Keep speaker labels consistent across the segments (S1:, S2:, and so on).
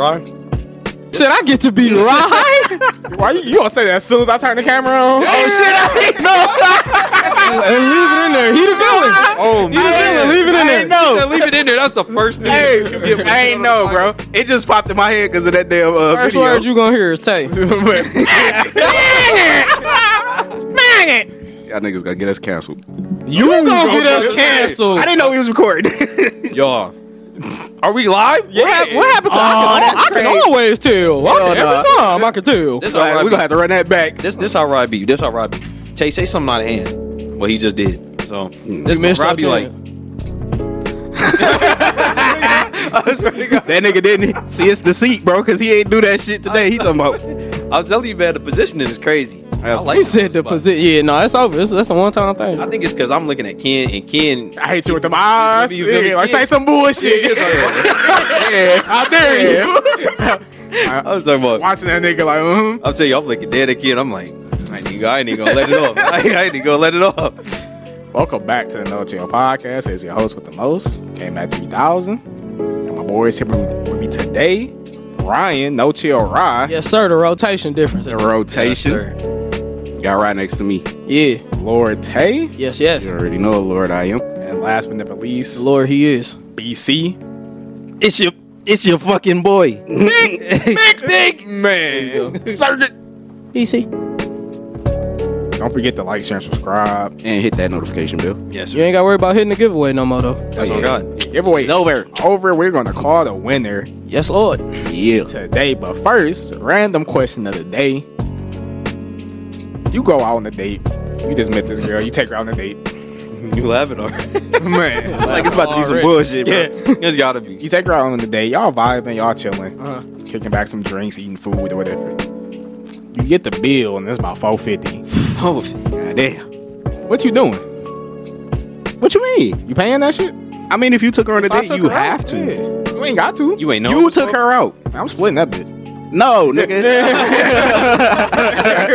S1: Right?
S2: Said I get to
S3: Oh,
S2: be right?
S1: Why you, you gonna say that as soon as I turn the camera on?
S2: oh shit! I didn't know. and leave it in there. He the villain.
S1: Oh
S2: He the villain. Leave it in
S3: I
S2: there.
S3: ain't know. Leave it in there. That's the first thing.
S4: Hey, I ain't know, bro. It just popped in my head because of that damn uh,
S2: First
S4: video.
S2: word you gonna hear is Tay.
S4: Y'all niggas gonna get us canceled.
S2: You gonna get us
S1: get us
S2: canceled?
S4: I didn't know we was recording. oh,
S3: y'all. Are we live?
S2: What, hap- what happened to?
S3: Oh,
S2: I, can, I can always tell. I can-
S4: nah.
S2: Every time I can tell.
S3: This
S4: All right,
S3: our
S4: we
S3: we
S4: gonna have to run that back.
S3: This this how Rob be. This how Rob be. Tay say something out of hand. What he just did. So this
S2: missed
S3: Rob
S2: our
S3: be like,
S2: chance.
S4: that nigga didn't. See, it's deceit, bro, because he ain't do that shit today. He talking about.
S3: I'll tell you, man. The positioning is crazy. I
S4: That's-
S3: like
S2: He
S3: this
S2: said the
S3: spot.
S2: position. Yeah, no, that's over. That's, that's a one time thing.
S3: I think it's because I'm looking at Ken and Ken.
S1: I hate you with them eyes.
S3: You feel me?
S1: nigga. Like, say some bullshit.
S4: Yeah,
S1: I dare you.
S3: I'm talking about.
S1: Watching that nigga like,
S4: uh-huh.
S1: mm-hmm.
S3: I'll tell you, I'm looking dead at Ken. I'm like, I ain't even, I ain't even gonna let it off. I ain't, I ain't even gonna let it off.
S1: Welcome back to the No Chill Podcast. Here's your host with the most. Came at 3000. And my boys here with with me today. Ryan, No Chill Rye.
S2: yes, sir. The rotation difference.
S4: the rotation.
S3: Sir.
S4: Y'all right next to me.
S2: Yeah.
S1: Lord Tay.
S2: Yes. Yes.
S4: You already know, Lord, I am.
S1: And last but not least,
S2: Lord, he is.
S1: BC.
S3: It's your it's your fucking boy.
S1: Big man.
S4: Sergeant.
S2: BC.
S1: Don't forget to like, share, and subscribe.
S4: And hit that notification bell.
S3: Yes,
S2: You
S3: sir.
S2: ain't gotta worry about hitting the giveaway no more though.
S3: That's
S4: Oh,
S3: on
S4: yeah.
S3: God.
S1: Giveaway
S4: It's over.
S1: over. We're going to call the winner
S2: Yes, Lord.
S4: Yeah.
S1: today. But first, random question of the day. You go out on a date. You just met this girl. You take her out on a date.
S3: You laughing already?
S1: Man.
S4: Like it's about to be some
S3: Already.
S4: bullshit, bro.
S3: Yeah, it's gotta be.
S1: You take her out on a date. Y'all vibing. Y'all chilling.
S2: Uh-huh.
S1: Kicking back some drinks, eating food or whatever. You get the bill and it's about 450
S3: Oh,
S4: God damn.
S1: What you doing? What you mean? You paying that shit?
S4: I mean, if you took her on a
S1: If I
S4: date,
S1: took
S4: you
S1: her out,
S4: have to.
S1: yeah. You ain't got to.
S3: you ain't know.
S4: You took her out.
S1: I'm splitting that bitch.
S4: No, nigga.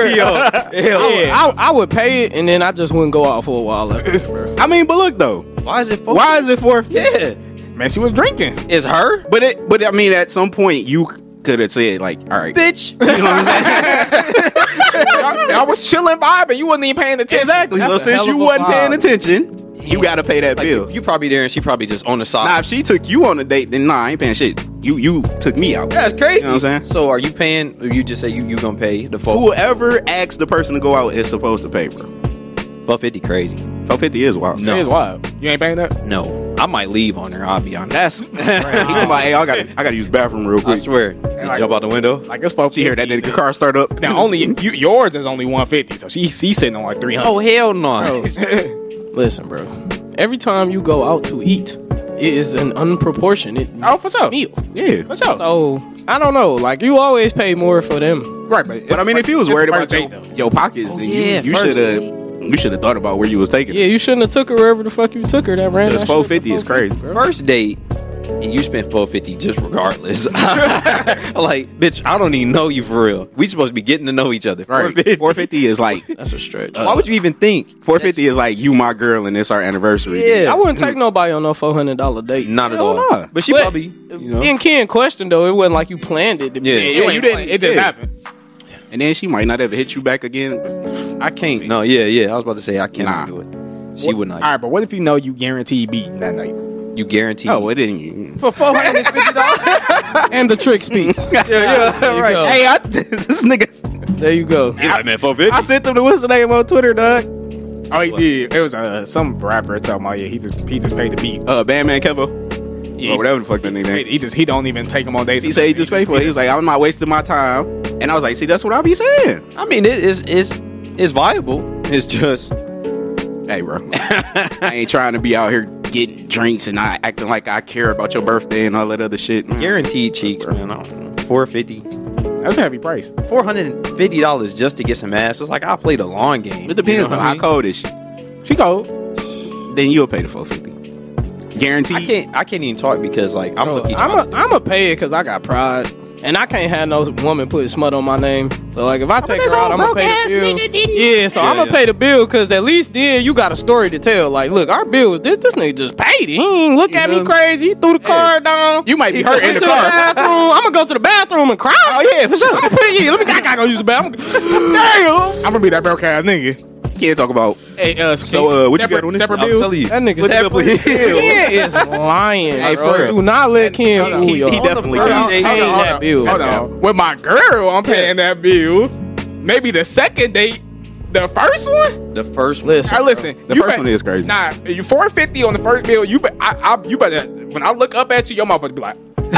S1: Yeah.
S2: I, I would pay it and then I just wouldn't go out for a while after, bro.
S4: I mean, but look though.
S3: Why is it? Focused?
S4: Why is it four?
S3: Yeah,
S1: Man, she was drinking.
S3: it's her.
S4: But it, but I mean, at some point you could have said like, all right,
S3: Bitch,
S4: you know what I'm saying?
S1: y'all, y'all was chilling vibing. You wasn't even paying attention.
S4: exactly.
S2: That's
S4: so
S2: a
S4: since
S2: hell
S4: you
S2: of a
S4: wasn't paying
S2: vibe.
S4: attention, you gotta pay that
S3: like,
S4: bill.
S3: you probably there, and she probably just on the side.
S4: Now, if she took you on a date, then nah, I ain't paying shit. You you took me out.
S3: that's crazy.
S4: You know what I'm saying?
S3: So, are you paying? Or you just say you you gonna pay the full
S4: Whoever asks the person to go out is supposed to pay, bro.
S3: buck fifty? Crazy.
S4: Four fifty is wild.
S3: No.
S1: It is wild. You ain't paying that?
S3: No, I might leave on her. I'll be honest.
S4: That's he talking about. Hey, I got I gotta use the bathroom real
S3: I
S4: quick.
S3: swear. You
S1: like-
S3: jump out the window.
S1: Like it's folks.
S4: She hear that nigga car start up.
S1: Now only you, yours is only one fifty, so she she's sitting on like three hundred.
S3: Oh hell no!
S2: Bro, listen, bro. Every time you go out to eat, it is an unproportionate
S1: Oh, for sure.
S2: meal.
S4: yeah.
S1: For sure.
S2: So I don't know. Like you always pay more for them.
S1: right, but, it's
S4: But I mean,
S1: the
S4: if you was
S1: first-
S4: worried
S1: it's
S4: about
S1: the
S4: your,
S1: first date,
S4: your pockets, then
S2: yeah,
S4: you you
S2: first
S4: should have you should have thought about where you was taking. it.
S2: Yeah, you shouldn't have took her wherever the fuck you took her. That ran.
S4: Because
S2: that shit for
S4: 450 is crazy.
S2: bro.
S3: First date, and you spent four fifty just regardless. like, bitch, I don't even know you for real. We supposed to be getting to know each other.
S4: Right.
S3: 450.
S4: 450 is like uh,
S2: That's a stretch.
S3: Why would you even think?
S4: 450 is like you my girl and it's our anniversary.
S3: Yeah.
S2: I wouldn't take nobody on no four hundred dollar date.
S3: Not at
S4: Hell
S3: all.
S4: nah.
S3: But she
S2: But-
S3: probably, you know,
S2: In Ken question though, it wasn't like you planned it to be.
S3: Yeah.
S1: Yeah,
S3: Yeah,
S1: you,
S4: you
S1: ain't
S4: didn't-
S1: playing. It didn't
S4: yeah.
S1: happen.
S4: And then she might not ever hit you back again. but
S3: I can't. No, yeah, yeah. I was about to say I cannot do
S4: Nah.
S3: it. She would
S1: All
S3: not.
S1: right, but what if you know you guarantee beating that night?
S3: You guarantee.
S4: No, Oh, it didn't.
S1: For four hundred and fifty dollars.
S2: And the trick speaks.
S3: yeah,
S2: There you
S3: right.
S2: go.
S4: Hey, I, this nigga,
S2: There you go.
S3: He's like, man,
S4: I
S3: 450.
S4: sent them the what's the name on Twitter, dog?
S1: Oh, he did. It was uh, some rapper talking about yeah, he just he just paid the beat.
S4: Uh, Bandman Kevo. or whatever the fuck that nigga
S1: He
S4: name.
S1: he just he don't even take him on dates.
S4: He said he just paid for it. He was like, I'm not wasting my time. And I was like, see, that's what I be saying.
S3: I mean, it is is is viable. It's just
S4: Hey, bro. I ain't trying to be out here getting drinks and not acting like I care about your birthday and all that other shit. Mm.
S3: guaranteed cheeks, man. I don't know. 450
S1: that's a heavy price.
S3: $450 just to get some ass. It's like I played a long game.
S4: It depends
S3: You know
S4: on
S3: what I
S4: how
S3: mean?
S4: cold is she.
S1: She cold.
S4: Then you'll pay the 450
S3: I
S4: Guaranteed.
S3: can't I can't even talk because like I'm
S2: Bro,
S3: gonna keep
S2: I'm a, I'm a pay it because I got pride. And I can't have no woman putting smut on my name. So like, if I take her out, I'm gonna pay the bill. yeah, so
S3: Yeah,
S2: I'm gonna
S3: yeah.
S2: pay the bill because at least then you got a story to tell. Like, look, our bill was this. This nigga just paid it. He ain't look at me crazy. He threw the car down.
S1: You might be
S2: He
S1: hurt
S2: took
S1: in
S2: me to
S1: the car.
S2: bathroom. I'm gonna go to the bathroom and cry.
S1: Oh, yeah, for sure.
S2: I'm gonna put, yeah, let me. I gotta go use the bathroom. Damn.
S1: I'm gonna be that broke ass nigga.
S4: Can't talk about.
S1: Hey, uh,
S4: so, uh, what you
S1: separate,
S4: got on this?
S1: Separate
S3: I'm
S1: bills.
S3: telling you.
S2: That nigga
S4: Separate bill.
S2: Ken is lying.
S4: Hey,
S2: bro.
S4: for real.
S2: Do not let Ken fool
S4: he-
S2: y'all.
S4: he definitely
S2: He's
S4: can't.
S2: paying
S1: Hold on, hold
S2: that
S1: on,
S2: bill.
S1: hold on. With my girl, I'm paying that bill. Maybe the second date, the first one.
S3: The first one.
S2: Listen,
S1: Now listen,
S4: The
S1: you
S4: first one is crazy.
S1: Nah, you 450 on the first bill. You, be, I, I, you better. When I look up at you, your mouth about to be like,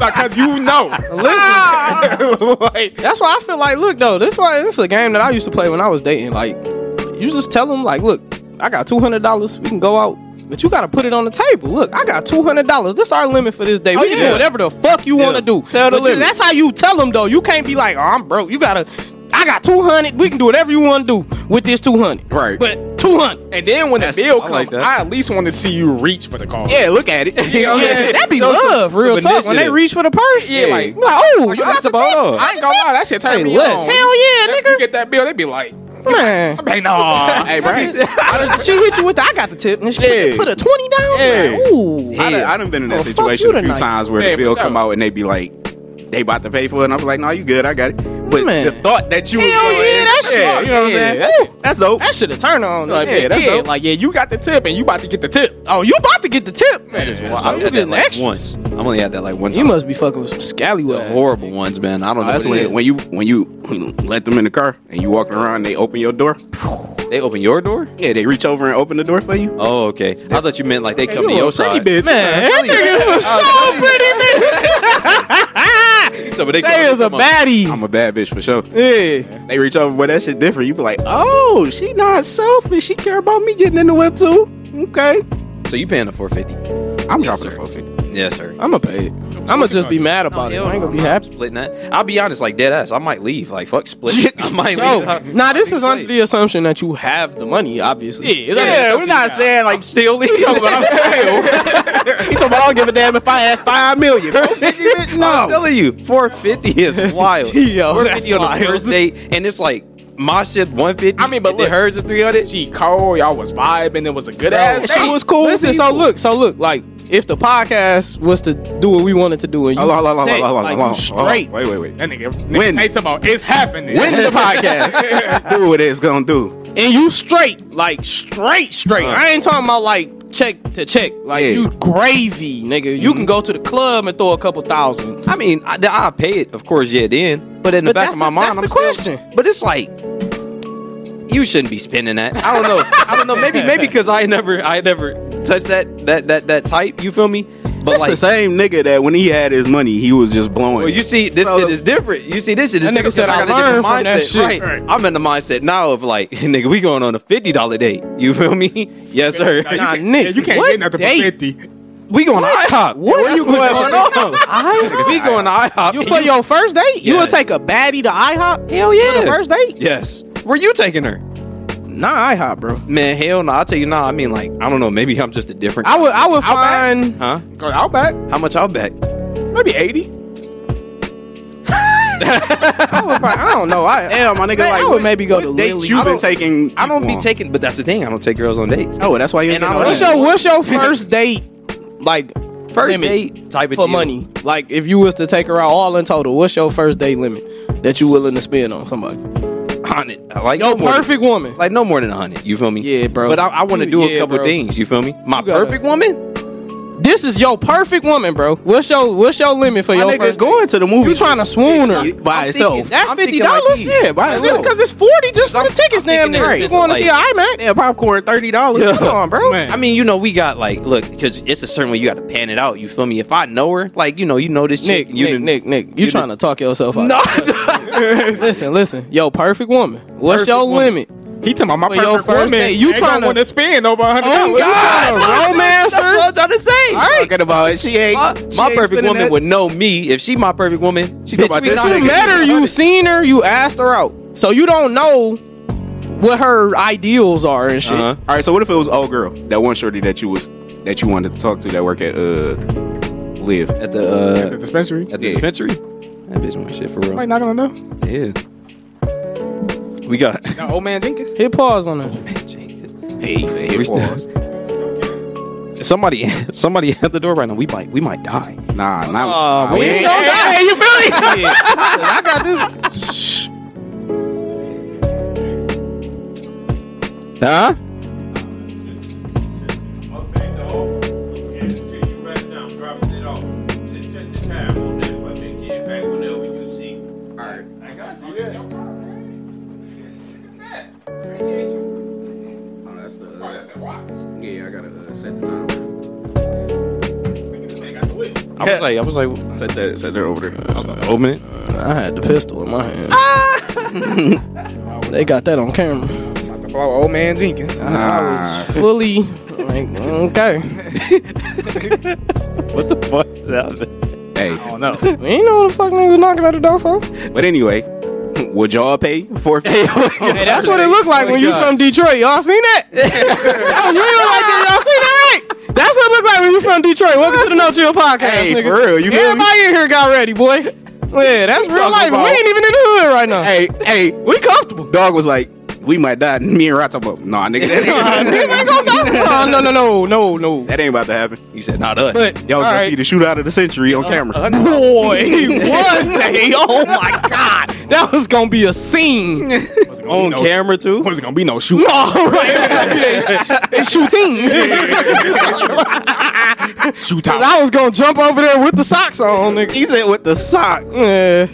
S1: because you know.
S2: Ah!
S1: like,
S2: That's why I feel like, look though, this why this is a game that I used to play when I was dating. Like, you just tell them, like, look, I got two hundred dollars, we can go out, but you got to put it on the table. Look, I got two hundred dollars. This our limit for this day.
S1: Oh,
S2: we can do
S3: yeah.
S2: whatever the fuck you want to do.
S3: Tell the
S2: But you-
S3: limit.
S2: That's how you tell them though. You can't be like, oh, I'm broke. You gotta. I got two hundred. We can do whatever you want to do with this two hundred.
S4: Right.
S2: But two hundred.
S1: and then when the bill
S3: I
S1: comes,
S3: like that.
S1: I at least want to see you reach for the car.
S4: Yeah, look at it.
S1: Oh, Yeah,
S2: Yeah, that be love, real
S3: some
S2: talk. When they
S3: initiative.
S2: reach for the purse,
S1: Yeah, like-
S2: oh, you
S1: Like,
S2: got
S1: that's
S2: the
S3: about all.
S2: tip.
S1: I ain't gonna lie, that shit turned
S2: Hey,
S1: me
S2: Les,
S1: on.
S2: hell yeah,
S1: That-
S2: nigga.
S1: You get that bill, they be like,
S2: Man,
S1: hey, nah.
S4: Hey, right.
S2: she hit you with the I got the tip and she put-
S4: Yeah.
S2: put, a twenty down.
S4: Yeah.
S2: Like, ooh.
S4: I done, I done been in
S2: Oh,
S4: that
S2: fuck
S4: situation
S2: you
S4: a few
S2: tonight.
S4: times where
S1: Yeah,
S4: the bill
S1: for sure.
S4: come out and they be like, they about to pay for it, and I'm like, no, you good, I got it. But
S2: Man.
S4: the thought that you
S2: Hell
S4: was going,
S2: oh, yeah, that's smart.
S4: you know what
S2: Yeah,
S4: I'm saying? That's, that's dope.
S2: That should have turned on. Like,
S4: Yeah, that's dope.
S1: Like, yeah, you got the tip and you about to get the tip.
S2: oh, you about to get the tip,
S3: I
S2: man.
S3: only
S2: you
S3: had that
S2: getting
S3: like
S2: extra.
S3: once. I only had that like one time.
S2: You must be fucking with some scallywag.
S3: horrible ones, man. I don't know.
S4: that's
S3: what it
S4: when, when you when you let them in the car and you walking around, and they open your door.
S3: is. they open your door.
S4: Yeah, they reach over and open the door for you.
S3: Oh, okay. I thought you meant like they come to
S1: you a
S3: your
S1: pretty
S3: side.
S1: bitch.
S2: Man, that nigga was so pretty,
S3: So, but they
S2: bitch. That
S3: come-
S2: is a
S3: come up-
S2: baddie.
S4: I'm a bad bitch for sure.
S2: Yeah.
S4: They reach over, but that shit different. You be like, oh, she not selfish. She care about me getting in the whip too. Okay,
S3: So you paying the four fifty?
S4: I'm dropping the
S3: sir.
S4: 450.
S3: Yes, sir.
S2: I'ma pay it. I'ma just be mad about it. I ain't gonna be happy.
S3: splitting that. I'll be honest, like dead ass. I might leave. Like fuck, split. I might
S2: Yo,
S3: leave. I-
S2: now this is under
S3: leave.
S2: the assumption that you have the money, obviously.
S1: Yeah, yeah,
S4: we're not saying like
S3: Still leave.
S4: talking about I'm still. he talking about I don't give a damn if I had five million.
S3: I'm telling you, 450 is wild. 450
S2: Yo,
S3: on
S2: that's
S3: the
S2: wild.
S3: first date, and it's like my shit 150.
S1: I mean, but
S3: and then
S1: look.
S3: hers is 300.
S1: She cold, y'all was vibing, it was a good
S2: Bro,
S1: ass.
S2: she
S1: date.
S2: was cool.
S1: Listen,
S2: Listen, so look, so look, like if the podcast was to do what we wanted to do, and you
S4: Hold on, hold on,
S2: set,
S4: hold on, hold on,
S2: like,
S4: hold on,
S2: you
S4: hold on.
S2: straight,
S4: Wait, wait, wait.
S1: that nigga, nigga
S4: When?
S1: Tate talking about it's happening.
S4: When the podcast do what it's gonna do.
S2: and you straight, like straight, straight.
S3: Uh.
S2: I ain't talking about like check to check, like
S4: Uh-huh. Yeah.
S2: you gravy, nigga. You can go to the club and throw a couple thousand.
S3: I mean, I, I pay it, of course, yeah, then. But in the
S2: But
S3: back
S2: that's
S3: of my
S2: the-
S3: mind,
S2: that's
S3: I'm
S2: the
S3: still-
S2: question.
S3: but it's like, you shouldn't be spending that. I don't know. I don't know. Maybe, maybe because I never, I never touched that, that, that, that type. You feel me? But
S4: That's
S3: like,
S4: the same nigga that when he had his money, he was just blowing.
S3: Well, you
S4: it.
S3: see, this
S4: So-
S3: shit is different. You see, this shit is
S2: That nigga
S3: different.
S2: said,
S3: 'cause
S2: "I
S3: got a different
S2: learned from that
S3: mindset."
S2: shit.
S3: Right.
S1: Right.
S3: I'm in the mindset now of like, nigga, we going on a fifty dollar date. You feel me? Yes, sir.
S1: Nah, you
S2: Nah,
S1: can't-
S2: Nick,
S1: yeah, you can't
S2: what
S1: get nothing
S2: date?
S1: for 50.
S3: we going to IHOP.
S2: What
S3: Where
S2: else
S3: you
S2: was
S3: going?
S2: going
S3: on?
S2: IHOP?
S3: we going to IHOP.
S2: You for your first date, you would
S3: Yes.
S2: take a baddie to IHOP. Hell yeah, for the first date.
S3: Yes. Where you taking her?
S2: Nah, IHOP, bro.
S3: Man, hell no. I tell you now. I mean, like, I don't know. Maybe I'm just a different.
S2: I would, I would
S1: I'll bet.
S2: find.
S3: Huh?
S1: Go out back,
S3: How much I'll bet?
S1: maybe 80.
S2: I would find. I don't know. I,
S4: damn, my nigga.
S2: Man,
S4: like,
S2: I would
S4: what-
S2: maybe go
S4: what
S2: to
S4: date
S2: Lily. I
S4: You been
S2: don't-
S4: taking?
S3: I don't be
S4: people
S3: taking, but that's the thing. I don't take girls on dates.
S4: on? Oh, that's why you.
S3: And
S4: ain't
S3: I
S4: getting
S3: don't-
S4: no
S2: what's
S4: money.
S2: your, what's your first date like?
S3: First
S2: limit?
S3: date type of
S2: for
S3: deal.
S2: money. Like if you was to take her out all in total, what's your first date limit that you willing to spend on somebody?
S3: hundred. Like
S2: Yo,
S3: no more than-
S2: perfect woman.
S3: Like no more than a hundred. You feel me?
S2: Yeah, bro.
S3: But I, I want to
S2: You-
S3: do
S2: yeah,
S3: a couple
S2: bro.
S3: things. You feel me? My
S2: You gotta-
S3: perfect woman.
S2: This is your perfect woman, bro. What's your what's your limit for
S4: My
S2: your
S4: nigga
S2: first
S4: going
S2: date?
S4: to the movie?
S2: You trying to swoon her?
S4: by itself?
S2: That's
S3: I'm
S2: fifty
S3: thinking like
S2: dollars.
S3: these.
S4: Yeah, by
S2: It's just
S4: itself.
S2: because it's forty just for
S3: I'm-
S2: the tickets,
S3: I'm thinking
S2: damn near.
S3: that
S2: You
S3: shit's
S2: going to
S3: like-
S2: see an IMAX?
S4: Yeah, popcorn thirty dollars.
S3: Yeah.
S4: Come on, bro.
S1: Man.
S3: I mean, you know, we got like look because it's a certain way you got to pan it out. You feel me? If I know her, like you know, you know this
S2: Nick,
S3: chick. you
S2: Nick,
S3: done-
S2: Nick, Nick, you,
S3: you
S2: trying to talk yourself out?
S3: No.
S2: listen, listen. Yo, perfect woman. What's
S3: Perfect
S2: your
S3: woman.
S2: limit?
S1: He talking about my
S2: For your
S1: perfect
S2: first
S1: woman.
S2: date, you tryna-
S1: to spend over 100
S2: Oh, God. Romance
S3: That's
S2: her?
S3: what I'm trying to say.
S2: All right.
S4: Talking about it, she ain't.
S3: My,
S4: she
S3: my
S4: ain't
S3: perfect
S4: spending
S3: woman
S4: that.
S3: would know me if she my perfect woman. She
S4: talking
S3: bitch,
S4: about
S3: we
S4: this
S3: not
S4: nigga.
S2: You
S3: together.
S2: met her, you seen her, you asked her out. So you don't know what her ideals are and shit.
S3: Uh-huh.
S4: All right, so what if it was all girl? That one shorty that you was that you wanted to talk to that work at uh live.
S3: at the uh,
S1: At the dispensary.
S3: at the
S4: Yeah.
S3: dispensary. That bitch want shit for real.
S1: Somebody knocking on the door.
S3: Yeah. We got.
S1: No, old man Jenkins.
S2: Hit pause on that.
S4: Hey, he said,
S3: We
S4: hit
S3: still-
S4: pause.
S3: Somebody, somebody at the door right now. We might, we might die.
S4: Nah,
S2: Oh,
S4: not.
S3: Aw,
S4: nah,
S3: man.
S4: ain't-
S2: Don't die.
S3: you feel me?
S2: I got this.
S3: Huh?
S5: Okay, dog. Get, get you right now. I'm dropping it off. Just check the time on that fucking get back whenever you see. Alright. I got you. Yeah.
S4: Oh, that's the, uh, Yeah, I gotta uh, set the time.
S3: I was like, I was like,
S4: Set that, set that over there.
S3: open it.
S2: I had the pistol in my hand.
S3: Ah.
S2: they got that on camera.
S1: About to blow old man Jenkins.
S2: I was fully like, okay.
S3: What the fuck? is that?
S4: Hey,
S1: no.
S2: We ain't know what the fuck nigga was knocking at the door for. Hey,
S4: but anyway, would y'all pay for?
S2: that's what it looked like when you from Detroit. Y'all seen that? that was real like that. Y'all seen that? Right? That's what it looked like when you from Detroit. Welcome to the No Chill Podcast,
S4: Hey,
S2: nigga.
S4: for real, you feel me?
S2: Everybody in here got ready, boy. Yeah, that's real
S4: talking
S2: life.
S4: about-
S2: we ain't even in the hood right now.
S4: Hey, hey, we comfortable. Dog was like, we might die. And me and Rod talking about, nah, nigga, that ain't,
S2: Niggas ain't gonna go. No, no, no, no, no, no.
S4: that ain't about to happen.
S3: You said not us.
S2: But
S4: Y'all was gonna
S2: all
S4: see the shootout of the century on camera.
S2: Boy, he was they. Oh my god, that was gonna be a scene.
S3: on camera too.
S1: Was gonna be no shoot.
S2: All right, it's shooting.
S1: Shoot
S2: I was gonna jump over there with the socks on, nigga. He said with the socks. Yeah.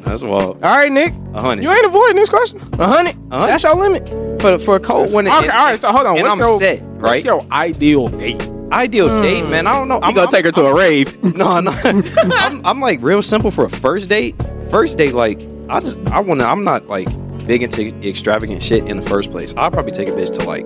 S3: That's wild.
S2: All right, Nick.
S3: A hundred.
S2: You ain't avoiding this question. A hundred.
S3: hundred.
S2: That's your limit.
S3: for for a cold one.
S1: Okay, all right. So hold on.
S3: And
S1: What's
S3: I'm
S1: your
S3: set, right?
S1: What's your ideal date?
S3: Ideal
S4: Hmm.
S3: date, man. I don't know.
S4: I'm gonna take her to a rave.
S3: No, no. I'm, I'm like real simple for a first date. First date, like I just I wanna. I'm not like big into extravagant shit in the first place. I'll probably take a bitch to like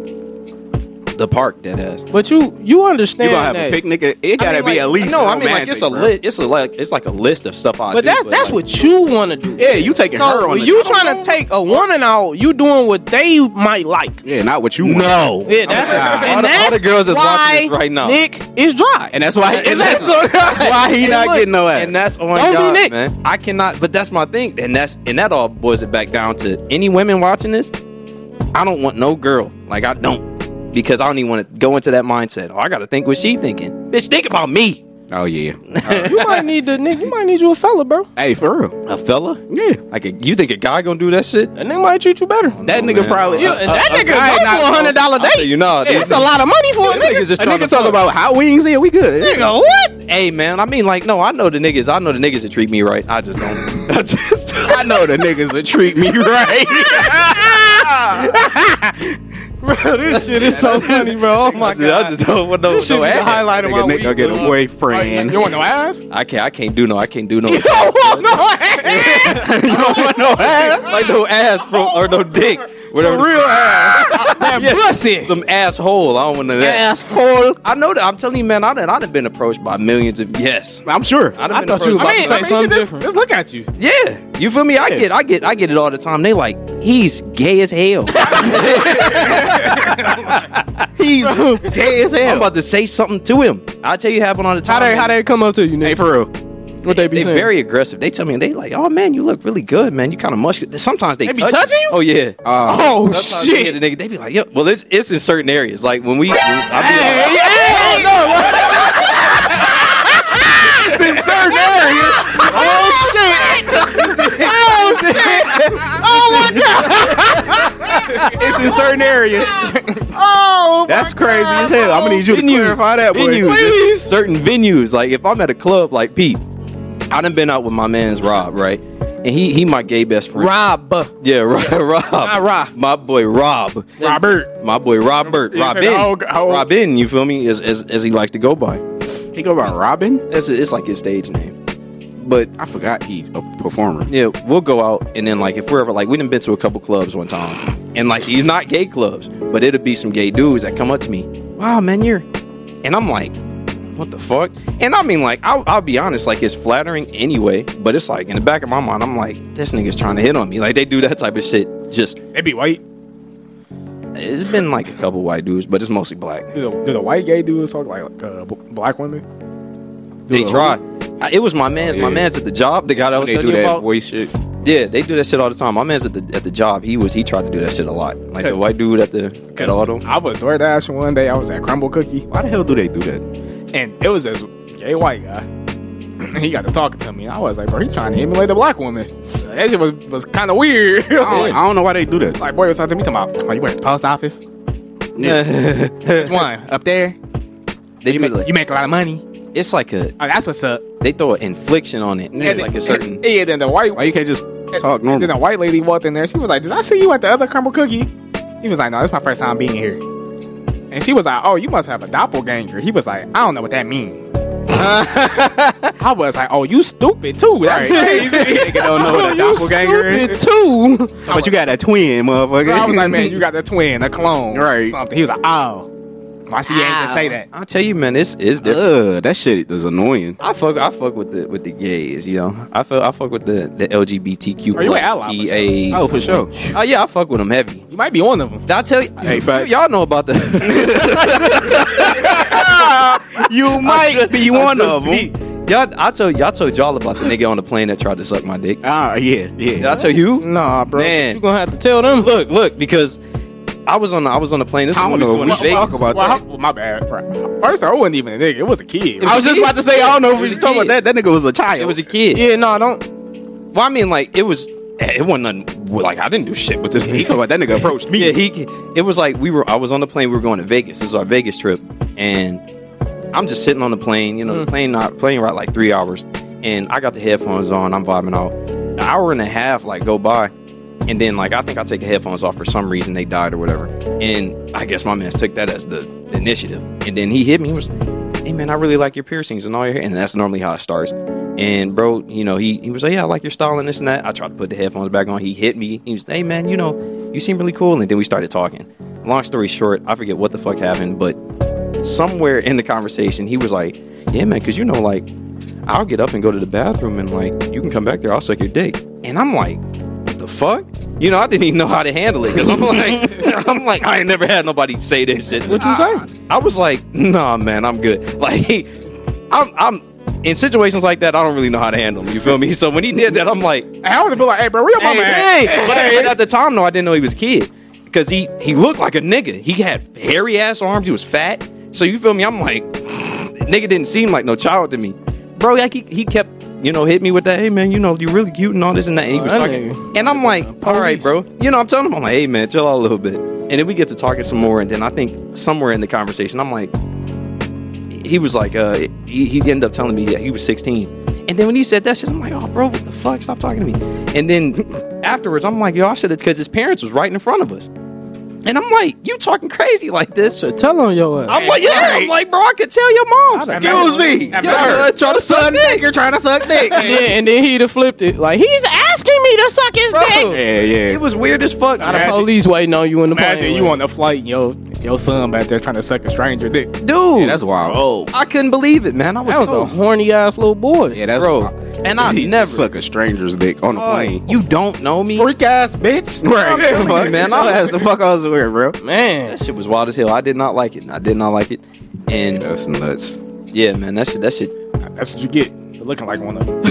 S3: the park. Dead ass.
S2: But you, you understand
S4: You gonna have
S2: that.
S4: a picnic? It it
S3: I
S4: gotta
S3: mean, like-
S4: be at least.
S3: No, I
S4: romantic,
S3: mean like it's a
S4: bro.
S3: list. It's a like it's like a list of stuff I.
S2: But
S3: do,
S2: that's that's
S3: like,
S2: what you want to do.
S4: Yeah, you taking her
S2: So
S4: on.
S2: when
S4: the-
S2: you trying to take a woman out, you doing what they might like.
S4: Yeah, not what you want.
S3: No.
S2: Yeah, that's
S4: sorry.
S2: and
S4: All
S3: the-
S2: that's
S3: all the girls that's
S2: why
S3: watching this right now.
S2: Nick is dry.
S4: and that's why.
S3: And
S4: that's,
S3: that's-
S4: that's why he
S3: And
S4: not
S3: look,
S4: getting no ass.
S3: And that's on
S2: Don't be
S3: God,
S2: Nick.
S3: man. I cannot. But that's my thing, and that's and that all boils it back down to any women watching this. I don't want no girl. Like I don't, because I don't even want to go into that mindset. Oh, I got to think what she thinking. Bitch, think about me,
S4: oh yeah.
S2: you might need the Nick. You might need you a fella, bro.
S4: hey, for real.
S3: a fella.
S4: Yeah.
S3: Like a, you think a guy gonna do that shit? Oh,
S2: That nigga might treat you better.
S4: That nigga
S3: man.
S4: probably.
S2: Yeah,
S4: a-
S2: and
S4: a-
S2: that
S4: a
S2: nigga
S4: guy
S2: go
S4: not
S2: for a hundred dollar
S3: I tell
S2: date.
S3: you nah,
S2: Yeah,
S3: dude.
S2: That's a lot of money for a
S3: Them niggas
S2: nigga.
S3: is
S4: A
S3: trying
S4: nigga
S3: to
S4: talking
S3: fuck.
S4: about how wings in, we good.
S2: Nigga, what?
S3: Hey man, I mean like no, I know the niggas. I know the niggas that treat me right. I just don't. I just.
S4: I know the niggas that treat me right.
S2: Bro, this shit is so funny, bro. Oh my
S3: I just, I
S2: god.
S3: just don't want no,
S2: This shit
S3: no
S2: be the
S3: ass.
S2: highlight of my
S4: nigga,
S2: week.
S4: nigga, get a
S2: bro.
S4: boyfriend.
S1: You want no ass?
S3: I can't. I can't do no. I can't do no.
S2: You don't want no ass.
S3: you don't want no ass, like no ass from or no dick, whatever. the
S2: real ass. That
S3: Yes.
S2: pussy.
S3: f- Some asshole. I don't want none of that.
S2: asshole.
S3: I know that. I'm telling you, man. I done. I done been approached by millions of yes.
S4: I'm sure.
S3: I, done
S2: I
S3: been
S2: thought you was
S3: approached
S2: about
S3: by-
S2: to say something
S1: just,
S2: different.
S1: just look at you.
S3: yeah, you feel me? I get. I get. I get it all the time. They like he's gay as hell.
S4: He's gay as
S3: I'm
S4: hell.
S3: about to say something to him. I tell you, it happened all the
S2: How
S3: time.
S2: they how they come up to you,
S4: Hey,
S2: nigga?
S4: for real.
S2: What they be
S3: They
S2: saying?
S3: very aggressive. They tell me they like, oh man, you look really good, man. You kind of muscular. Sometimes they,
S2: They be
S3: touch
S2: touching you?
S3: Oh yeah.
S4: Uh,
S2: oh
S3: Sometimes you
S2: shit.
S3: hit a nigga, they be like, yo. Well, it's it's in certain areas. Like when we, when I be like,
S2: Hey, hey,
S4: it's in certain areas.
S2: oh shit. Oh shit. Oh my god.
S4: It's in certain areas.
S2: Oh my
S4: That's crazy as hell. I'm gonna need you to
S3: Venues.
S4: clarify that, boy.
S3: venues,
S2: please.
S3: certain venues. Like if I'm at a club, like Pete, I done been out with my man's Rob, right? And he he my gay best friend.
S2: Rob.
S3: Yeah, Rob. Rob.
S2: Rob.
S3: My boy Rob.
S1: Robert.
S3: My boy Robert.
S1: You said the
S3: Robin.
S1: whole- whole-
S3: Robin. You feel me? As, as as he likes to go by.
S4: He go by Robin.
S3: That's it's like his stage name. But
S4: I forgot he's a performer.
S3: yeah, we'll go out and then like if we're ever like we done been to a couple clubs one time and like these not gay clubs, but it'll be some gay dudes that come up to me. Wow, man, you're and I'm like, what the fuck? And I mean like I'll, I'll be honest, like it's flattering anyway, but it's like in the back of my mind, I'm like, this nigga's trying to hit on me. Like they do that type of shit. Just
S1: They be white.
S3: it's been like a couple white dudes, but it's mostly black.
S1: Do the, do the white gay dudes talk like uh, b- black women?
S3: They
S4: the
S3: try. I, it was my man's. My
S4: yeah.
S3: man's at the job. The guy that I was
S4: they
S3: telling
S4: do
S3: you
S4: that
S3: about.
S4: voice shit.
S3: Yeah, they do that shit all the time. My man's at the at the job. He was he tried to do that shit a lot. Like the
S1: Cause-
S3: white dude at the at auto.
S1: I was door dashing one day. I was at Crumble Cookie,
S4: Why the hell do they do that?
S1: and it was this gay white guy. he got to talking to me. I was like, bro, he trying to emulate the black woman. That shit was, was kind of weird.
S4: I don't, Oh, I don't know why they do that.
S1: like, boy, what's up to me? Talking about, oh, you work at the post office? Which one? Up there?
S3: They
S1: You
S3: do
S1: make,
S3: like,
S1: you make a lot of money.
S3: it's like a
S1: Oh, that's what's up.
S3: they throw an infliction on it. It's like a certain.
S1: Yeah, then the white
S4: Why you can't just talk
S1: And Then
S4: normal?
S1: a white lady walked in there. She was like, "Did I see you at the other caramel cookie?" He was like, "No, this is my first time being here." And she was like, "Oh, you must have a doppelganger." He was like, "I don't know what that means." I was like, "Oh, you stupid too." That's
S4: Right.
S1: crazy.
S4: Nigga don't
S2: Oh,
S4: know what a doppelganger is.
S2: too.
S4: But you got a twin, motherfucker.
S1: I was like, "Man, you got the twin, a clone,
S4: Right.
S1: Something." He was like, "Oh, why she ain't just say that?"
S3: I tell you, man, this is different.
S4: Ugh, that shit is annoying.
S3: I fuck, I fuck with the with the gays, you know. I fuck, I fuck with the the LGBTQ
S1: Are you an
S3: plus
S1: ally,
S3: PA.
S4: Oh, for sure.
S3: Oh, yeah, I fuck with them heavy.
S1: You might be one of them.
S3: Did I tell you?
S4: Hey, facts.
S3: y'all know about the.
S4: You might be one of them.
S3: Y'all, I told y'all told y'all about the nigga on the plane that tried to suck my dick.
S4: Ah, yeah,
S3: Did
S4: yeah.
S3: I tell you?
S2: Nah, bro.
S3: Man.
S2: You gonna have to tell them.
S3: Look, look, because I was on the, I was on the plane. This
S4: I
S3: was
S4: don't
S3: when we
S4: know.
S3: was going to
S4: if We should talk
S3: Vegas.
S4: about
S1: Well,
S4: that.
S1: I- well, my bad. Right. First, I wasn't even a nigga. It was a kid.
S3: It
S4: I was just about to say, I don't know if we should talk about that. That nigga was a child.
S3: It was a kid.
S2: Yeah, nah, don't.
S3: Well, I mean, like it was. It wasn't nothing. Like I didn't do shit with this
S4: He
S3: nigga.
S4: talking about that nigga approached me.
S3: Yeah, he. It was like we were. I was on the plane. We were going to Vegas. This was our Vegas trip, and I'm just sitting on the plane. You know, the plane not plane ride like three hours, and I got the headphones on. I'm vibing out. An hour and a half like go by, and then like I think I take the headphones off for some reason. They died or whatever, and I guess my man took that as the initiative, and then he hit me. He was, hey man, I really like your piercings and all your hair, and that's normally how it starts. And bro, you know, he, he was like, yeah, I like your style and this and that. I tried to put the headphones back on. He hit me. He was, hey man, you know, you seem really cool. And then we started talking. Long story short, I forget what the fuck happened, but somewhere in the conversation, he was like, "Yeah, man, because you know, like, I'll get up and go to the bathroom, and like, you can come back there. I'll suck your dick." And I'm like, "What the fuck?" You know, I didn't even know how to handle it because I'm like, I'm like, I ain't never had nobody say this shit.
S2: What you say?
S3: I was like, "Nah, man, I'm good." Like, I'm, I'm. In situations like that, I don't really know how to handle it. You feel me? So when he did that, I'm like,
S1: I would have been like, "Hey, bro, where your mama
S3: hey,
S1: at?"
S3: hey. But, at- but at the time, though, I didn't know he was a kid because he he looked like a nigga. He had hairy ass arms. He was fat. So you feel me? I'm like, nigga didn't seem like no child to me, bro. Like he, he kept you know hit me with that. Hey man, you know you really cute and all this and that. And he
S2: Oh,
S3: was
S2: that
S3: talking,
S2: nigga.
S3: and I'm like, all right,
S2: Police.
S3: bro. You know I'm telling him, I'm like, hey man, chill out a little bit. And then we get to talking some more, and then I think somewhere in the conversation, I'm like, he was like, uh, he, he ended up telling me that he was 16. And then when he said that shit, I'm like, oh, bro, what the fuck? Stop talking to me. And then afterwards, I'm like, yo, I should have, because his parents was right in front of us. And I'm like, you talking crazy like this?
S2: Should tell on your ass.
S3: I'm like, yeah. I'm like, bro, I could tell your mom.
S1: Excuse me.
S3: Yo, son, trying to suck dick. You're trying to suck dick.
S2: And then, and then he'd have flipped it. Like he's asking me to suck his
S3: Bro.
S2: dick.
S4: yeah, yeah.
S3: It was weird as fuck.
S2: Got the police waiting on you in the
S1: Imagine
S2: plane.
S1: you on the flight, and your your son back there trying to suck a stranger dick.
S3: dude.
S4: Yeah, that's wild.
S3: Bro. I couldn't believe it, man. I was,
S2: That was
S3: so
S2: a horny ass little boy.
S4: Yeah, that's
S3: bro.
S4: wild.
S3: And I
S4: He
S3: never. Oh.
S4: suck a stranger's dick on a plane.
S3: You don't know me.
S1: Freak ass bitch.
S4: Right,
S3: telling you, man,
S4: man. I
S3: I-
S4: asked the fuck I was wearing, bro.
S2: Man,
S3: That shit was wild as hell. I did not like it. I did not like it. And
S4: That's nuts.
S3: yeah, man, that shit. That shit.
S1: That's what you get. for Looking like one of them.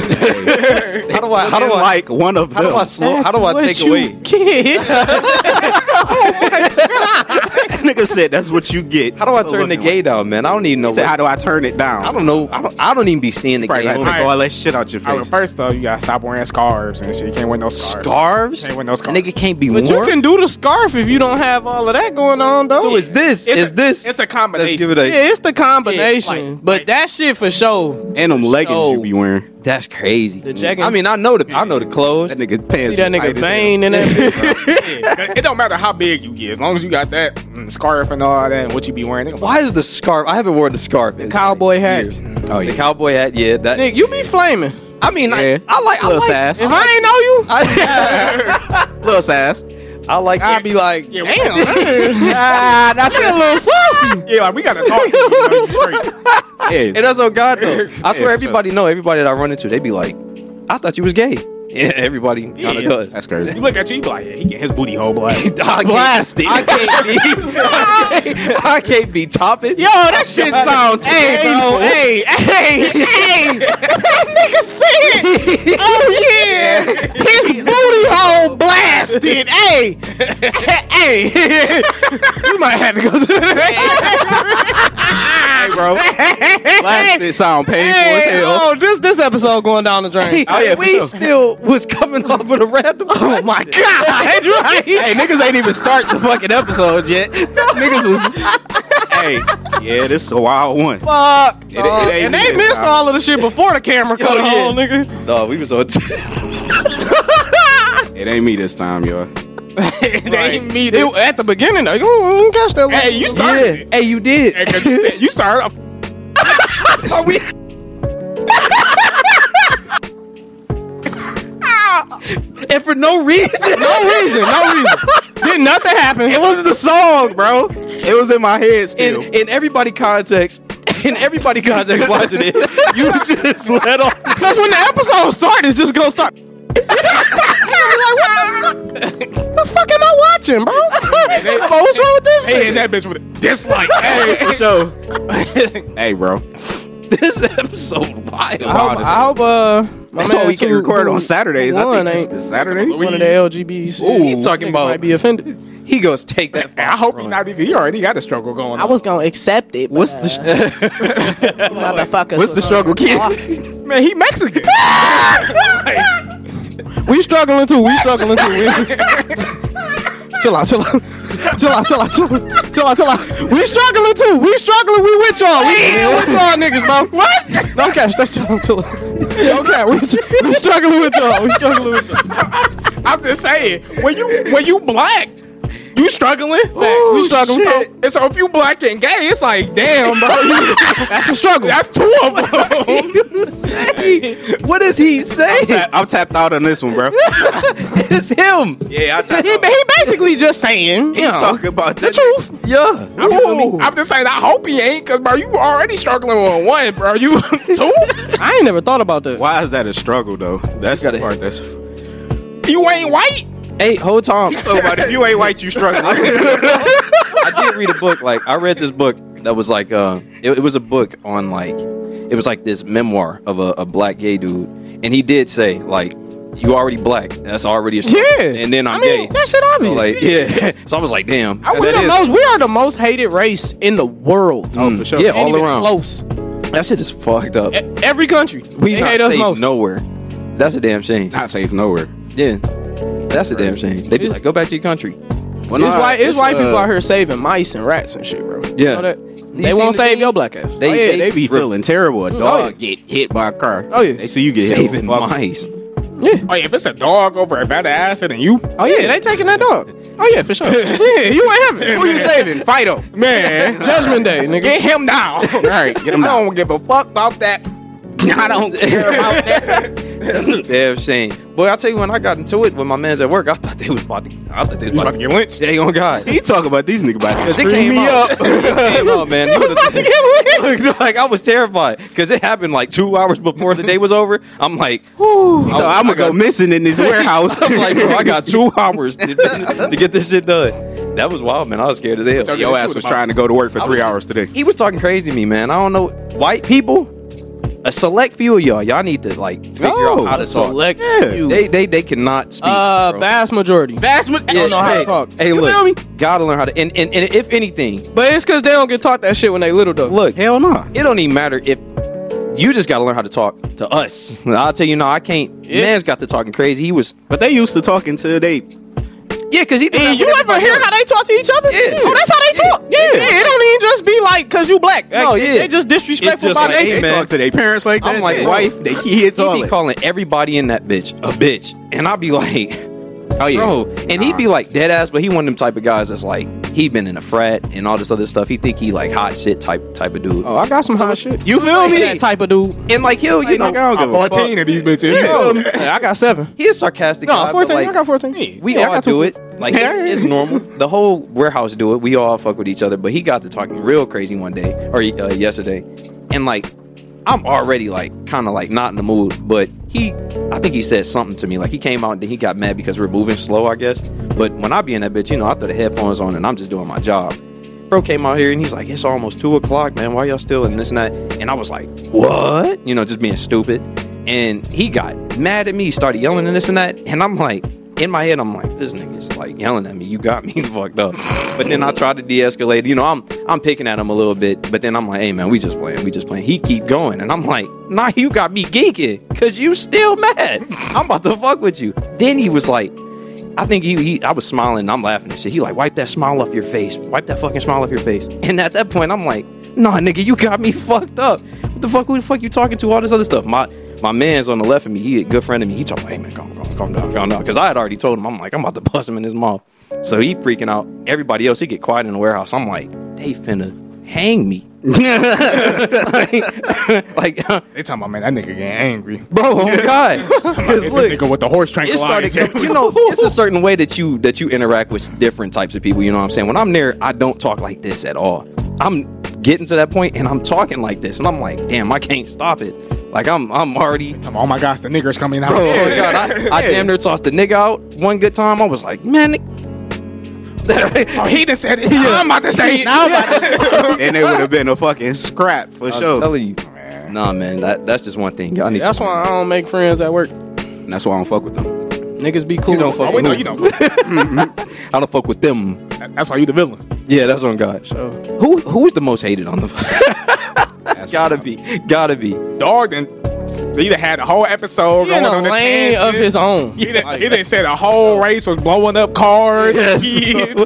S3: How do I? How do I?
S4: like one of
S3: how
S4: them?
S3: do I slow? How do I take away?
S2: kids?
S4: Nigga said that's what you get.
S3: How do I turn
S4: for
S3: the
S4: looking like-
S3: gay down, man? I don't even know.
S4: He said,
S3: what-
S4: how do I turn it down?
S3: I don't know. I don't. I don't even be seeing the
S4: Probably
S3: gay.
S4: gotta
S3: hoes.
S4: take all that shit out your
S1: I mean,
S4: face.
S1: first though, you gotta stop wearing scarves and shit. You can't wear no scarves.
S3: Scarves.
S1: Can't wear no scarves.
S3: A Nigga can't be
S2: But
S3: worn.
S2: you can do the scarf if you don't have all of that going on, though.
S3: so is this?
S1: It's
S3: is
S1: a-
S3: this?
S1: It's a combination.
S3: Let's give it a.
S2: yeah, it's the combination.
S1: Yeah, like-
S2: but
S1: like-
S2: that shit for sure.
S4: And them leggings
S2: Oh.
S4: you be wearing.
S3: That's crazy.
S2: The jeggings.
S3: I mean, I know the. I know the clothes.
S4: That nigga pants.
S2: See that
S4: be
S2: nigga
S4: tight as hell.
S2: vein in that. bitch.
S1: Yeah. it don't matter how big you get, as long as you got that mm, scarf and all that, and what you be wearing. nigga,
S3: Why is the scarf? I haven't worn the scarf. The
S2: cowboy hat.
S4: Oh,
S3: The
S4: yeah.
S3: cowboy hat. Yeah. That.
S2: Nigga, you be flaming.
S3: I mean,
S4: Yeah.
S3: I, I like. I
S4: Little
S3: like.
S4: sass.
S2: If I ain't know you,
S4: Little sass.
S3: I like.
S2: I'd be like,
S1: Yeah,
S2: damn,
S1: we-
S4: Ah, that
S2: you're a little saucy.
S1: Yeah, like we gotta talk to you. you. know, you straight.
S3: And that's on God though. I
S4: Yeah,
S3: swear, everybody know everybody that I run into, they be like, "I thought you was gay." Yeah, everybody kind of
S1: Yeah.
S3: does.
S4: That's crazy.
S1: You look at you, you be like, yeah, he get his booty hole black.
S3: I
S1: Yo,
S3: can't-
S2: Blasted.
S3: I can't be. I can't, I can't be topping.
S1: that shit sounds hey,
S3: painful.
S1: bro, hey, hey, hey. that nigga said, oh yeah, his booty hole blasted. Hey, hey, you might have to go to
S4: hey, bro. Last it sound painful as
S2: Hey,
S4: hell.
S2: oh, this this episode going down the drain.
S4: Oh, yeah, for
S3: we
S4: sure.
S3: still was coming off with a random. Oh my
S1: God, right?
S4: Hey, niggas ain't even start the fucking episode yet. Niggas was. hey, yeah, this is a wild one.
S2: Fuck.
S4: It- it ain't
S2: and they
S4: even
S2: missed
S4: time.
S2: all of the shit before the camera cut
S3: yeah.
S2: on, nigga.
S3: No, we was on. T-
S4: It ain't me this time, y'all.
S1: they ain't meet
S2: It, at the beginning, though, you don't catch that.
S1: Hey, you started.
S3: yeah.
S1: it.
S3: Hey, you did.
S1: Hey, 'cause you said- you started.
S3: Are we? and for no reason.
S2: no reason, no reason. Did nothing happen.
S4: It was the song, bro. It was in my head still.
S3: in, in everybody context, in everybody context watching it, you just let off.
S2: Because when the episode started, it's just gonna start. like, what the fuck? the fuck am I watching, bro? Come on, what's wrong with this?
S1: Hey,
S2: thing?
S1: and that bitch with a dislike. Hey,
S3: Hey, for sure.
S4: hey, bro.
S3: This episode wild.
S2: I hope, I hope uh, my
S4: That's why
S2: man
S4: we can
S2: who-
S4: record
S2: who-
S4: on Saturdays. I
S2: One
S4: think it's
S2: ain't-
S4: this Saturday.
S2: one of the LGBTs. Ooh,
S3: he talking about-
S2: might be offended.
S3: He goes take that.
S1: I hope he not even. He already got a struggle going.
S6: I was gonna accept it. What's the motherfucker?
S4: What's the struggle, kid?
S1: man. He Mexican.
S2: We struggling too. We struggling too. We- chill out, chill out, chill out, chill out, chill out, chill out, chill out. We struggling too. We struggling. We with y'all. We, we with y'all niggas, bro. What? Don't catch that. Chill out, chill out. Okay, we, we struggling with y'all. We struggling with y'all.
S1: I'm just saying, when you when you black, you struggling. Facts,
S2: Ooh,
S1: we struggling. So,
S2: shit.
S1: and so if you black and gay, it's like damn, bro. you-
S2: That's a struggle.
S1: that's two of them.
S3: What is he saying?
S4: Ta- I'm tapped out on this one, bro.
S3: It's him.
S4: Yeah, I tapped
S2: he,
S4: out.
S2: he basically just saying, you know,
S4: Talk about
S2: the
S4: that.
S2: truth.
S3: Yeah.
S1: I'm, just, I'm just saying, I hope he ain't, cause bro, you already struggling with one, bro. You two,
S2: I ain't never thought about that.
S4: Why is that a struggle, though? That's the
S3: Gotta-
S4: part that's.
S1: you ain't white.
S3: Hey, whole time.
S4: So, about if you ain't white, you struggling.
S3: I did read a book. Like I read this book that was like uh, it, it was a book on like it was like this memoir of a, a black gay dude, and he did say like you already black. That's already a struggle.
S2: Yeah.
S3: And then I'm
S2: I mean,
S3: gay.
S2: that shit
S3: So,
S2: obvious.
S3: like yeah. So I was like, damn.
S2: I- we,
S3: that
S2: the
S3: is-
S2: most, we are the most hated race in the world.
S4: oh, for sure.
S3: Yeah,
S2: Ain't
S3: all
S2: even
S3: around.
S2: Close.
S3: That shit is fucked up.
S2: E- Every country.
S3: We
S2: they
S3: not
S2: hate us
S3: safe
S2: most.
S3: nowhere. That's a damn shame.
S4: Not safe nowhere.
S3: Yeah. That's a damn shame. They be like, go back to your country.
S4: Well,
S2: it's
S4: nah,
S2: white, it's white people
S4: uh,
S2: out here saving mice and rats and shit, bro. You
S3: Yeah.
S2: know that?
S3: You
S2: They
S3: seen
S2: won't
S3: the
S2: save
S3: thing?
S2: your black ass.
S4: They, Oh, yeah, they be Oh, feeling terrible. A dog
S2: yeah.
S4: get hit by a car.
S2: Oh, yeah.
S4: They see you get hit.
S3: saving
S4: Fuck.
S3: mice.
S1: Oh yeah, if it's a dog over a bad acid and you,
S2: Oh yeah, they taking that dog.
S1: oh yeah, for sure.
S2: yeah, you ain't having
S1: Who you saving?
S4: Fido.
S1: Man,
S2: Judgment Day,
S1: get
S2: nigga.
S1: him down. All right,
S4: get him
S1: I
S4: down.
S1: don't give a fuck about that. I don't care about that.
S3: That's a damn shame. Boy, I tell you, when I got into it with my man's at work, I thought they was about to. I thought they was
S1: You
S3: about
S1: about
S3: to
S1: to get lynched?
S3: They on God.
S4: He talk about these niggas about
S3: Cause
S4: to
S3: it
S4: scream
S3: came
S4: me
S3: up.
S4: up.
S3: It came up, man. It was about to get like I was terrified because it happened like two hours before the day was over. I'm like,
S4: So I'm gonna Oh, go missing in this warehouse.
S3: I'm like, bro, I got two hours to, to get this shit done. That was wild, man. I was scared as hell.
S1: Yo,
S4: Yo ass was trying to go to work for
S3: I
S4: three
S3: was-
S4: hours today.
S3: He was talking crazy to me, man. I don't know. White people, a select few of y'all, y'all need to like figure
S4: No,
S3: out how to talk.
S2: Select you.
S3: They they they cannot speak.
S2: uh,
S3: bro.
S2: vast majority.
S3: Vast ma-
S2: don't know how to
S3: hey,
S2: talk.
S3: Hey,
S2: You
S3: look,
S2: feel me?
S3: gotta learn how to. And, and, and if anything,
S2: But it's because they don't get taught that shit when they little, though.
S3: look,
S4: Hell no.
S3: it don't even matter if you just gotta learn how to talk to us. I'll tell you, no, I can't.
S2: Yeah.
S3: Man's got to talking crazy. He was,
S4: But they used to talking to they.
S3: yeah, because he.
S2: And you ever hear how they talk to each other?
S3: Yeah.
S2: Oh, that's how they talk. Yeah. It don't even just be like cause you black. Like,
S3: No, yeah.
S2: They just disrespectful
S3: It's just
S2: by
S3: like,
S2: nature.
S4: They
S3: man.
S4: talk to their parents like that.
S3: I'm like,
S4: their
S3: bro.
S4: wife, they kids, all
S3: He be
S4: that.
S3: calling everybody in that bitch a bitch, and I'd be like,
S4: Oh yeah,
S3: bro, and he'd be like dead ass, but he one of them type of guys that's like he been in a frat and all this other stuff. He think he like hot shit type type of dude.
S2: Oh, I Oh got some hot shit.
S3: You feel
S2: Like
S3: me?
S2: That type of dude.
S3: And like he'll, you
S4: Like,
S3: know,
S4: I
S1: I'm
S4: don't give a fuck.
S1: 14 of these bitches.
S2: Yeah, I got seven.
S3: he is sarcastic.
S2: No,
S3: guy, but,
S2: fourteen.
S3: like,
S2: I got fourteen.
S3: We
S2: Yeah, I
S3: all
S2: got two.
S3: do it. Like it's, it's normal. The whole warehouse do it. We all fuck with each other. But he got to talking real crazy one day or uh, yesterday, and like I'm already like kind of like not in the mood. But he I think he said something to me. Like he came out and then he got mad because we're moving slow, I guess. But when I be in that bitch, you know, I throw the headphones on and I'm just doing my job. Bro came out here and he's like, It's almost two o'clock, man. Why y'all still in this and that? And I was like, What? You know, just being stupid. And he got mad at me, started yelling and this and that. And I'm like, in my head, I'm like, this nigga's like yelling at me. You got me fucked up. But then I tried to de-escalate. You know, I'm I'm picking at him a little bit. But then I'm like, hey man, we just playing. We just playing. He keep going, and I'm like, nah, you got me geeking because you still mad. I'm about to fuck with you. Then he was like, I think he, he I was smiling and I'm laughing and shit. He like, wipe that smile off your face. Wipe that fucking smile off your face. And at that point, I'm like, nah, nigga, you got me fucked up. What the fuck? Who the fuck you talking to? All this other stuff. My my man's on the left of me. He a good friend of me. He talking, hey man, calm, calm, calm down, calm down. Cause I had already told him, I'm like, I'm about to bust him in his mouth. So he freaking out. Everybody else, he get quiet in the warehouse. I'm like, they finna hang me. like, like,
S1: They talking about man, that nigga getting angry.
S3: bro, oh my god.
S1: I'm like,
S3: 'Cause
S1: this
S3: look,
S1: nigga with the horse
S3: it
S1: tranquilizer.
S3: started you know it's a certain way that you that you interact with different types of people you know what i'm saying when i'm there i don't talk like this at all i'm getting to that point and i'm talking like this and i'm like damn i can't stop it like i'm i'm already
S1: Talking about, oh my gosh, the niggers coming out.
S3: bro oh my God, I, I damn near tossed the nigga out one good time i was like man
S1: Oh, he done said it. I'm about to say it.
S4: and it would have been a fucking scrap for
S3: i'm
S4: sure.
S3: telling you nah man that, that's just one thing y'all need
S2: That's
S3: to-
S2: why I don't make friends at work.
S4: And that's why I don't fuck with them.
S2: Niggas be cool.
S3: don't fuck
S1: Oh, wait, no, you don't.
S3: i don't fuck with them
S1: That's why you the villain.
S3: yeah that's on god
S2: So
S3: who who's the most hated on the gotta be gotta be
S1: Dog then he done had a whole episode
S2: he
S1: going
S2: in a
S1: on the
S2: lane
S1: tangent.
S2: of his own.
S1: He done, he done said a whole race was blowing up cars.
S3: Yes,
S1: kids.
S3: bro.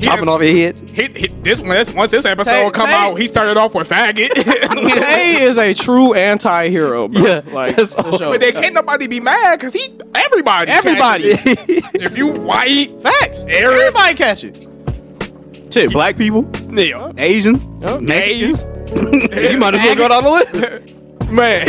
S3: chopping
S1: just-
S3: off your heads
S1: He, he, this one, this once this episode
S2: Tay-
S1: come
S2: Tay-
S1: out, he started off with faggot.
S2: Tay is a true anti-hero, bro.
S3: Yeah,
S2: like
S3: that's
S2: for
S3: all.
S2: sure.
S1: but then can't nobody be mad because he everybody
S2: Everybody.
S1: catching it. if you white
S2: Facts.
S1: Eric.
S2: Everybody catch it.
S4: Shit, black people,
S1: yeah,
S4: Asians,
S1: Asians,
S3: you might as well go down the list.
S1: man.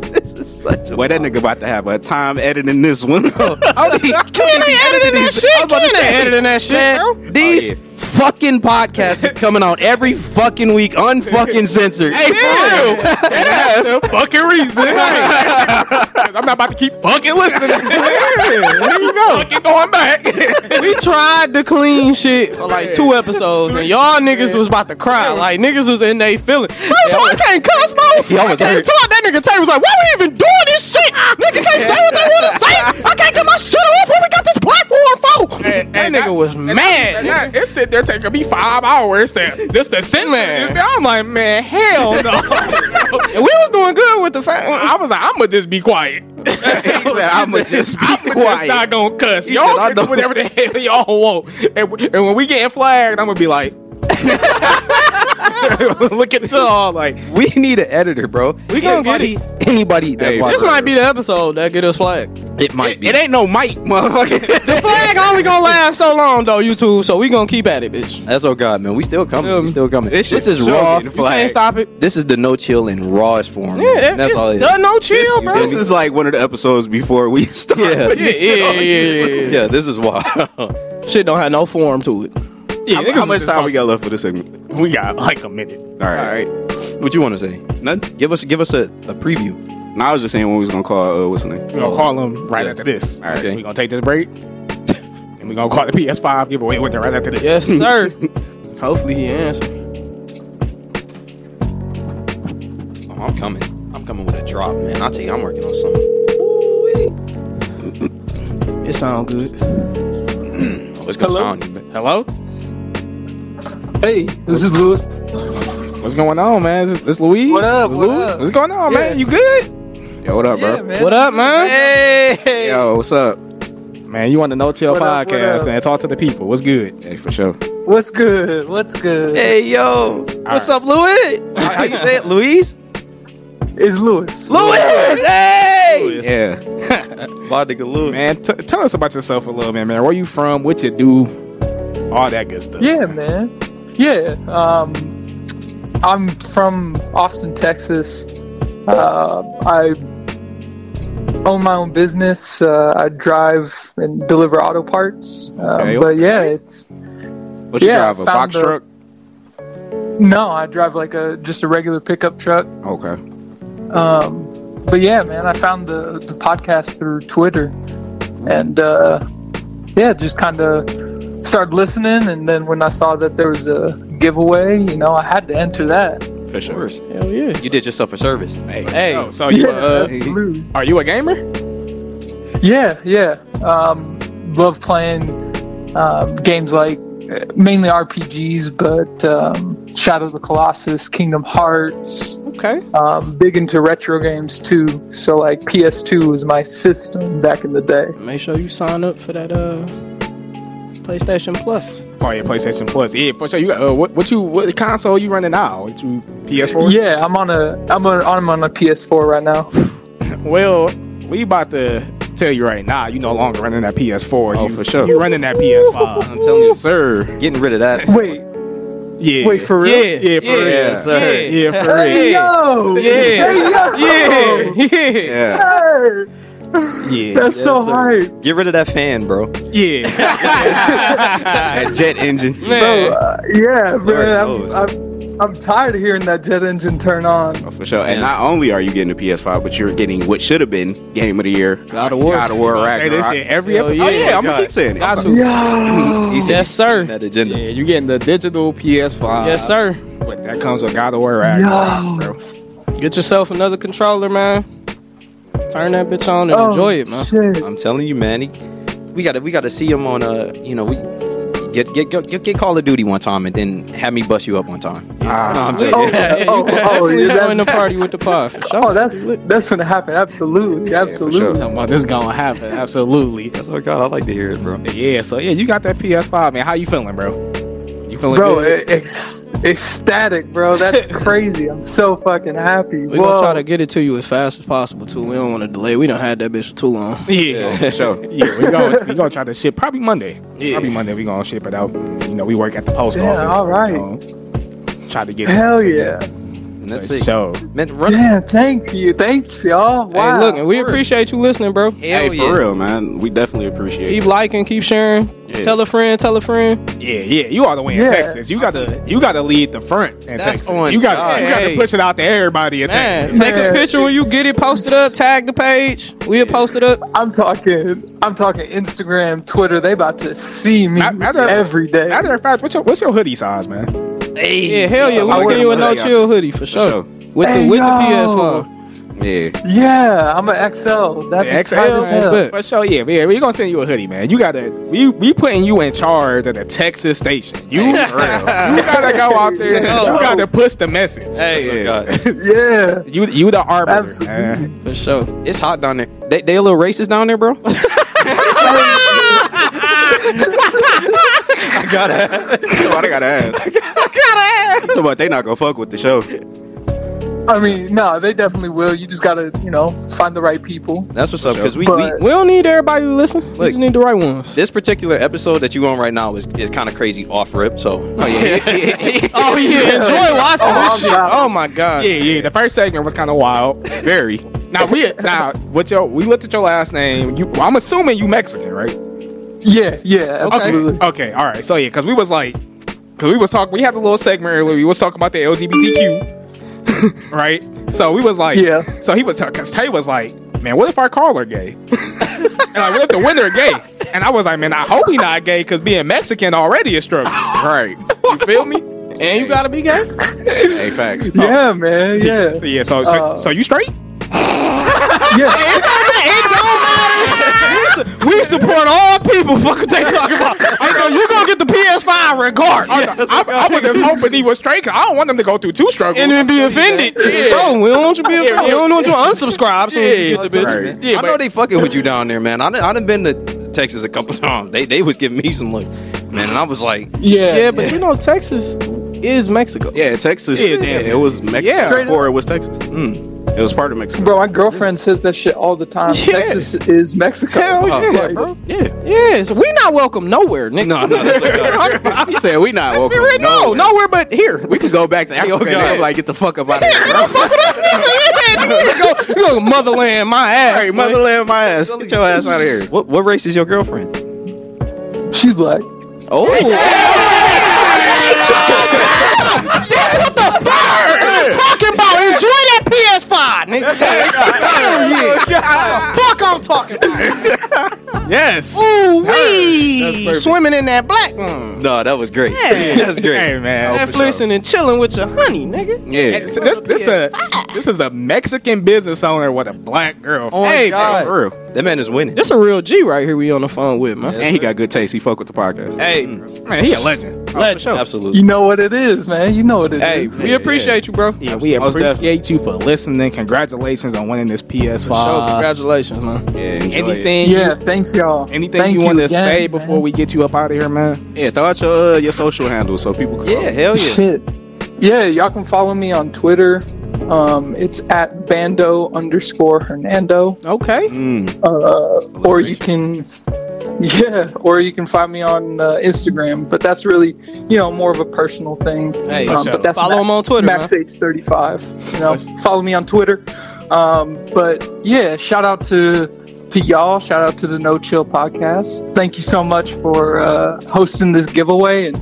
S3: this is such a.
S4: Boy, that nigga about to have a time editing this one.
S3: Oh, I don't think-
S2: Can they editing that shit?
S3: I was about to
S2: Can they
S3: say,
S2: editing that shit,
S3: man,
S2: bro?
S3: These
S4: Oh,
S3: fucking podcasts be coming out every fucking week, unfucking censored.
S1: Hey, for real. That's the fucking reason. Because I'm not about to keep fucking listening. there you go. Fucking going back.
S2: We tried the clean shit for like two episodes, and y'all niggas was about to cry. Like niggas was in they feeling. Bro, so I can't cuss, bro.
S3: He
S2: I
S3: almost
S2: can't
S3: hurt.
S2: talk. That nigga Tay was like, "Why we even doing this shit? Nigga can't say what they want to say. I can't get my shit off. What we got this platform for?"
S1: And-
S2: that
S1: and
S2: nigga was
S1: and I-
S2: mad.
S1: and I- it sit there taking me five hours to just to sit
S2: Man.
S1: there. I'm like, man, hell no.
S2: And we was doing good with the fact.
S1: I was like, I'm gonna just be quiet.
S4: I'ma just be
S1: I'm
S4: quiet.
S1: just not gonna cuss.
S3: said,
S1: Y'all
S3: "I
S1: can do
S3: know."
S1: whatever the hell y'all want. And, w- and when we getting flagged, I'm gonna be like, look at y'all like.
S3: We need an editor, bro. We
S2: gonna get
S3: anybody, anybody that
S4: Hey,
S3: watches-
S2: This might be the episode that get us flagged.
S3: It might be.
S4: it ain't no Mike, motherfucker.
S2: The flag only gonna last so long though, YouTube. So we gonna keep at it, bitch.
S3: That's oh god, man. We still coming.
S2: Um,
S3: we still coming. This,
S4: shit
S3: is
S4: should
S3: raw.
S4: get
S2: You can't
S4: Flagged.
S2: stop it.
S3: This is the no chill and rawest form. man.
S2: Yeah,
S3: that's
S2: it's
S3: all it is.
S2: the no chill,
S3: you
S2: bro.
S3: did
S4: this is like one of the episodes before we start.
S3: Yeah.
S2: yeah, yeah, yeah, yeah,
S3: Yeah, this is wild.
S2: yeah. Shit don't have no form to it.
S4: How, how much time we got left for this segment?
S1: We got like a minute.
S4: All right.
S3: what you want to say?
S4: Nothing?
S3: Give us give us a, a preview.
S4: No, I was just saying when we was going to call, uh, what's the name?
S1: We're gonna call him right after this.
S4: All right.
S3: Okay.
S1: We're gonna take this break. And we're gonna call the PS5 giveaway with it right after this.
S2: Yes, sir. Hopefully he answered.
S3: Oh, I'm coming. I'm coming with a drop, man. I tell you, I'm working on something.
S2: It sound good.
S3: Oh, it's gonna sound good.
S1: Hello?
S7: Hey, this is Louis.
S1: What's going on, man? Is this Louis?
S7: What up? What
S1: Louis?
S7: up?
S1: What's going on,
S7: Yeah.
S1: man? You good?
S4: Yo, what up, bro?
S7: man.
S2: What up, man?
S3: Hey,
S4: Yo, what's up?
S1: Man, you on the No Chill
S7: What up, what
S1: podcast,
S7: up?
S1: man. Talk to the people. What's good?
S4: Hey, for sure.
S7: What's good? What's good?
S3: hey, yo. What's up, Louis? how, how you say it, Louise?
S7: It's Louis.
S3: Louis. Hey.
S4: Yeah.
S3: My nigga, Louis.
S1: Man, t- tell us about yourself a little bit, man. Where you from? What you do? All that good stuff.
S7: Yeah, man. Yeah. Um, I'm from Austin, Texas. Uh, I own my own business. Uh, I drive and deliver auto parts. Um,
S4: Okay,
S7: But yeah, it's
S4: What you
S7: Yeah,
S4: drive? A
S7: found
S4: box
S7: the-
S4: truck?
S7: no. I drive like a just a regular pickup truck.
S4: Okay.
S7: Um, but yeah, man, I found the the podcast through Twitter, and uh, yeah, just kind of started listening. And then when I saw that there was a giveaway, you know, I had to enter that.
S4: For sure.
S2: Hell yeah.
S3: You did yourself a service.
S1: Hey,
S2: Hey.
S1: oh, so you uh,
S7: absolutely.
S1: are you a gamer?
S7: Yeah, yeah. Um, love playing um, games like uh, mainly RPGs, but um, Shadow of the Colossus, Kingdom Hearts.
S2: Okay.
S7: Um, big into retro games too. So like PS2 was my system back in the day.
S2: Make sure you sign up for that uh PlayStation Plus.
S1: Oh yeah, PlayStation Plus. Yeah, for sure. You got, uh, what what you what console you running now? What you PS4?
S7: Yeah, I'm on a I'm on I'm on a PS4 right now.
S1: Well, we about to tell you right now. You no longer running that PS4.
S4: Oh,
S1: you,
S4: for sure.
S1: You running that PS5?
S3: I'm telling you,
S1: sir.
S3: getting rid of that.
S7: Wait,
S1: Yeah.
S7: wait for real?
S2: Yeah.
S1: yeah, for
S2: yeah.
S1: real.
S3: Yeah, sir.
S2: Yeah.
S1: Yeah, for real.
S7: Hey yo!
S2: Yeah.
S7: Hey
S2: Yeah. Yeah.
S7: yo!
S4: Yeah.
S7: Hey!
S1: Yeah,
S7: That's
S3: Yes,
S7: so hype.
S3: sir. Get rid of that fan, bro.
S1: yeah.
S4: That jet engine.
S2: Man.
S7: Uh, yeah, man.
S3: knows.
S7: I'm, I'm, I'm tired of hearing that jet engine turn on.
S4: Oh, for sure. And not only are you getting a PS5, but you're getting what should have been Game of the Year.
S2: God of War.
S4: God of War
S1: Hey, this shit
S4: Ragnarok.
S1: every
S2: Hell
S1: episode.
S4: Oh,
S2: yeah.
S4: yeah, I'm going to keep saying it.
S2: Got
S4: I'm
S2: to.
S7: Yo!
S2: Yes, sir.
S3: That agenda.
S1: Yeah, you getting the digital PS5.
S2: Yes, sir.
S1: But that comes with God of War
S7: Yo.
S1: Ragnarok, bro.
S2: Get yourself another controller, man. Turn that bitch on and
S7: Oh,
S2: enjoy it, man.
S7: Shit.
S3: I'm telling you, man. He, we gotta we gotta see him on a you know we get get get, get, get Call of Duty one time and then have me bust you up one time.
S4: Ah.
S3: no, I'm
S7: Oh,
S3: joking.
S2: Yeah, you
S7: oh,
S2: can
S7: oh,
S2: definitely
S7: yeah, that-
S2: join the party with the pod. For sure.
S7: oh, that's that's gonna happen. Absolutely, absolutely.
S4: sure.
S1: Talking about this gonna happen, absolutely.
S3: That's what God. I like to hear it, bro.
S1: Yeah, so yeah, you got that PS5, man. How you feeling, bro? You feeling
S7: Bro,
S1: good?
S7: ec- ecstatic, bro. That's crazy. I'm so fucking happy.
S2: we
S7: Whoa.
S2: gonna try to get it to you as fast as possible too. We don't want to delay. We don't had that bitch for too long.
S1: yeah,
S4: For sure.
S1: yeah. We gonna we gonna try this shit probably Monday.
S2: Yeah.
S1: Probably Monday we gonna ship it out. You know, we work at the post
S7: Yeah,
S1: office.
S7: all right.
S1: Um, try to get it
S7: Hell
S1: to you.
S7: yeah.
S3: And that's
S1: For
S3: it.
S1: sure.
S3: Man, run.
S7: Yeah, thank you. Thanks, y'all. Wow.
S2: Hey, look, and we appreciate you listening, bro.
S3: Hell
S4: Hey,
S3: yeah.
S4: for real, man. We definitely appreciate
S2: Keep
S4: it.
S2: liking, keep sharing.
S4: Yeah.
S2: Tell a friend, tell a friend.
S1: Yeah, yeah. You are the way in
S7: Yeah.
S1: Texas. You got to you got to lead the front in
S3: That's
S1: Texas.
S3: on
S1: you got
S3: God.
S1: you got to
S2: Hey.
S1: push it out to everybody in
S2: Man,
S1: Texas.
S2: take a
S7: Man.
S2: picture when you get it, post it up, tag the page. We'll post it up.
S7: I'm talking. I'm talking Instagram, Twitter. They about to see me
S1: Ma- matter-
S7: every day.
S1: Matter of fact, what's your what's your hoodie size, man?
S2: Yeah, hell yeah.
S4: I
S2: We'll
S4: wear
S2: send you a
S4: the
S2: no
S4: hoodie, I-
S2: chill hoodie for sure.
S4: sure.
S2: With the
S7: Hey,
S2: with the
S7: yo.
S2: PS5.
S4: Yeah.
S7: Yeah, I'm an XL. That's
S1: The
S7: tight as
S1: XL.
S7: hell.
S2: bet.
S1: For sure, yeah, man. We're gonna send you a hoodie, man. You gotta we we putting you in charge of the Texas station. You you gotta go out there. and
S2: Yo.
S1: You gotta push the message.
S3: Hey, God.
S7: Yeah.
S1: You you the arbiter,
S7: Absolutely.
S1: man.
S2: For sure.
S3: it's hot down there. They, they a little racist down there, bro. I gotta.
S4: That's what I gotta ask. I gotta ask. So what? They not gonna fuck with the show.
S7: I mean, no, they definitely will. You just gotta, you know, find the right people.
S3: That's what's up. Because we, we
S7: But-
S2: We don't need everybody to listen. we
S3: Look.
S2: just need the right ones.
S3: this particular episode that you on right now is, is kind of crazy off rip. So oh
S2: Oh yeah, enjoy watching
S7: Oh,
S2: this
S7: I'm
S2: shit.
S7: down.
S2: Oh my god.
S1: Yeah, yeah. The first segment was kind of wild.
S4: Very.
S1: Now we now what your we looked at your last name. You, well, I'm assuming you Mexican, right?
S7: Yeah, yeah, absolutely.
S1: Okay. okay. All right. So yeah, because we was like, because we was talking, we had a little segment earlier. We was talking about the LGBTQ, right? So we was like,
S7: Yeah.
S1: So he was talking because Tay was like, man, what if our caller gay? and like, what if the winner gay? And I was like, man, I hope he not gay because being Mexican already is struggle.
S4: Right.
S1: You feel me?
S2: And you gotta be gay.
S4: Hey, facts.
S2: Oh.
S7: Yeah, man. Yeah.
S1: Yeah. So so,
S7: Uh,
S1: so you straight?
S7: Yeah.
S2: We support all people. Fuck what they talking about. I know you gonna get the PS5 regardless.
S1: I, I was just hoping he was straight because I don't want them to go through two struggles.
S2: and then be offended. Yeah. Bro, we don't want you to be offended. We don't want you to unsubscribe. So you get the bitch.
S4: Right.
S1: Yeah,
S3: I
S1: but-
S3: know they fucking with you down there, man. I done, I done been to Texas a couple times. They they was giving me some look, man, and I was like,
S7: Yeah.
S2: Yeah, but you know Texas is Mexico.
S4: Yeah, Texas. Yeah, it was Mexico
S2: Yeah.
S4: before it was Texas. It was part of Mexico.
S7: Bro, my girlfriend says that shit all the time.
S2: Yeah.
S7: Texas is Mexico.
S2: Hell yeah,
S7: Like,
S2: bro. Yeah, so we not welcome nowhere, nigga.
S3: no, no, that's what God-
S4: He said we not welcome.
S2: Right? No,
S4: nowhere.
S2: nowhere but here.
S4: We could go back to Africa. and
S3: God.
S4: they'll be like, get the fuck up out of here. Bro.
S2: Fuck with us, nigga. Yeah, nigga. Go, go motherland, my ass.
S4: Hey,
S2: boy.
S4: motherland, my ass. Get your ass out of here.
S3: What what race is your girlfriend?
S7: She's black.
S2: Oh. That's what the fuck I'm talking about. Enjoy that PS5, nigga. Fuck, I'm talking about.
S1: Yes.
S2: Ooh
S3: That's
S2: wee,
S3: perfect.
S2: swimming in that black one.
S3: No, that was great.
S2: Yeah.
S3: That's great.
S1: Hey man.
S3: Oh, for
S2: Netflix
S3: sure.
S2: and then chilling with your honey, nigga.
S4: Yeah.
S1: This this, this a this is a Mexican business owner with a black girl.
S3: Oh, my
S2: Hey,
S3: God.
S4: For real.
S3: That man is winning.
S2: This a real G right here. We on the phone with man.
S4: And he got good taste. He fuck with the podcast.
S2: Hey,
S1: man, he a legend. Oh, for
S2: Legend.
S1: sure.
S3: mm, Absolutely.
S7: You know what it is, man. You know what it is.
S2: hey, we
S3: yeah.
S2: appreciate you, bro.
S1: Yeah, we
S4: Most
S1: appreciate you for listening. Congratulations on winning this PS5.
S2: So congratulations, man.
S4: Yeah. enjoy it.
S1: anything
S7: Yeah, thanks y'all.
S1: anything
S7: Thank
S1: you want to
S7: again,
S1: say
S7: man.
S1: before we get you up out of here, man?
S4: Yeah. Throw out your uh, your social handles so people can.
S3: Yeah, hell yeah.
S7: Shit. Yeah, y'all can follow me on Twitter. Um, it's at bando underscore Hernando.
S2: Okay.
S4: Mm.
S7: Uh, or you can, yeah, or you can find me on uh, Instagram. But that's really, you know, more of a personal thing.
S2: Hey,
S7: um,
S1: sure.
S7: but that's
S2: Follow him on Twitter, man.
S7: Max H thirty five. You know, follow me on Twitter. Um, but yeah, shout out to to y'all. Shout out to the No Chill podcast. Thank you so much for uh, hosting this giveaway and.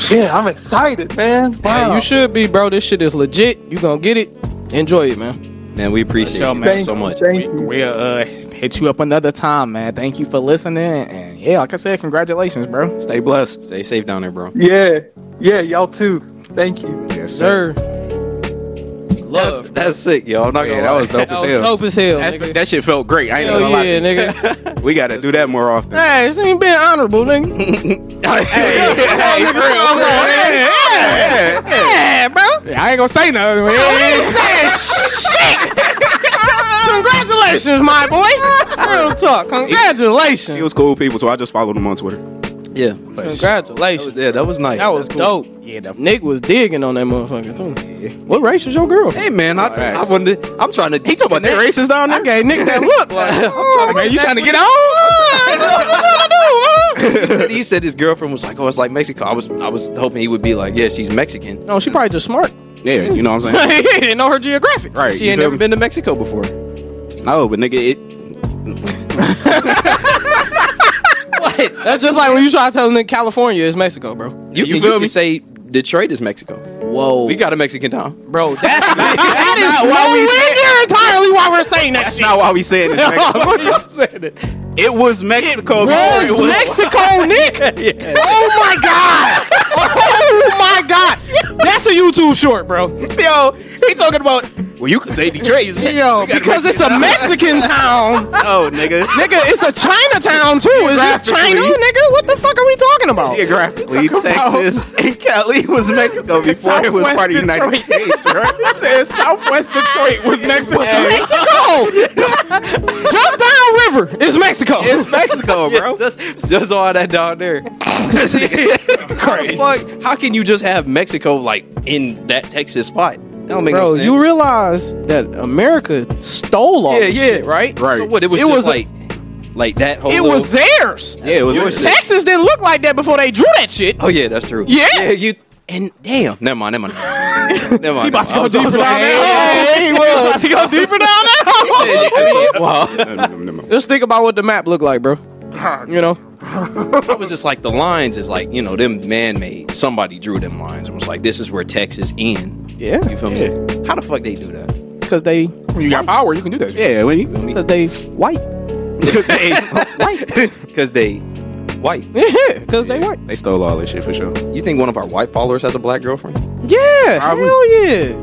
S7: Shit, I'm excited, man. Wow.
S2: Hey, you should be, bro. This shit is legit. You gonna get it. Enjoy it, man.
S3: Man, we appreciate
S1: Show,
S3: you
S1: man.
S3: man,
S7: Thank
S3: so
S7: you,
S3: much.
S7: Thank
S1: We,
S7: you.
S1: we'll uh, hit you up another time, man. Thank you for listening. And yeah, like I said, congratulations, bro.
S4: Stay blessed.
S3: Stay safe down there, bro.
S7: Yeah, yeah, y'all too. Thank you.
S1: Yes,
S2: Sir,
S3: That's, that's sick, yo. I'm not
S4: Yeah,
S3: gonna
S4: that
S3: lie.
S4: was dope
S2: that
S4: as
S2: was
S4: hell.
S2: dope as hell,
S4: That,
S2: nigga.
S4: that shit felt great. I ain't
S2: Hell
S4: gonna lie. to
S2: yeah,
S4: you.
S2: nigga.
S4: We gotta do that more often.
S2: hey, this ain't been honorable, nigga.
S4: Hey, hey,
S2: nigga,
S4: for
S2: come on,
S4: real.
S2: man.
S4: Yeah, yeah.
S2: Yeah, bro.
S1: Yeah, I ain't gonna say nothing. man.
S2: Congratulations, my boy. Real talk.
S4: He
S2: Congratulations.
S4: was cool people, so I just followed him on Twitter.
S3: Yeah.
S2: Congratulations.
S3: Yeah, that was nice.
S2: That was dope.
S1: Yeah, the
S2: Nick was digging on that motherfucker too. What race is your girl?
S3: Hey man, I, I wanted. I'm trying to. He talking about that
S1: racist down there.
S2: Okay, Nick, that look like.
S1: Oh, man, you trying to get on?
S3: he, said, he said his girlfriend was like, "Oh, it's like Mexico." I was, I was hoping he would be like, "Yeah, she's Mexican."
S2: No, she probably just smart.
S4: Yeah, you know what I'm saying?
S2: he didn't know her geographics.
S4: Right.
S3: She
S4: you
S3: ain't
S4: feel
S3: never
S4: me?
S3: been to Mexico before. What?
S4: No, but nigga, it.
S2: That's just like when you try to tell them California is Mexico, bro.
S3: You, you feel me? say Detroit is Mexico.
S2: Whoa,
S3: We got a Mexican town.
S2: bro. That's not, that is
S4: not why
S2: nowhere near
S4: we
S2: entirely why we're saying that shit.
S4: Not why we saying this. nigga. it was Mexico. before
S2: Was
S4: it was-
S2: Mexico, Nick? Oh my god! Oh my god! That's a YouTube short, bro.
S4: Yo, he talking about. Well, you can say Detroit.
S2: Yo, because it's a Mexican town,
S4: oh, nigga.
S2: nigga. It's a Chinatown too. Is this China, nigga? What the fuck are we talking about?
S4: Geographically, Texas and Cali was Mexico before it was part of the United States, right?
S1: Says Southwest Detroit was Mexico.
S2: Mexico. Just downriver is Mexico.
S3: It's Mexico, bro. just, just all that down there. Fuck, how can you just have Mexico like in that Texas spot? That don't make no
S2: Bro,
S3: sense.
S2: you realize that America stole all
S3: yeah,
S2: this
S3: yeah,
S2: shit, right?
S3: right,
S4: Right.
S3: So what? It was
S2: It
S3: just
S2: was a-
S3: like, like that whole.
S2: It
S3: little-
S2: was theirs.
S4: Yeah, it was.
S3: Yours-
S4: Mexico.
S2: Texas didn't look like that before they drew that shit.
S3: Oh yeah, that's true.
S2: Yeah.
S3: you. And damn, never mind, never mind. never mind. He
S1: about to go deeper down
S2: Hey, we about to go deeper down now.
S3: Wow.
S2: Just think about what the map looked like, bro. You know,
S3: I was just like the lines is like you know them man made. Somebody drew them lines and was like, this is where Texas end.
S2: yeah,
S3: You feel me? How the fuck they do that?
S2: because they,
S1: When you got power, you can do that. shit.
S4: Yeah, when you.
S2: because they white.
S3: Because they because they white.
S2: Yeah, because they white.
S4: They stole all this shit for sure.
S3: You think one of our white followers has a black girlfriend?
S2: Yeah,
S1: Probably.
S2: hell yeah.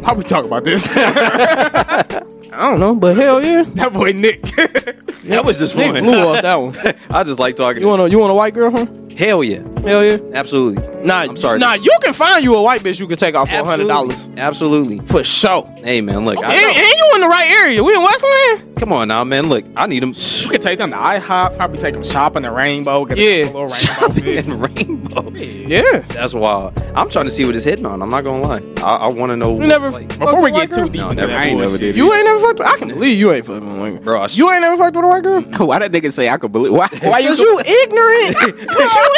S1: Why we talk about this?
S2: I don't know, but hell yeah.
S1: that boy Nick.
S3: That was just
S2: Nick blew off that one.
S3: I just like talking.
S2: You want a you want a white girl, huh?
S3: Hell yeah,
S2: Hell yeah.
S3: absolutely.
S2: Nah,
S3: I'm sorry.
S2: Nah, you can find you a white bitch you can take off for hundred dollars
S3: Absolutely.
S2: for sure.
S3: Hey man, look.
S2: And,
S3: I,
S2: and you in the right area. We in Westland.
S3: come on now, man. Look, I need them.
S1: We could take them to IHOP, probably take them shopping the rainbow, get
S2: Yeah.
S1: yeah. a little rainbow fix.
S3: and rainbow.
S2: Yeah.
S3: That's wild. I'm trying to see what it's hitting on. I'm not gonna lie. I, I want to know.
S2: You never.
S3: like,
S2: fucked
S1: Before we
S2: with a white
S1: get too
S2: girl?
S1: deep
S3: No,
S1: into
S3: never
S1: that, I ain't
S4: was.
S1: never did.
S2: You ain't never fucked. with- I can believe you ain't fucked with a white girl.
S3: bro. I,
S2: You ain't never fucked with a white girl.
S4: Why that nigga say I could believe? Why? Why you?
S2: Cause you ignorant. Cause you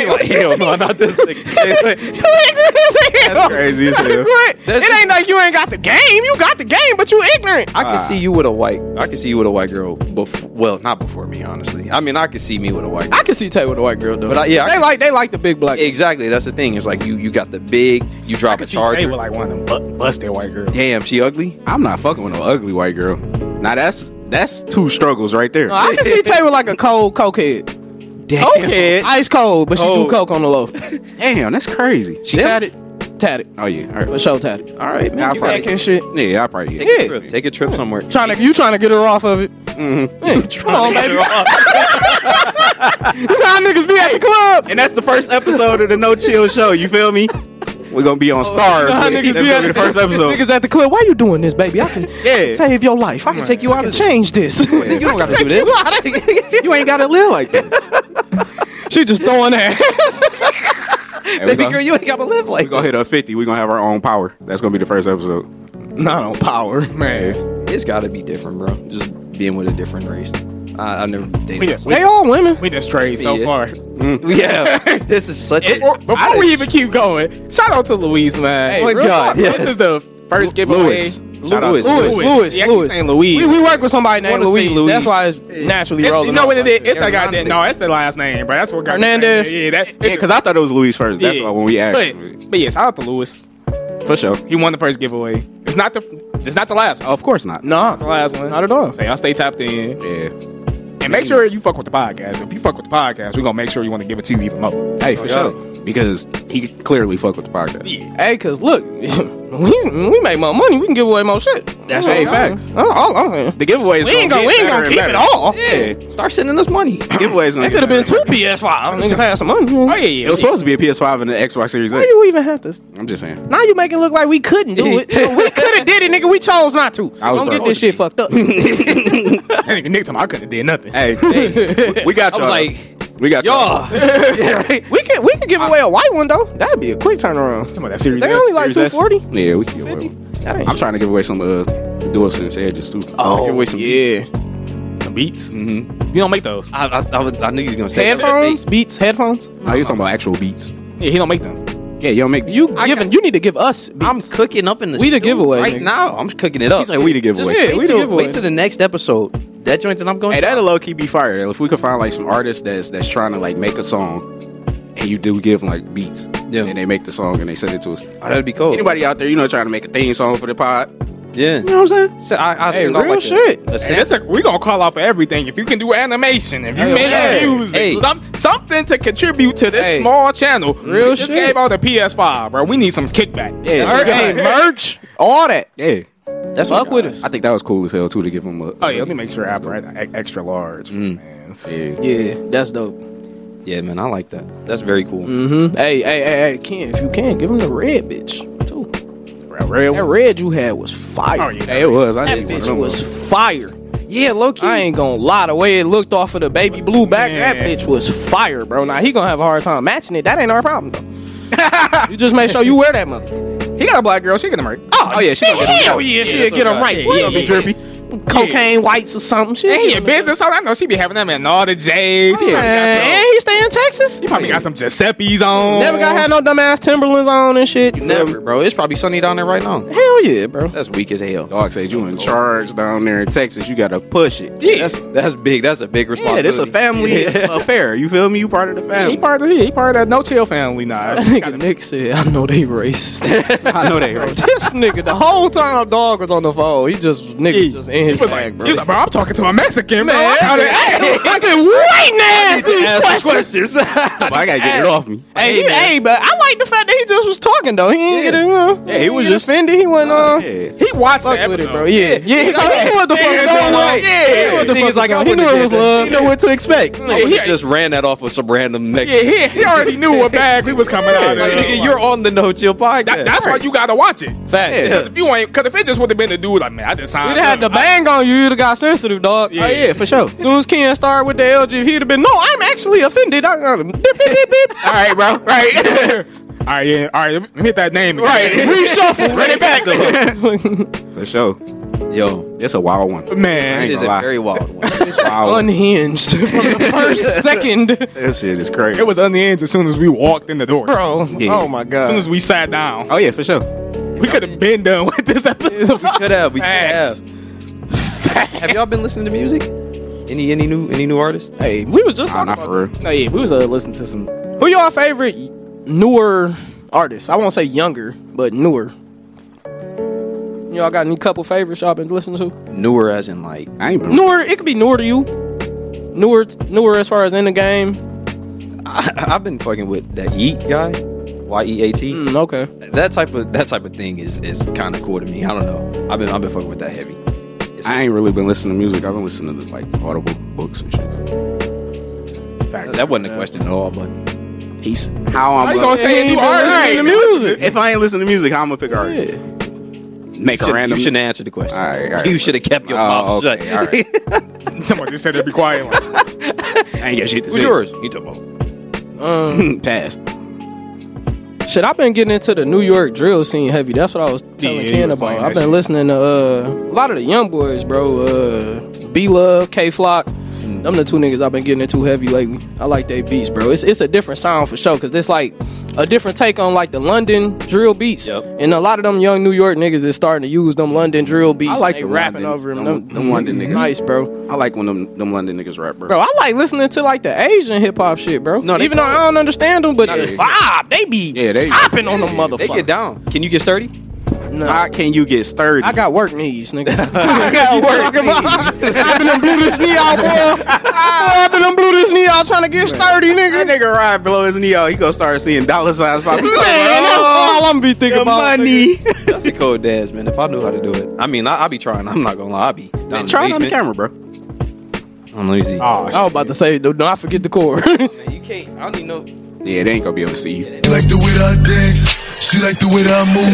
S3: like hell no, not this.
S2: That's
S1: crazy as hell.
S2: It ain't like you ain't got the game. You got the game, but you ignorant.
S3: I can see you with a white. Ah. I can see you with a white girl. Before, well, not before me, honestly. I mean, I could see me with a white. girl.
S2: I can see Tay with a white girl though.
S3: But I- yeah, I
S2: they
S3: can-
S2: like they like the big black. girl.
S3: Exactly. That's the thing. It's like you. You got the big. You
S1: I
S3: drop a
S1: could see Tay
S3: charger.
S1: with like one of them bu- busted white girls.
S3: Damn, she ugly.
S4: I'm not fucking with no ugly white girl. Now that's that's two struggles right there.
S2: No, I can see Tay with like a cold cokehead,
S3: Damn.
S2: ice cold, but she
S4: Oh.
S3: Cold.
S2: do coke on the low,
S4: Damn, that's crazy. She
S3: Them-
S4: got it.
S2: tatted,
S4: Oh yeah, all
S2: but
S4: right.
S2: show tatted.
S3: All right, man.
S4: Nah, I
S3: you
S4: probably-
S2: Back and shit.
S4: Yeah, I probably
S3: gotta take a
S2: Yeah.
S3: trip. Take a trip somewhere.
S2: Trying to you trying to get her off of it.
S4: Mm-hmm.
S2: Yeah, come on, baby. you know how niggas be at the club.
S4: And that's the first episode of the No Chill Show. You feel me? We're gonna be on stars.
S2: You know how
S4: with-
S2: niggas
S4: that's
S2: be at
S4: gonna Oh, be the first episode.
S2: Niggas at the club. Why you doing this, baby? I can
S4: Yeah.
S2: save your life. I can take you out and change this.
S3: You don't gotta do this.
S4: You ain't gotta live like that.
S2: she just throwing ass.
S4: Hey,
S3: Baby
S4: we
S3: girl,
S4: are
S3: you ain't gotta live like.
S4: gonna hit up fifty. We're gonna have our own power. That's gonna be the first episode.
S2: Not on power.
S1: Man,
S3: that. It's gotta be different, bro. Just being with a different race. I, I've never dated.
S1: We
S3: a
S1: just-
S2: They all women.
S1: we just trade so
S3: Yeah.
S1: far.
S3: Yeah, this is such. a
S1: Before, before we even keep going, shout out to Luis, man.
S2: Hey,
S1: Real
S2: God,
S1: talk,
S3: yeah.
S1: This is the first giveaway.
S4: Louis. Shout out
S3: Louis.
S4: to
S2: Louis,
S1: Louis.
S2: Louis,
S1: Yeah, I keep
S2: Louis.
S1: saying Louis.
S2: We, we work with somebody named
S3: wanna say
S2: Louis.
S3: Louis.
S2: That's why it's naturally
S1: It's-
S2: rolling.
S1: you know
S2: off
S1: what it
S2: like
S1: is? It's that
S2: Everybody-
S1: goddamn. No, that's the last name, bro. That's what got
S2: Hernandez.
S1: Yeah, yeah, that, it's
S4: Yeah, because I thought it was Louis first. That's
S1: yeah.
S4: why when we asked,
S1: But, but yeah, shout out to Louis.
S4: for sure.
S1: He won the first giveaway. It's not the. It's not the last. One.
S4: Of course not.
S1: The
S2: Nah,
S1: last one.
S2: not at all.
S1: So y'all stay tapped in
S4: Yeah.
S1: and make sure you fuck with the podcast. If you fuck with the podcast, we're gonna make sure you want to give it to you even more.
S4: Hey, for sure. Because he clearly fuck with the podcast.
S2: Hey, cause look, we, we make more money. We can give away more shit. That's
S4: right.
S2: Facts. All, all I'm saying.
S4: The giveaway is
S2: We ain't
S4: gonna
S2: gonna, we ain't gonna
S4: get
S2: keep
S4: better
S2: it
S4: and
S2: all.
S4: better. Yeah.
S3: Start sending us money.
S4: Giveaway is gonna
S2: That
S4: get
S2: could have been
S4: better.
S2: two PS5. Niggas had some money.
S1: Oh yeah,
S2: Why
S1: yeah.
S4: It was supposed to be a PS5 and an Xbox Series X.
S2: you even have to?
S4: I'm just saying.
S2: Now you making it look like we couldn't do it. we could have did it, nigga. We chose not to.
S4: I was
S2: Don't get
S4: sorry.
S2: this shit fucked up.
S1: That nigga Nick told me I couldn't have did nothing.
S4: Hey, hey, we got
S3: I
S4: y'all.
S3: was like,
S4: we got y'all.
S2: we could we could give away a white one though. That'd be a quick turnaround.
S1: Come on, that series.
S2: They
S1: S,
S2: only like
S1: Series S.
S2: 240.
S4: Yeah, we can give away.
S2: 50? That ain't
S4: I'm trying to give away some uh, DualSense edges too.
S2: Oh,
S4: give away some
S2: yeah.
S1: some beats. Mm-hmm. You don't make those.
S3: I, I, I, was- I knew you was gonna say that.
S2: Headphones, Beats, headphones.
S4: No, you're Oh, talking about actual beats.
S1: Yeah, he don't make them.
S4: Yeah, you don't make.
S2: You giving? You need to give us. Beats.
S3: I'm cooking up in the
S2: We the
S3: studio
S2: giveaway,
S3: right
S2: nigga.
S3: now. I'm cooking it up.
S4: He's like, we the giveaway.
S2: yeah,
S3: wait,
S2: we the
S3: till,
S2: giveaway.
S3: wait till the next episode. That joint that I'm going.
S4: Hey,
S3: to
S4: that'll low key be fire. If we could find like some artist that's that's trying to like make a song, and you do give them like beats,
S3: Yeah.
S4: and they make the song and they send it to us.
S3: oh, that'd be cool.
S4: Anybody out there, you know, trying to make a theme song for the pod? You
S3: Yeah.
S4: know what I'm saying?
S3: So I, I
S2: Hey,
S3: send out,
S2: real
S3: like, a-
S2: shit.
S3: A,
S1: Hey, that's
S3: sample.
S1: a, we gonna call out for everything. If you can do animation, if you
S3: Hey,
S1: make
S3: hey,
S1: music,
S3: hey.
S1: some something to contribute to this
S3: Hey.
S1: small channel.
S2: Real
S1: we just
S2: shit.
S1: gave out the PS5, bro. We need some kickback.
S4: Yeah.
S2: Mer- hey, merch, all that.
S4: Yeah,
S3: that's
S2: Fuck with us.
S4: I think that was cool as hell too to give them a.
S1: Oh yeah, let me make sure I write e- extra large. Man.
S4: Yeah.
S2: Yeah, that's dope.
S3: Yeah, man, I like that. That's very cool.
S2: Mm-hmm. Hey, hey, hey, hey, Ken, if you can, give him the red bitch too.
S1: Real.
S2: That red you had was fire.
S1: Oh yeah.
S4: Hey, it was. I
S2: That
S4: need one of
S2: bitch
S4: them.
S2: was fire.
S3: Yeah, low key.
S2: I ain't gonna lie, the way it looked off of the baby blue back, that
S1: Man.
S2: bitch was fire, bro. Now he gonna have a hard time matching it. That ain't our problem though. you just make sure you wear that mother.
S1: He got a black girl. She can merch.
S2: Oh,
S4: yeah, she gonna get him.
S2: hell yeah, she'll get him right.
S1: Yeah, he gonna be drippy.
S2: Cocaine whites or something. Shit.
S1: And he in business, so I know she be having them in all the J's. He probably
S2: Man,
S1: got some-
S2: and he stay in Texas.
S1: he probably got some Giuseppe's on.
S2: Never got had no dumbass Timberlands on and shit.
S3: Never, bro. It's probably sunny down there right now.
S2: Hell yeah, bro.
S3: That's weak as hell.
S4: Dog said you in charge down there in Texas. You gotta push it.
S1: Yeah.
S3: That's that's big. That's a big
S4: Yeah,
S3: responsibility.
S4: this a family affair. You feel me? You part of the
S1: He
S4: family.
S1: part of the, he part of that no chill family now.
S2: That nigga Nick said, I know they racist.
S4: I know that.
S2: Bro,
S4: Right?
S2: this nigga, the whole time dog was on the phone, he just nigga
S1: He,
S2: just in his
S1: was
S2: bag,
S1: like,
S2: bro. Oh,
S1: he was like, bro, I'm talking to a Mexican, man. Bro. I gotta-
S2: I've been waiting to ask these
S3: Ask
S2: questions.
S3: some questions.
S4: So I gotta get it off me.
S2: Hey, he, hey, but I like the fact that he just was talking though. He ain't get getting, uh,
S4: Yeah, he was
S2: get
S4: just-
S2: offended. He wasn't, uh,
S4: Yeah.
S1: He watched the
S2: fuck with it,
S1: episode.
S2: bro. Yeah, yeah. So he knew what the fuck
S1: Yeah,
S2: was
S1: so
S2: going on.
S1: like, yeah.
S2: he knew what the
S3: Niggas
S2: fuck was
S3: like, I
S2: going on. He knew
S3: wouldn't
S2: it was
S3: did that.
S2: love.
S3: You know
S2: what to expect.
S3: I
S1: he-
S3: just ran that off with some random next.
S1: Yeah, he, he already knew what bag we was coming out of.
S3: Like, nigga, you're on the No Chill podcast.
S1: That- that's why you gotta watch it.
S2: Fact.
S1: Because if you ain't, because if it just would have been the dude, like man, I just signed.
S2: We'd have had to
S1: up.
S2: bang on you. You'd have got sensitive, dog.
S1: Yeah. Oh, yeah,
S2: for sure. As soon as Ken started with the LG, he'd have been, no, I'm actually offended. I got him. Dip, dip, dip, dip.
S1: All right, bro. Right. all right, yeah. All right. Let me hit that name. Again.
S2: Reshuffle. Run it back.
S4: For sure.
S3: Yo,
S4: It's a wild one.
S1: Man.
S3: it is a
S4: gonna lie.
S3: very wild one.
S4: It's wild.
S2: Unhinged from the first second,
S4: That shit is crazy.
S1: It was on the ends as soon as we walked in the door.
S2: bro.
S4: Yeah.
S2: Oh my
S1: As soon
S2: god.
S1: as we sat down.
S4: Oh yeah, for sure.
S1: We could have been done with this episode.
S3: we could have. We could
S1: Facts.
S3: have. Have y'all been listening to music? Any any new any new artists?
S2: Hey, we was just
S4: Nah,
S2: talking
S4: not
S2: about
S4: for real.
S2: No, yeah, we was uh, listening to some. Who y'all favorite newer artists? I won't say younger, but newer. Y'all got any couple favorites y'all been listening to?
S3: Newer as in like
S4: I ain't been.
S2: Newer, it could be newer to you. Newer, newer as far as in the game.
S3: I, I've been fucking with that Yeet guy, Y E A T.
S2: Mm, okay,
S3: That type of that type of thing is is kind of cool to me. I don't know. I've been I've been fucking with that heavy. It's
S4: I ain't really been listening to music. I've been listening to like audible books and shit.
S3: that wasn't a question at all, but
S4: He's how I'm.
S1: How you gonna say
S2: Hey,
S1: new
S2: been
S1: artist
S2: listening to
S1: in the music?
S4: If I ain't listening to music, how I'm gonna pick artists? Make a
S3: Should've-
S4: random.
S3: you shouldn't answer the question.
S4: All right, all right.
S3: you should have kept your
S4: Oh,
S3: mouth
S4: okay,
S3: shut.
S4: all right.
S1: Somebody just said to be quiet. Like,
S4: I ain't got shit to
S3: Who's
S4: say.
S3: yours? You talking
S2: Um,
S4: Pass.
S2: shit, I've been getting into the New York drill scene heavy. That's what I was telling
S1: Yeah, you
S2: Ken
S1: was playing
S2: about.
S1: that
S2: I've been
S1: shit.
S2: listening to uh, a lot of the young boys, bro. Uh, B Love, K Flock. Them the two niggas I've been getting into heavy lately. I like they beats, bro. It's it's a different sound for sure, cause it's like a different take on like the London drill beats.
S3: Yep.
S2: And a lot of them young New York niggas is starting to use them London drill beats.
S4: I like
S2: and they
S4: the
S2: rapping
S4: London-
S2: over them.
S4: them-
S2: Them,
S4: them London niggas.
S2: nice, bro.
S4: I like when them them London niggas rap, bro.
S2: Bro, I like listening to like the Asian hip hop shit, bro.
S3: No, they
S2: even though I don't understand them, but the
S4: yeah.
S2: vibe they be
S4: Yeah, they-
S2: hopping on them
S3: about? They
S2: motherfuckers.
S3: get down. Can you get sturdy?
S2: Nah.
S4: How can you get sturdy?
S2: I got work knees, nigga. I
S3: got
S2: work knees. I been done blew this knee out, boy. I been done blew this knee out trying to get sturdy, nigga.
S4: That nigga ride below his knee out. He gonna start seeing dollar signs pop.
S2: Man, that's all I'm be thinking about.
S3: That's the cold dance, man. If I knew how to do it, I mean, I, I be trying. I'm not gonna lie, I be down in
S4: Man, try it on the
S3: basement.
S4: camera, bro.
S3: I'm lazy.
S1: oh,
S2: I was about to say, do not forget the core.
S3: man, you can't. I don't even know.
S4: Yeah, they ain't gonna be able to see you.
S8: She like the way that I dance. She like the way that I move.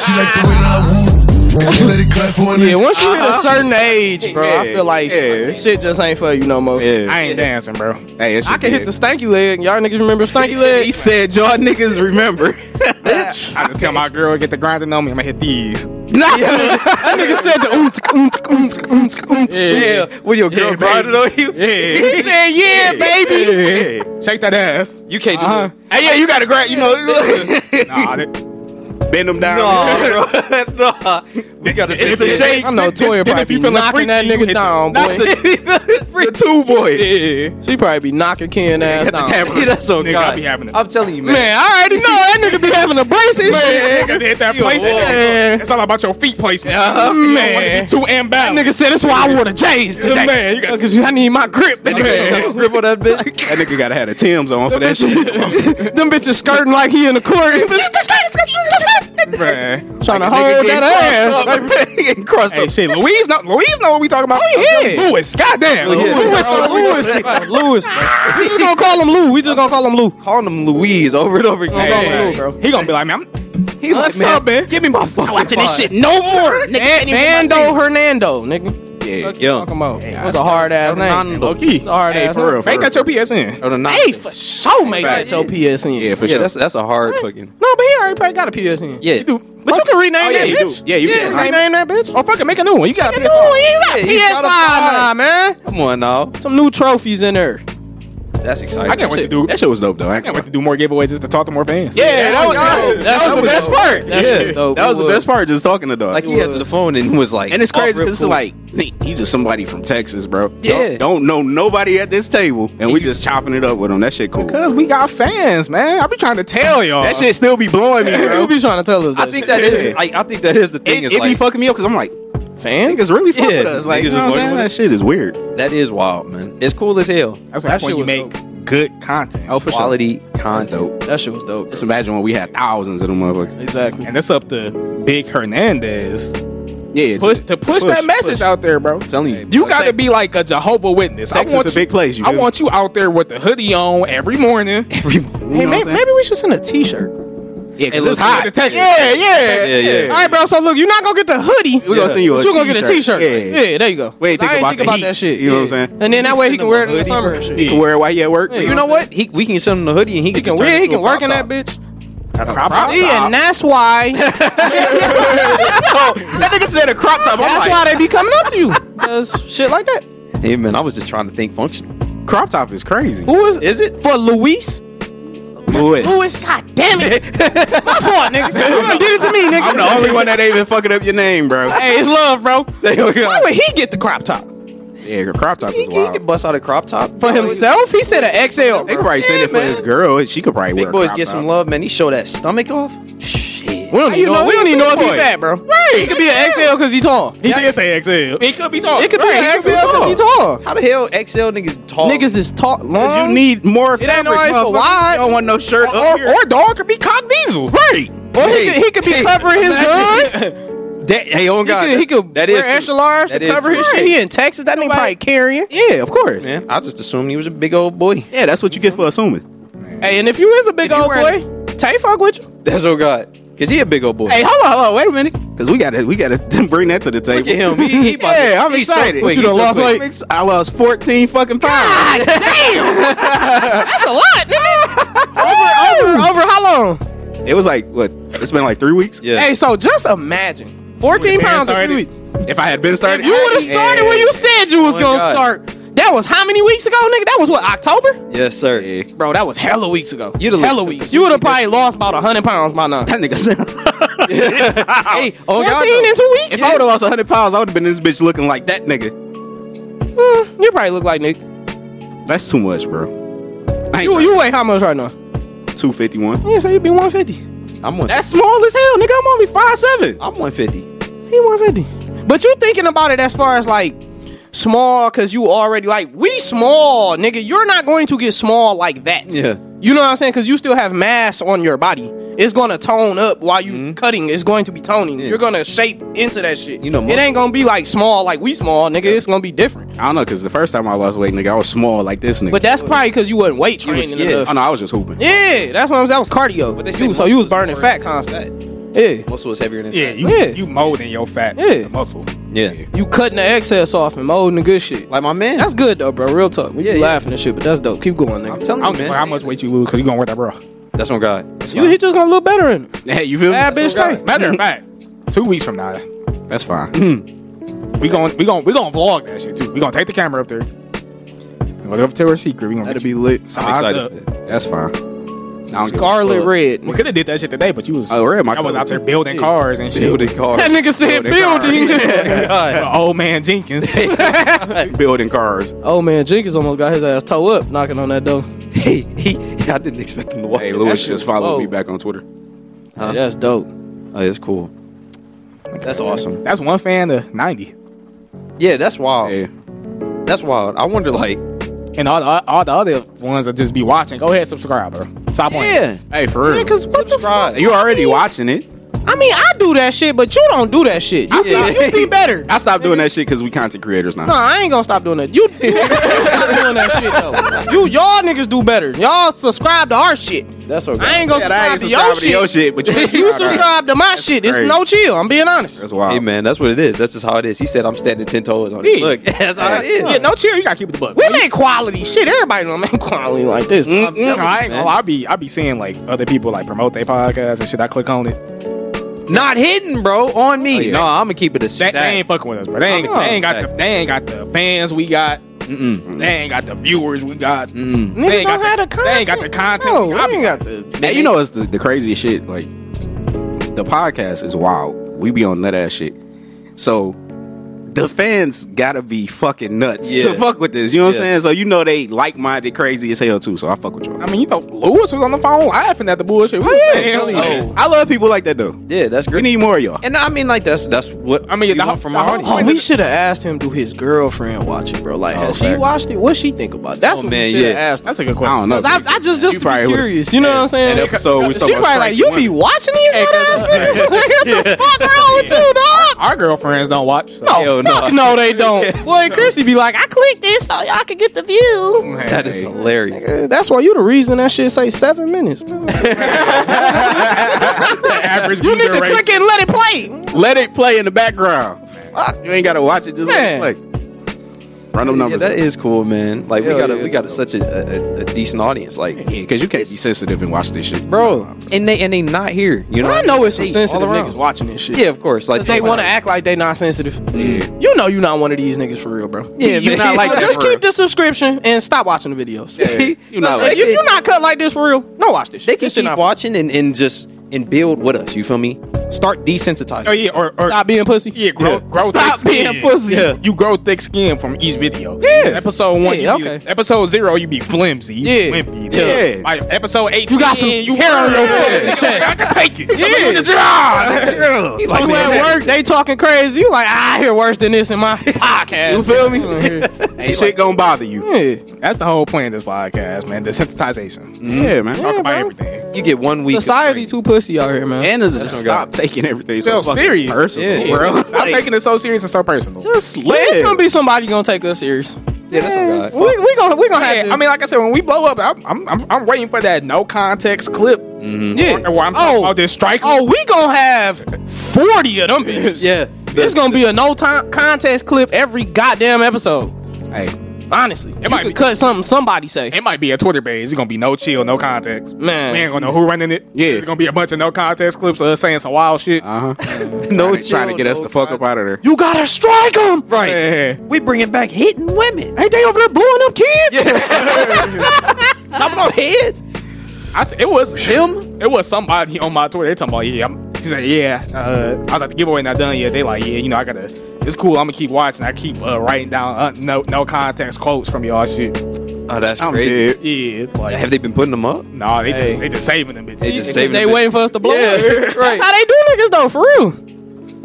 S8: She like the way that I rock. She like the way that I woo. She let it clap for an
S2: yeah, once you hit a certain age, bro, I
S4: Yeah,
S2: feel like
S4: yeah.
S2: shit just ain't for you no more.
S1: I ain't dancing, bro.
S4: Hey,
S2: I can hit the stanky leg. Y'all niggas remember stanky leg?
S4: He said, "Y'all niggas remember."
S1: I just tell my girl get the grinding on me. I'm gonna hit these.
S2: that nigga said the oom tsk, oom tsk, oom tsk, oom tsk, oom tsk.
S3: Yeah, when your girl
S1: Yeah,
S3: grinded on you,
S1: Yeah,
S2: He said, yeah, baby.
S1: yeah. Shake that ass.
S3: you can't do
S1: Uh-huh.
S3: that. Hey, yeah, you got to grind. You know,
S1: Nah, that-
S4: Bend them down.
S3: nah, Oh, bro, nah. We got to
S4: It's the shake.
S2: I know Toya
S1: Then
S2: probably
S1: if you
S2: be
S1: feeling
S2: knocking
S1: freaky,
S2: that
S1: you hit
S2: nigga
S1: the-
S2: down, boy.
S4: the two boy.
S1: yeah.
S2: She probably be knocking Ken ass down.
S3: Yeah, that's so
S1: Nigga,
S3: God.
S1: I be having it.
S3: I'm telling you, man.
S2: Man, I already know that nigga be having a brace and shit.
S1: Nigga, hit that
S3: You a
S1: place.
S3: wall.
S1: It's all about your feet placement. Man,
S2: Man.
S1: you don't wanna be too
S2: That
S1: imbalanced.
S2: nigga said that's why I wore the J's today.
S1: Man, you got-
S2: 'Cause I need my grip. That
S1: Man.
S2: nigga,
S3: grip on that bitch.
S4: That nigga gotta have the Tim's on for that shit.
S2: them bitches skirting like he in the court.
S1: Man.
S2: Trying to hold that ass.
S3: Getting crossed
S1: Hey, shit, Louise, know, Louise know what we talking about.
S2: Oh, yeah.
S1: Louis, goddamn.
S3: yeah.
S1: Louis,
S2: Oh, Lewis, Lewis, Lewis. bro. We just gonna call him Lou. We just gonna call him Lou.
S3: Calling him Louise over and over again.
S2: Hey,
S1: Hey,
S2: Hey,
S1: hey,
S2: hey. bro.
S1: He gonna be like, man, I'm
S3: He like,
S1: what's up, man?
S3: Give me my fucking watching
S6: this shit no more. Nigga,
S2: And Mando Hernando, nigga.
S4: Yeah.
S2: Fuck you
S3: Yeah.
S2: talking about? That's a hard ass name.
S1: low key.
S2: That's a hard
S4: Hey,
S2: ass.
S4: for
S2: name.
S4: real.
S1: Make that your PSN.
S3: Oh, the
S2: Hey, for sure, make that
S4: Fact.
S2: your PSN.
S4: Yeah, for
S3: yeah,
S4: sure.
S3: that's that's a hard fucking.
S2: No, but he already probably got a PSN.
S3: Yeah,
S2: But you can rename
S1: Oh, yeah,
S2: that
S1: you
S2: bitch.
S1: do. Yeah, you
S2: yeah,
S1: can.
S2: rename that bitch.
S1: Oh, fuck it, make a new one. You got a
S2: Dude,
S1: PSN.
S2: you got
S3: Yeah, he
S2: PS5
S3: got a
S2: now,
S3: five.
S2: man.
S3: come on now.
S2: Some new trophies in there.
S3: That's exciting.
S1: I can't wait to do.
S4: That shit was dope though. I
S1: I can't
S4: can't
S1: wait to do more giveaways just to talk to more fans.
S4: Yeah, that was, that,
S2: That
S4: was the
S2: was
S4: best
S2: dope.
S4: part.
S2: That
S4: yeah,
S2: shit was dope.
S4: that was
S2: It
S4: the
S2: was.
S4: best part. Just talking to dog.
S3: Like he answered the phone and was like, "Oh,
S4: and it's crazy
S3: off
S4: because it's
S3: rip
S4: like he's just somebody from Texas, bro.
S3: Yeah.
S4: don't, don't know nobody at this table, and we just chopping it up with him. That shit cool.
S1: Cause we got fans, man. I be trying to tell y'all.
S4: That shit still be blowing me, bro.
S2: Who be trying to tell us
S3: cool.
S2: that?
S3: I think that is. Like, I think that is the thing.
S4: it,
S3: Is
S4: it be
S3: like
S4: fucking me up because I'm like,
S2: fans.
S4: niggas really fuck
S3: Yeah,
S4: with us. Like,
S3: niggas
S4: you
S3: is
S4: know what I'm
S3: fucking
S4: saying?
S3: with
S4: That shit is weird.
S3: that is wild, man. It's cool as hell.
S1: That's
S2: That
S1: when
S2: shit
S1: you
S2: was
S1: make good content.
S4: Oh, for
S3: Quality
S4: That's
S3: content.
S4: dope.
S2: That shit was dope.
S4: Just imagine when we had thousands of them motherfuckers.
S2: Exactly.
S1: And it's up to Big Hernandez
S4: Yeah, it's
S1: push, to push, that message
S4: push.
S1: out there, bro.
S3: I'm telling you,
S1: You got to be like a Jehovah Witness.
S4: Texas
S1: I want
S4: a big
S1: you,
S4: place, you
S1: I
S4: feel me?
S1: want you out there with the hoodie on every morning.
S3: every morning.
S2: Hey,
S4: know
S2: may-
S4: what I'm
S2: maybe we should send a T-shirt.
S4: Yeah,
S3: Hey,
S4: because
S3: look,
S4: it's hot.
S1: To Texas.
S4: Yeah,
S1: yeah,
S3: Yeah,
S2: All
S3: yeah.
S2: right, bro. So look, you're not gonna get the hoodie.
S4: we gonna send you a
S2: But you gonna get a T-shirt.
S4: Yeah.
S2: Yeah, there you go.
S4: We ain't think
S2: I ain't
S4: about
S2: think
S4: the
S2: about
S4: heat,
S2: that shit.
S4: you know what I'm
S2: Yeah.
S4: saying?
S2: And then that way he can wear it in the
S3: hoodie,
S2: summer
S3: bro.
S2: and shit.
S4: You can wear it while you at work.
S2: Yeah,
S3: You know what? He, we can send him the hoodie and he can.
S2: He can
S3: just
S2: wear.
S3: turn
S2: it,
S3: it
S2: He
S3: into
S2: can
S3: a
S2: work
S3: pop
S2: in that
S3: top.
S2: bitch.
S1: A crop top?
S2: Yeah, and that's why.
S3: that nigga said a crop top.
S2: That's why they be coming up to you. Does shit like that.
S3: Hey man, I was just trying to think functional.
S1: Crop top is crazy.
S2: Who is? Is it for Luis?
S3: Louis.
S2: Luis, god damn it! My fault, nigga. You done did it to me, nigga.
S4: I'm the only one that ain't been fucking up your name, bro.
S2: Hey, it's love, bro. Why would he get the crop top
S4: Yeah, your crop top is
S3: He can
S4: wild.
S3: bust out a crop top
S2: for himself? He said an XL.
S4: They could probably send it for
S3: man.
S4: his girl. She could probably wear
S3: Big
S4: a
S3: boys
S4: crop
S3: get
S4: top.
S3: some love, man. He show that stomach off. Shit.
S2: We don't even
S1: you
S2: know.
S1: know
S2: We don't
S1: he's
S2: even
S1: a
S2: know if
S1: big
S2: he's
S1: boy?
S2: fat, bro. Right? He could be an XL because he's tall.
S1: He did say XL. It could be tall.
S2: It could
S1: Right,
S2: be an XL
S1: could
S2: because he's tall.
S3: How the hell XL niggas tall?
S2: Niggas is tall, long.
S3: Um,
S4: You need more
S2: It ain't
S4: fabric,
S2: always for
S4: motherfucker.
S2: wide.
S4: You don't want no shirt
S3: Oh,
S4: up
S1: Or,
S4: here.
S1: or dog could be cock diesel. Right.
S2: Or he, could, he could be covering his gun.
S3: That, hey, on
S2: He
S3: Oh, God,
S2: could, he could
S3: that
S2: wear
S3: is true.
S2: extra large
S3: That
S2: to
S3: is
S2: cover his
S3: true.
S2: shit. He in Texas. That nigga probably carrying.
S4: Yeah, of course.
S3: Man, I just assumed he was a big old boy.
S4: Yeah, that's what you get for assuming.
S2: Hey, and if you is a big
S3: If you
S2: old
S3: wearing-
S2: boy, Tay fuck with you.
S3: That's oh God, cause he a big old boy.
S4: Hey, hold on, hold on, wait a minute, because we gotta we gotta bring that to the table.
S3: Look at him. He, he about to-
S4: Yeah, I'm
S3: he's so
S4: excited.
S3: quick, he's so quick.
S4: I lost 14 fucking pounds.
S2: That's a lot, nigga. over, over, over how long?
S4: It was like what? It's been like three weeks.
S3: Yeah.
S2: Hey, so just imagine. 14
S1: When the band
S2: pounds in three
S1: started.
S2: weeks.
S4: If I had been started,
S2: If you would have started when you said you was
S3: Oh my
S2: gonna
S3: God.
S2: start, that was how many weeks ago, nigga? That was what, October?
S3: Yes, sir.
S2: Bro, that was hella weeks ago.
S3: You'd have
S2: hella
S3: looked
S2: weeks. You would have probably lost about 100 pounds by now.
S4: that nigga said,
S3: Hey, oh
S2: 14
S3: God,
S2: in
S3: though.
S2: two weeks?
S4: if I would have lost 100 pounds, I would have been this bitch looking like that nigga.
S2: Mm, you probably look like Nick.
S4: That's too much, bro. I ain't
S2: You, you weigh how much right now?
S4: 251.
S2: Yeah, so you be 150.
S3: I'm one.
S4: That's small as hell, nigga. I'm only 5'7.
S3: I'm 150.
S2: He 150. But you thinking about it as far as like small, cause you already like we small, nigga. You're not going to get small like that.
S3: Yeah.
S2: You know what I'm saying? Cause you still have mass on your body. It's gonna tone up while you cutting. It's going to be toning. You're gonna shape into that shit.
S3: Mm-hmm. You know,
S2: it ain't gonna be like small like we small, nigga. It's gonna be different.
S4: I don't know, because the first time I lost weight, nigga, I was small like this nigga.
S2: But that's probably cause you wasn't weight
S3: was
S2: training
S3: scared.
S2: enough.
S4: oh, no, I was just hooping.
S2: Yeah, that's what I'm saying. That was cardio.
S3: But they say
S2: you, so you was
S3: muscles
S2: burning
S3: more
S2: fat
S3: than-
S2: constant. Yeah.
S3: Muscle is heavier than
S1: Yeah,
S3: fat.
S1: you
S2: Yeah.
S1: you molding your fat
S2: Yeah.
S1: to muscle.
S3: Yeah.
S2: You cutting the excess off and molding the good shit.
S3: Like my man.
S2: That's good though, bro. Real talk. We
S3: Yeah,
S2: be
S3: yeah.
S2: laughing and shit, but that's dope. Keep going,
S3: I'm
S2: nigga.
S1: I
S3: telling
S1: don't
S3: you,
S1: care
S3: man.
S1: how much weight you lose because you're gonna wear that bra.
S3: That's on God. That's
S2: You he just gonna look better in it.
S4: Hey, you feel me?
S2: Bad bitch
S3: right.
S2: thing.
S1: Matter of fact, two weeks from now,
S4: That's fine.
S1: we gonna we gonna we gonna vlog that shit too. We gonna take the camera up there. We gonna go up to her secret. We gonna
S2: That'd be lit.
S1: I'm
S3: excited for that.
S4: That's fine. I don't give a
S2: Scarlet
S4: fuck.
S2: red.
S1: We could have did that shit today, but you was
S4: Oh, red, my
S1: I was
S4: color.
S1: out there building cars and shit.
S3: Building car.
S2: That nigga said
S4: they got
S2: building.
S1: With
S3: God.
S1: old man Jenkins.
S4: Building cars.
S2: oh man, Jenkins almost got his ass toe up knocking on that door.
S3: Hey, he, I didn't expect him to walk.
S4: Hey,
S3: in.
S4: Lewis
S3: That shit-
S4: just followed
S2: whoa.
S4: me back on Twitter.
S3: Huh?
S2: Hey, that's dope.
S3: Oh, that's cool. That's awesome.
S1: That's one fan to ninety,
S3: Yeah, that's wild.
S4: Yeah.
S3: That's wild. I wonder, like,
S1: and all the, all the other ones that just be watching. Go ahead, subscribe, bro. Stop on
S3: yeah,
S4: Hey, for real.
S2: Because what the fuck?
S3: subscribe.
S4: you already watching it.
S2: I mean, I do that shit, but you don't do that shit. You,
S3: Yeah.
S2: you be better.
S4: I stopped doing that shit because we content creators now.
S2: No, I ain't gonna stop doing that. You, you stop doing that shit though. You y'all niggas do better. Y'all subscribe to our shit.
S3: that's okay.
S2: I ain't gonna
S4: Yeah,
S2: subscribe
S4: that ain't
S2: to your
S4: subscribing to
S2: shit.
S4: your shit, but you-
S2: if you subscribe to my shit, it's
S4: crazy.
S2: no chill. I'm being honest.
S4: That's wild.
S3: Hey man, that's what it is. That's just how it is. He said, "I'm standing ten toes on it."
S2: Yeah.
S3: Look, that's how it is.
S1: Yeah, no chill. You gotta keep it the buck.
S2: We make quality shit. Everybody don't make quality like this. bro. I'm
S1: Mm,
S2: telling you.
S1: I ain't gonna lie, I be I be seeing like other people like promote their podcast and shit. I click on it.
S3: Not hidden, bro. On me.
S1: yeah.
S3: No, I'm gonna keep it a
S1: They,
S3: stack.
S1: they ain't fucking with us, bro. They ain't,
S3: Oh,
S1: they ain't got
S3: stack.
S1: the they ain't got the fans we got.
S3: Mm-mm.
S4: Mm.
S1: They ain't got the viewers we got.
S3: Mm-mm.
S1: They
S2: Niggas
S1: ain't
S2: don't
S1: got
S2: have the
S1: the-
S2: content.
S1: they ain't got the content.
S2: No,
S1: I
S2: we
S1: be-
S2: ain't got the.
S4: Hey, you know it's the, the craziest shit. Like the podcast is wild. We be on that ass shit. So the fans gotta be fucking nuts
S3: Yeah.
S4: to fuck with this. You know what
S3: Yeah.
S4: I'm saying? So you know they like minded, crazy as hell too. So I fuck with you.
S1: I mean, you know, Lewis was on the phone laughing at the bullshit. we was saying.
S3: telling you.
S1: Oh.
S4: I love people like that though.
S3: Yeah, that's
S4: We
S3: great.
S4: need more of y'all.
S3: and I mean, like, that's that's what
S1: I mean,
S3: we
S1: the-
S3: want from
S1: the
S3: our
S1: whole-
S3: audience.
S2: Oh, we should have asked him. Do his girlfriend watch it, bro? Like,
S4: Oh,
S2: has she
S4: fact.
S2: watched it? What she think about? it? That's
S3: Oh,
S2: what
S3: man,
S2: we should have
S3: yeah.
S2: asked.
S1: That's a good
S4: I
S1: question.
S4: don't know.
S2: 'Cause I, I just
S4: You
S2: just to
S4: probably
S2: be
S4: would've-
S2: curious, you know what I'm saying?
S4: That episode we
S2: she
S4: so
S2: probably
S4: much
S2: like, you be watching these nut ass niggas? what the fuck wrong with you, dog?
S1: Our girlfriends don't watch. So.
S3: Hell
S2: Oh,
S3: no.
S2: fuck no, they don't. Boy, Chrissy be like, I clicked this so y'all could get the view.
S1: Hey,
S3: That is
S1: hey.
S3: hilarious.
S2: Uh, That's why you the reason that shit say seven minutes. bro. you
S1: the average
S2: need
S1: user
S2: to
S1: rating.
S2: click it and let it play.
S4: Let it play in the background. Fuck, you ain't gotta watch it. Just let
S2: Man.
S4: it play. Run them numbers.
S3: Yeah, that is cool, man. Like
S2: Yeah,
S3: we got a
S2: yeah,
S3: we got a, such a, a, a decent audience. Like,
S4: yeah, because you can't be sensitive and watch this shit,
S3: bro, and they and they not here. You know,
S2: I know it's some
S3: They
S2: sensitive
S3: all around.
S2: niggas watching this shit.
S3: Yeah, of course. Like
S2: Cause they want to act like they not sensitive.
S4: Yeah.
S2: You know you not one of these niggas for real, bro.
S3: Yeah,
S1: You're
S3: man.
S1: not like
S2: So
S1: that
S2: just
S1: for
S2: keep the subscription and stop watching the videos.
S4: you not
S2: Like,
S4: like
S2: if you not cut like this for real, don't watch this.
S3: They
S2: shit.
S3: can
S2: This shit
S3: keep
S2: not
S3: watching and, and just and build with us. You feel me? Start desensitizing.
S1: Oh yeah, or, or
S2: Stop being pussy.
S1: yeah, grow, grow
S2: Stop
S1: thick skin.
S2: being pussy.
S1: Yeah. You grow thick skin from each video. Yeah. Episode one,
S2: Yeah,
S1: you be-
S2: okay.
S1: episode zero, you be flimsy. You
S2: Yeah.
S1: wimpy.
S4: Yeah.
S1: Like, episode eight,
S2: You got some hair on your fucking chest.
S1: I can take it. Yeah.
S3: He like
S2: You
S3: that.
S2: at work, they talking crazy. You like, "Ah, I hear worse than this in my podcast. You feel me?
S4: ain't shit gonna bother you.
S2: yeah.
S1: That's the whole point of this podcast, man. Desensitization.
S4: Yeah, man.
S1: Talk about
S2: bro.
S1: everything.
S3: You get one week. of
S2: Society
S3: free.
S2: too pussy out here, man.
S4: And is just
S3: what I
S4: stop taking everything so
S1: So
S4: fucking
S1: serious.
S4: personal,
S1: Yeah.
S4: bro.
S1: I'm taking it so serious and so personal.
S2: just live. It's gonna be somebody gonna take us serious.
S3: Yeah, that's what God.
S2: We, we gonna we gonna have.
S1: Yeah,
S2: To,
S1: I mean, like I said, when we blow up, I'm I'm, I'm, I'm waiting for that no context clip
S2: yeah.
S1: where
S2: Mm.
S1: I'm talking
S2: oh,
S1: about this strike.
S2: oh, we gonna have forty of them bitches.
S3: Yeah.
S2: It's gonna be a no time contest clip every goddamn episode.
S4: Hey,
S2: Honestly, it you
S1: might
S2: could
S1: be.
S2: cut something somebody say.
S1: It might be a Twitter page. It's gonna be no chill, no context.
S2: Man.
S1: we ain't gonna know who running it.
S4: Yeah.
S1: it's gonna be a bunch of no context clips of us saying some wild shit.
S4: uh huh.
S3: no
S4: Trying to get us the fuck up out of there.
S2: You gotta strike them.
S3: Right.
S1: Yeah.
S3: We bringing back hitting women.
S2: Ain't they over there blowing up kids?
S3: Top of our heads.
S1: I s it was
S3: Him?
S1: It was somebody on my Twitter. They talking about yeah. I'm, she said yeah. Uh, I was like the giveaway not done yet. They like yeah. You know I gotta. It's cool. I'm gonna keep watching. I keep uh, writing down uh, no no context quotes from y'all shit.
S3: Oh, that's
S4: I'm
S3: crazy.
S4: dead.
S1: Yeah, like
S3: Have they been putting them up?
S1: no, they just they just saving them bitches.
S3: They just saving.
S2: they
S3: the bitch.
S2: waiting for us to blow up.
S3: right.
S2: That's how they do niggas though, for real.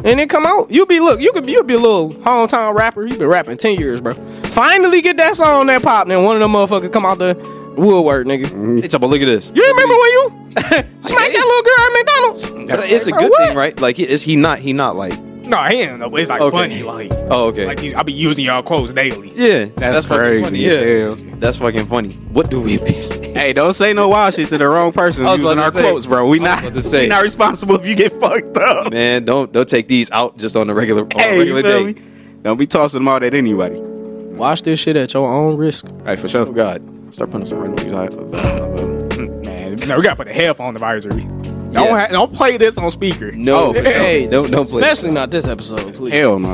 S2: And then come out, you be look, you could be you be a little hometown rapper. You been rapping ten years, bro. Finally get that song that popped, and one of them motherfuckers come out the woodwork, nigga.
S3: They talk about look at this.
S2: You remember when you smacked that little girl at McDonald's?
S3: But it's a
S2: Bro,
S3: good
S2: what?
S3: thing, right? Like, is he not? He not like?
S1: No, he ain't. No, but it's like
S3: Okay.
S1: funny. Like,
S3: Oh, okay.
S1: like these, I be using y'all quotes daily.
S3: yeah,
S4: That's,
S3: fucking
S4: crazy as
S3: funny. Yeah,
S4: hell.
S3: that's fucking funny. What do we be? saying?
S4: Hey, don't say no wild shit to the wrong person
S3: I was about
S4: using
S3: to
S4: our
S3: say.
S4: quotes, bro. We
S3: I was
S4: not
S3: about to say.
S4: we not responsible if you get fucked up.
S3: Man, don't don't take these out just on a regular on a
S4: Hey, you
S3: regular
S4: feel
S3: day.
S4: me? Don't be tossing them out at anybody.
S2: Watch this shit at your own risk.
S4: Hey, for
S3: Oh
S4: sure.
S3: God, start putting up some random music.
S1: Man, no, we gotta put a headphone advisory. Don't
S3: Yeah.
S1: ha- don't play this on speaker.
S3: No,
S4: Oh,
S3: for sure.
S2: Hey,
S3: don't don't play.
S2: Especially not this episode, please.
S4: Hell no.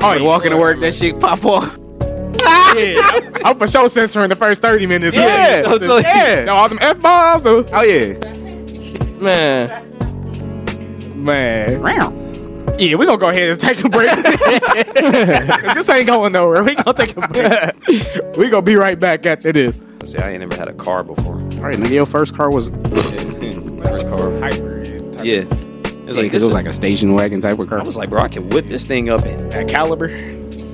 S1: Oh, you
S4: Walking to work, that shit pop off.
S1: Yeah, I'm, I'm for sure censoring the first thirty minutes.
S4: Yeah.
S1: Of this.
S4: Yeah.
S1: No, all them f bombs.
S4: Oh yeah.
S2: Man,
S1: Man, yeah, we gonna go ahead and take a break. 'Cause this ain't going nowhere. We gonna take a break. we gonna be right back after this.
S3: See, I ain't never had a car before.
S1: All right, nigga, your first car was
S3: First car.
S1: hybrid. type
S3: Yeah, it's like
S4: Because
S3: this
S4: it was like a station wagon type of car.
S3: I was like, bro, I can whip this thing up and
S1: That caliber.
S4: you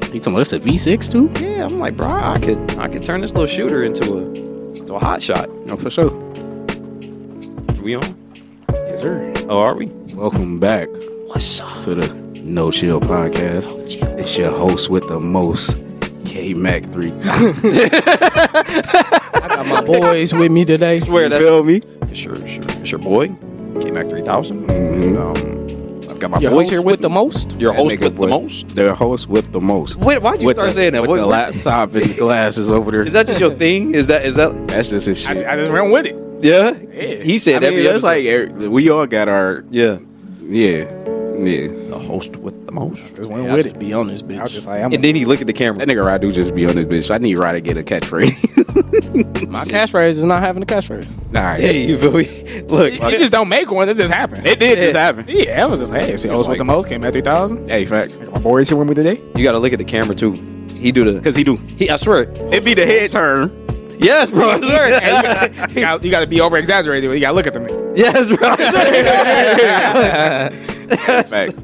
S4: talking about this a V6 too?
S3: yeah, I'm like, bro, I could I could turn this little shooter into a into a hot shot.
S4: No, for sure.
S3: we on?
S4: Yes, sir.
S3: Oh, are we?
S4: Welcome back. What's up? To the No Chill Podcast. It's your host with the most, K Mac Three.
S2: I got my boys with me today.
S3: Swear that's
S4: Feel me?
S3: sure, sure. It's your boy, K Mac three thousand. Um, I've got my
S2: Your
S3: boys
S2: host
S3: here
S2: here
S3: with
S2: with the most.
S3: your
S4: That
S3: host
S4: nigga
S3: with the
S4: boy.
S3: most.
S4: Their host with the most.
S3: Wait, why'd you
S4: With
S3: start
S4: the-
S3: saying that?
S4: With
S3: What-
S4: the
S3: what-
S4: laptop and the glasses over there.
S3: Is that just your thing? Is that is that
S4: That's just his shit.
S1: I, I just ran with it.
S3: yeah?
S1: Yeah.
S3: He said
S4: I mean,
S3: every
S4: it's like er, we all got our
S3: yeah,
S4: yeah, yeah.
S3: the host with the most.
S1: Just went
S2: Yeah, I
S1: with
S2: just
S1: it.
S2: be on this bitch.
S1: I was just like, I'm
S3: And then he looked at the camera.
S4: That nigga Radu just be on this bitch. I need Rod to get a catchphrase.
S2: my catchphrase is not having a catchphrase.
S4: nah,
S3: Hey, you feel me? Look,
S1: you just don't make one. It just happened.
S4: it did just happen.
S1: Yeah, I was just hey, see, I was
S3: like-
S1: with the most. Came at three thousand.
S4: Hey, facts.
S1: My boys here with me today.
S3: you got to look at the camera too. He do the
S4: Cause he do.
S3: he. I swear.
S4: It be the head turn.
S3: Yes, bro. I swear.
S1: you, gotta, you gotta be over exaggerated. You gotta look at them.
S3: yes, bro. I swear.
S4: Facts.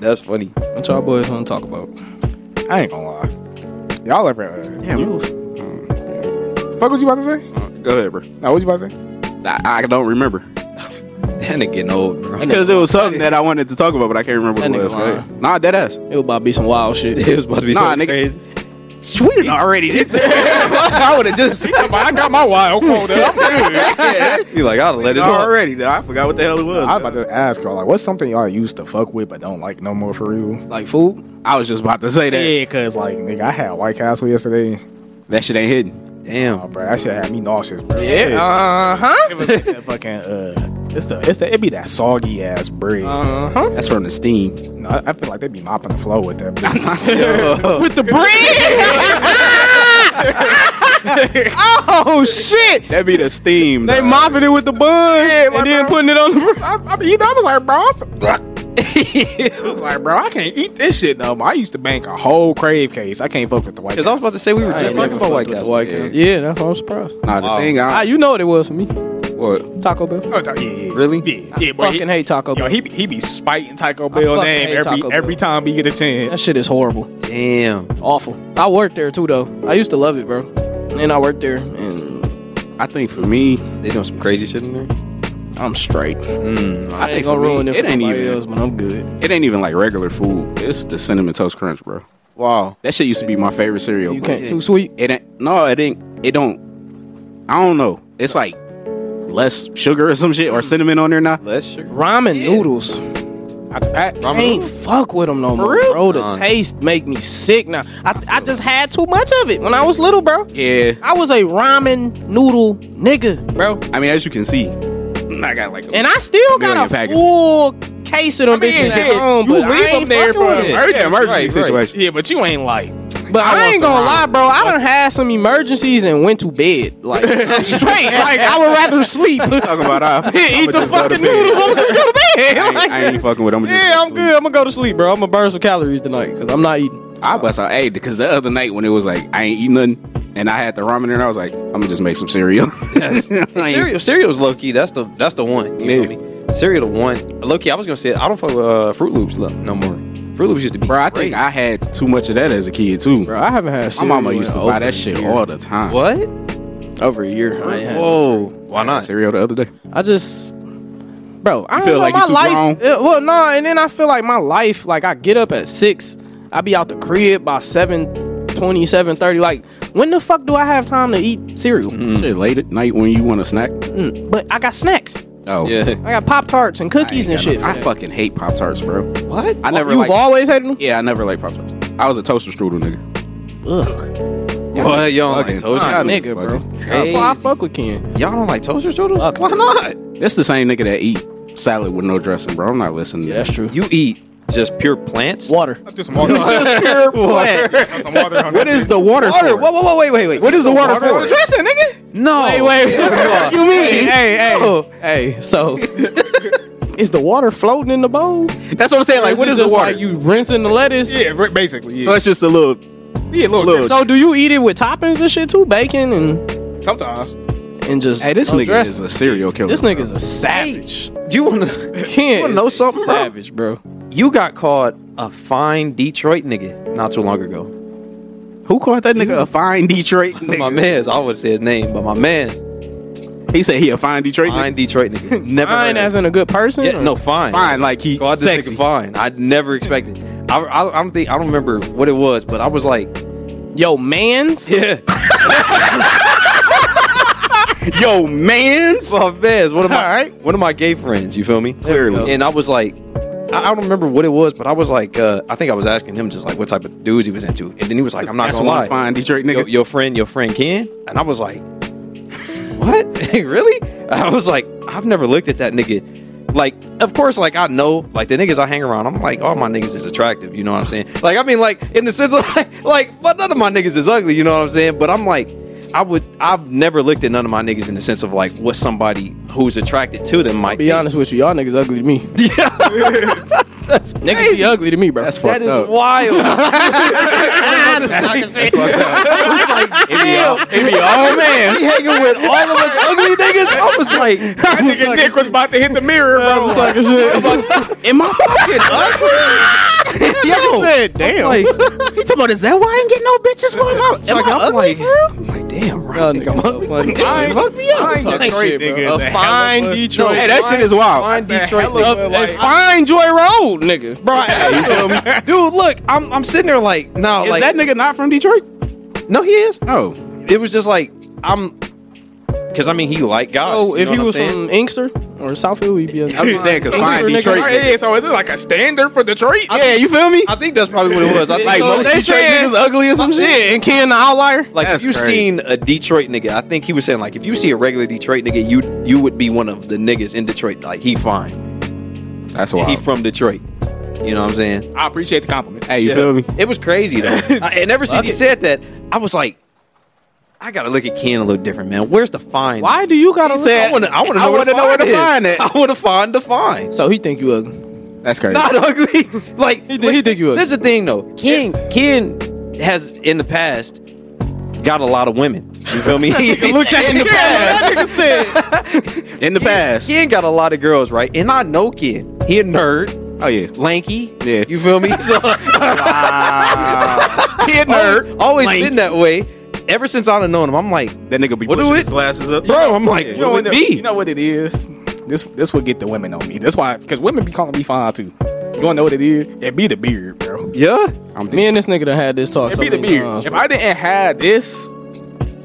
S3: That's funny.
S2: What y'all boys want to talk about?
S1: I ain't gonna lie. Y'all ever? Uh,
S4: Damn,
S1: you-
S4: you was-
S1: fuck what you about to say?
S4: Uh, Go ahead, bro.
S1: No, what you about to say?
S4: I, I don't remember
S3: That nigga getting old, bro.
S4: because it was something that I wanted to talk about, but I can't remember what
S2: That
S4: it
S2: nigga
S4: was. Go
S2: lying.
S4: ahead. Nah, dead ass.
S2: It was about to be some wild shit.
S3: It was about to be
S4: Nah,
S3: something
S4: nigga.
S3: crazy.
S4: We already did I would have just
S1: I got my wild quote. I'm good.
S3: You like, I'd have let it off.
S4: already. done. I forgot what the hell it was.
S1: I was about to ask y'all like, what's something y'all used to fuck with but don't like no more for real?
S2: Like food?
S4: I was just about to say that.
S1: Yeah, cause like nigga, I had White Castle yesterday.
S4: That shit ain't hidden.
S1: Oh,
S3: Damn.
S1: bro, that shit had me nauseous, bro.
S2: Yeah. Uh
S1: It
S2: huh.
S1: was like that fucking uh, it's the it's the it be that soggy ass bread.
S2: Uh huh.
S4: That's from the steam.
S1: No, I, I feel like they be mopping the floor with that. bitch.
S2: With the bread. oh shit!
S4: That be the steam.
S2: They
S4: dog.
S2: mopping it with the buns and then putting it on the bread.
S1: I, I, be eating, I was like, bro, I'm- I was like, bro, I can't eat this shit no more. I used to bank a whole crave case. I can't fuck with the white.
S3: Because I was about to say we were just talking about White Castle.
S2: White Castle. Yeah, that's why I'm surprised.
S4: Nah, the
S3: Wow.
S4: thing
S2: Ah,
S4: I
S2: you know what it was for me?
S4: what?
S2: Taco Bell.
S1: Oh, ta- yeah, yeah, yeah.
S3: Really?
S1: Yeah, yeah. boy, he-
S2: Fucking hate Taco
S1: Yo,
S2: Bell.
S1: he be- he be spiting Taco Bell
S2: fucking
S1: name
S2: hate
S1: every
S2: Taco Bell.
S1: every time he get a
S2: That
S1: chance.
S2: shit is horrible.
S3: Damn.
S2: Awful. I worked there too though. I used to love it, bro. And I worked there and
S4: I think for me,
S3: They doing some crazy shit in there.
S2: I'm straight.
S4: I,
S2: I
S4: think
S2: ain't
S4: for
S2: gonna ruin
S4: me,
S2: it for
S4: it ain't
S2: nobody
S4: even.
S2: else, but I'm good.
S4: It ain't even like regular food. It's the cinnamon toast crunch, bro.
S3: Wow.
S4: That shit used to be my favorite cereal.
S2: You
S4: bro.
S2: can't too sweet.
S4: It ain't. No, it ain't. It don't. I don't know. It's like less sugar or some shit or cinnamon on there now.
S3: Less sugar.
S2: Ramen noodles.
S1: Out the pack.
S2: I ain't fuck with them no more,
S4: real?
S2: bro. The
S3: Nah.
S2: taste make me sick now. I, I just had too much of it when I was little, bro.
S4: Yeah.
S2: I was a ramen noodle nigga, bro,
S4: I mean, as you can see, I got like. a-
S2: and I still
S4: Million
S2: got a
S4: packets.
S2: full case of them bitches at home. But I ain't fucking with it.
S1: emergency,
S3: Yeah,
S1: emergency
S3: right, right.
S1: situation. Yeah, but you ain't like.
S2: But I,
S1: want
S2: ain't
S1: some
S2: gonna
S1: ramen.
S2: lie, bro. I done had some emergencies and went to bed. Like I'm straight. Like I would rather sleep.
S4: talking about I
S2: Eat the fucking noodles. I'm just go to bed.
S4: I ain't,
S2: Like,
S4: I ain't fucking with. I'm just
S2: yeah, I'm
S4: sleep.
S2: good. I'm gonna go to sleep, bro. I'm gonna burn some calories tonight because I'm not eating.
S4: I bust out hey because the other night when it was like I ain't eating nothing and I had the ramen and I was like I'm gonna just make some cereal. I ain't-
S3: Cereal. Cereal's low key. That's the that's the one. You
S4: Yeah.
S3: know what I mean? Cereal the one. Low key. I was gonna say I don't fuck with uh, Fruit Loops lo- no more. Fruit Loops used to be.
S4: Bro, I
S3: great.
S4: think I had too much of that as a kid too.
S2: Bro, I haven't had.
S4: My
S2: cereal
S4: mama
S2: in
S4: used to
S2: over
S4: buy
S2: a
S4: that shit
S2: year.
S4: all the time.
S3: What?
S2: Over a year. I ain't had
S3: Whoa. Why
S4: I had
S3: not?
S4: cereal the other day.
S2: I just, bro, I don't
S4: feel
S2: know,
S4: like you
S2: my
S4: too
S2: life. uh, well, no, and then I feel like my life. Like I get up at six, I be out the crib by seven twenty, seven thirty. Like when the fuck do I have time to eat cereal?
S4: Shit, late at night when you want a snack.
S2: Mm, But I got snacks.
S4: Oh
S3: Yeah.
S2: I got pop tarts and cookies and shit. for
S4: I
S2: that.
S4: fucking hate pop tarts, bro.
S2: what?
S4: I never
S2: You've
S4: liked-
S2: always hated them.
S4: Yeah, I never liked pop tarts. I was a toaster strudel nigga.
S2: Ugh,
S3: What? Y'all don't
S4: Fucking-
S3: like toaster?
S4: Nah,
S2: Nah,
S4: niggas
S2: nigga, bro.
S4: fucking
S2: That's why I
S3: crazy.
S2: fuck with Ken.
S3: Y'all don't like toaster strudels?
S2: Fuck.
S3: Why not?
S4: That's the same nigga that eat salad with no dressing, bro. I'm not listening.
S2: Yeah, that's true.
S3: You eat just pure plants?
S2: Water.
S1: I'm just water. just
S4: pure plant.
S1: some water.
S4: What is the water?
S3: Water.
S4: for?
S3: Whoa, whoa, whoa, wait, wait, wait.
S4: What is the water, for?
S2: Dressing, nigga.
S3: No.
S2: Hey, wait. what you mean? Hey, hey,
S4: Oh.
S3: No.
S2: hey. So, is the water floating in the bowl?
S4: That's what I'm saying. Like,
S2: Or
S4: what
S2: it
S4: is the
S2: just
S4: water?
S2: Like you rinsing the lettuce.
S1: Yeah, re- basically. Yeah,
S4: so it's just a little.
S1: yeah little,
S4: look.
S2: So do you eat it with toppings and shit too, bacon and
S1: sometimes.
S2: and just?
S4: Hey, this
S2: Oh,
S4: nigga
S2: dress-
S4: is a serial killer.
S2: this nigga's a savage.
S3: You wanna
S2: Ken
S3: you wanna
S2: is
S3: know
S2: a
S3: something, bro?
S2: Savage, bro.
S3: You got called a fine Detroit nigga not too long ago.
S4: Who called that nigga
S2: Mm-hmm.
S4: a fine Detroit nigga?
S3: My man's, I would say his name, but my man's
S4: He said he a fine Detroit
S3: fine
S4: nigga.
S3: Detroit nigga. Never heard
S2: Fine
S3: of
S2: as
S3: him.
S2: in a good person.
S3: yeah,
S2: or-
S3: no fine.
S4: Fine, like he
S3: Called this
S4: sexy.
S3: nigga fine. I never expected. I, I, I don't think I don't remember what it was, but I was like,
S2: Yo, man's.
S3: yeah,
S4: Yo, man's.
S3: my man's one of my
S2: Alright.
S3: one of my gay friends. You feel me?
S2: There we go.
S3: And I was like, I, I don't remember what it was, but I was like, uh, I think I was asking him just like what type of dudes he was into, and then he was like, I'm not
S4: That's
S3: gonna
S4: one
S3: lie,
S4: fine Detroit
S3: your,
S4: nigga.
S3: your friend, your friend Ken, and I was like, what? really? I was like, I've never looked at that nigga. Like, of course, like I know, like the niggas I hang around, I'm like, all my niggas is attractive, you know what I'm saying? Like, I mean, like in the sense of like, like, but none of my niggas is ugly, you know what I'm saying? But I'm like, I would, I've never looked at none of my niggas in the sense of like what somebody who's attracted to them might
S2: Be honest with you, y'all niggas ugly to me.
S3: Yeah.
S2: Niggas be ugly to me, bro. That's
S3: That is wild.
S4: oh man,
S3: He hanging with all of us ugly niggas. I was like,
S1: That nigga Nick was about to hit the mirror, bro. Like,
S4: am I fucking ugly?
S1: said, damn.
S3: like,
S4: Yo, he talking about is that why I ain't getting no bitches for him?
S3: it's like I'm like, I'm like, damn, right?
S2: nigga, I'm so funny.
S1: I ain't-
S3: fuck me up.
S1: I ain't
S2: Suck
S1: Detroit
S2: shit,
S1: nigga
S2: bro.
S1: is
S2: A
S1: a hell of
S2: fine
S1: a-
S2: Detroit.
S4: Hey, that shit is wild.
S3: Fine Detroit
S1: hella
S3: nigga.
S1: good
S3: Like,
S2: Fine Joy Road, nigga.
S3: Bro, dude, look, I'm I'm sitting there like, no,
S4: Is
S3: like
S4: that nigga not from Detroit?
S3: No, he is.
S4: Oh,
S3: It was just like I'm, because I mean he liked God.
S2: So if
S3: you
S2: he
S3: know
S2: was
S3: what I'm
S2: from Inkster or Southfield, he'd be a.
S4: I'm just saying because fine
S2: Nigga,
S4: Detroit.
S2: nigga.
S1: Yeah, so is it like a standard for Detroit?
S3: saying? yeah, you feel me? I think that's probably what it was. I think
S2: so
S3: most
S2: they
S3: Detroit
S2: saying-
S3: niggas ugly or some shit.
S2: Yeah, and Ken the outlier.
S3: Like
S4: That's
S3: if you
S4: crazy.
S3: seen a Detroit nigga, I think he was saying like if you see a regular Detroit nigga, you you would be one of the niggas in Detroit. Like he fine,
S4: That's
S3: And
S4: why.
S3: he from Detroit. You know what I'm saying?
S1: I appreciate the compliment.
S4: Hey, you
S3: Yeah.
S4: feel me?
S3: It was crazy though. I, and ever since he said that, I was like, I gotta look at Ken a little different, man. Where's the fine?
S2: Why do you gotta
S3: He
S2: look-
S3: said, I want to know,
S4: I
S3: where
S4: wanna
S3: the
S4: know where
S3: fine
S4: to
S3: is.
S4: find it.
S3: I want to find the fine.
S2: So he think you ugly.
S4: That's crazy.
S3: Not ugly. like
S2: He think- he think you ugly.
S3: This is the thing though. Ken Ken has in the past got a lot of women. You feel me? Look at in the past.
S4: In the past.
S3: Ken got a lot of girls, right? And I know Ken. He a nerd,
S4: Oh yeah.
S3: lanky.
S4: Yeah.
S3: You feel me? So, he a
S4: Oh,
S3: nerd. Always been that way. Ever since I've known him, I'm like,
S4: That nigga be
S3: What do
S4: pushing
S3: it-
S4: his glasses up.
S3: bro, I'm like,
S1: You know,
S3: what would
S1: what the-
S3: it be?
S1: you know what it is? This this would get the women on me. That's why, because women be calling me fine too. You wanna know what it is? It be the beard, bro.
S3: yeah.
S4: I'm
S2: Me and this nigga done had this talk.
S1: It
S2: so
S1: be the
S2: many
S1: beard.
S2: times,
S1: if
S2: bro.
S1: I didn't have this,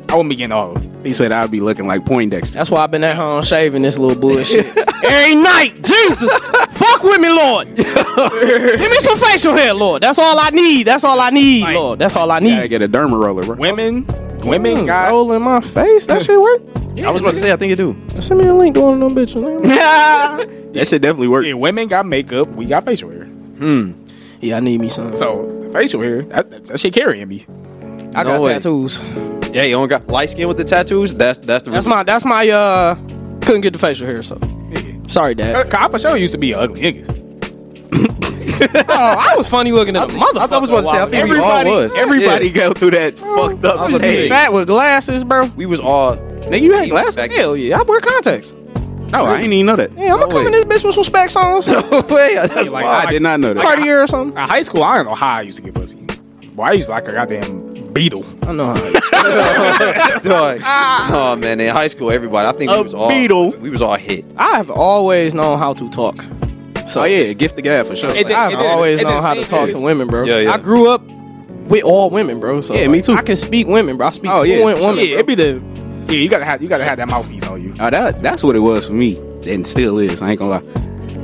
S1: I wouldn't be getting all. of it.
S4: He said I'd be looking like Poindexter.
S2: That's why I've been at home shaving this little bullshit every night. Jesus, fuck with me, Lord. Give me some facial hair, Lord. That's all I need. That's all I need, Lord. That's all I
S4: Gotta
S2: need.
S4: get a derma roller, bro.
S1: Women, women
S2: Mm,
S1: got
S2: roll in my face. That shit work.
S3: I was about to say, I think it do.
S2: Send me a link to one of them bitches. Man.
S4: That shit definitely work.
S1: yeah, women got makeup. We got facial hair.
S2: Yeah, I need me some.
S1: So the facial hair, that, that, that shit carrying me.
S2: I got
S3: No way.
S2: tattoos.
S3: Yeah, you don't got light skin with the tattoos. That's that's the
S2: That's
S3: reason.
S2: my. That's my. Uh, couldn't get the facial hair, so sorry,
S1: Uh,
S2: Dad.
S1: Cause I for sure used to be an ugly nigga.
S2: oh, I was funny looking at a motherfucker.
S3: Uh, I thought I was about to say. I think we all
S4: Everybody,
S3: was.
S4: everybody go through that fucked
S3: I
S4: up
S3: was a
S2: Hey.
S4: stage.
S3: big-
S2: Fat with glasses, bro.
S3: We was all.
S4: Nigga, you had glasses?
S3: Back-
S2: Hell yeah, I wear contacts.
S4: No, I didn't even know that.
S2: Yeah, I'm gonna
S3: No
S2: come in
S3: way.
S2: this bitch with some specs on, some
S3: No way. That's
S1: like,
S3: wild.
S4: I did not know that.
S2: Cartier or something.
S1: In high school, I don't know how I used to get pussy. Boy, I used to like a goddamn beetle.
S2: I know. How
S3: Dog. Oh man, in high school, everybody. I think we was all
S4: beetle.
S3: We was all hit.
S2: I have always known how to talk. So
S4: Oh yeah, gift the gab for sure.
S1: It did-
S2: I've
S1: it did-
S2: always
S1: it
S2: known
S1: did-
S2: how to
S1: it
S2: talk
S1: is.
S2: to women, bro.
S3: Yeah, yeah.
S2: I grew up with all women, bro. So
S4: Yeah, me
S2: like,
S4: too.
S2: I can speak women, bro. I speak
S4: Oh, yeah,
S2: fluent
S4: for sure.
S2: women.
S1: Yeah, it be the yeah. You gotta have you gotta have that mouthpiece on you.
S4: Oh, that that's what it was for me, and still is. I ain't gonna lie.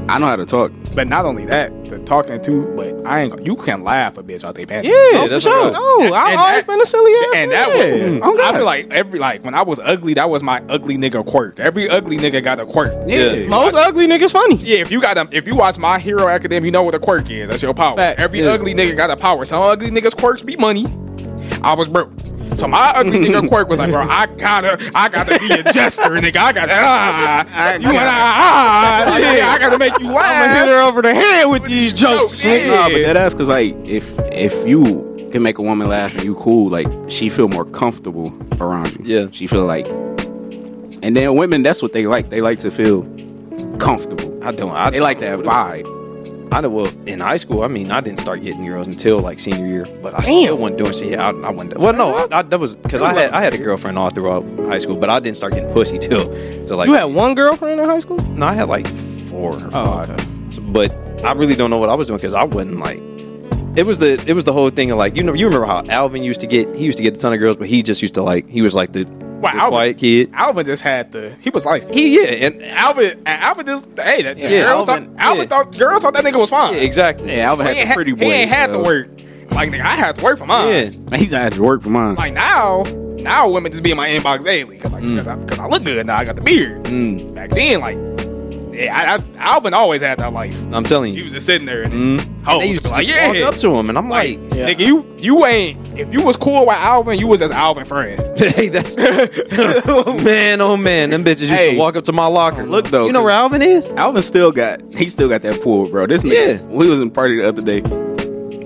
S4: I know how to talk.
S1: But not only that, the talking too. But I ain't. gonna- You can laugh a bitch out they pants.
S2: yeah, for
S3: that's
S2: sure.
S3: what I-
S2: No, I've
S1: and
S2: always
S1: that-
S2: been a silly ass.
S1: And
S2: nigga.
S1: that was, mm-hmm.
S4: Oh, God.
S1: I feel like every like when I was ugly, that was my ugly nigga quirk. Every ugly nigga got a quirk.
S3: Yeah.
S2: most ugly niggas funny.
S1: Yeah, if you got a, if you watch My Hero Academia, you know what a quirk is. That's your power.
S2: Facts,
S1: Every
S2: yeah.
S1: ugly nigga got a power. Some ugly niggas quirks be money. I was broke. So my ugly nigga quirk was like, bro, I gotta, I gotta be a jester, nigga. I gotta, ah, you and ah, ah, yeah, I gotta make you
S2: I'ma hit
S1: laugh.
S2: her over the head with these jokes.
S1: yeah.
S2: nigga.
S4: Nah, but that ass because like if if you can make a woman laugh and you cool, like she feel more comfortable around you.
S3: Yeah.
S4: she feel like. And then women, that's what they like. They like to feel comfortable.
S3: I don't. I,
S4: They like that vibe.
S3: I know. Well, in high school, I mean, I didn't start getting girls until like senior year, but I still wasn't doing shit. I, I wasn't. Well, no, I, I, that was because I had I had a girlfriend all throughout high school, but I didn't start getting pussy till till like
S2: You had one girlfriend in high school?
S3: no, I had like four
S1: Oh,
S3: or five.
S2: okay.
S3: So- but I really don't know what I was doing because I wasn't like. It was the it was the whole thing of like you know you remember how Alvin used to get he used to get a ton of girls but he just used to like he was like the,
S1: Wow,
S3: the
S1: Alvin-
S3: quiet kid
S1: Alvin just had the, he was like,
S3: he yeah and
S1: Alvin, and Alvin just, hey, that,
S4: Yeah,
S1: girls
S4: Alvin-
S1: thought, Alvin
S3: yeah.
S1: thought, girls thought that nigga was fine.
S3: yeah, exactly
S4: Yeah, Alvin
S1: He
S4: had
S1: ain't
S4: the pretty
S1: ha-
S4: boy.
S1: He ain't had to
S4: uh,
S1: work. Like nigga, I had to work for mine.
S3: yeah
S4: He's not had to work for mine.
S1: Like now, now women just be in my inbox daily because like, 'cause I, 'cause I look good now. I got the beard.
S3: Mm.
S1: Back then, like, yeah, I, I, Alvin always had that life.
S3: I'm telling
S1: He
S3: you
S1: was just sitting there and
S3: Mm.
S1: hoes
S3: they used
S1: be
S3: to
S1: like,
S3: just
S1: yeah,
S3: walk up to him and I'm like
S1: like,
S2: Yeah.
S1: nigga, you you ain't. If you was cool with Alvin, you was just Alvin friend.
S3: hey that's man oh man them bitches used
S4: Hey.
S3: to walk up to my locker
S4: Look, though,
S3: you know where Alvin is
S4: Alvin still got he still got that pool, bro. This nigga,
S3: Yeah.
S4: we was in party the other day. I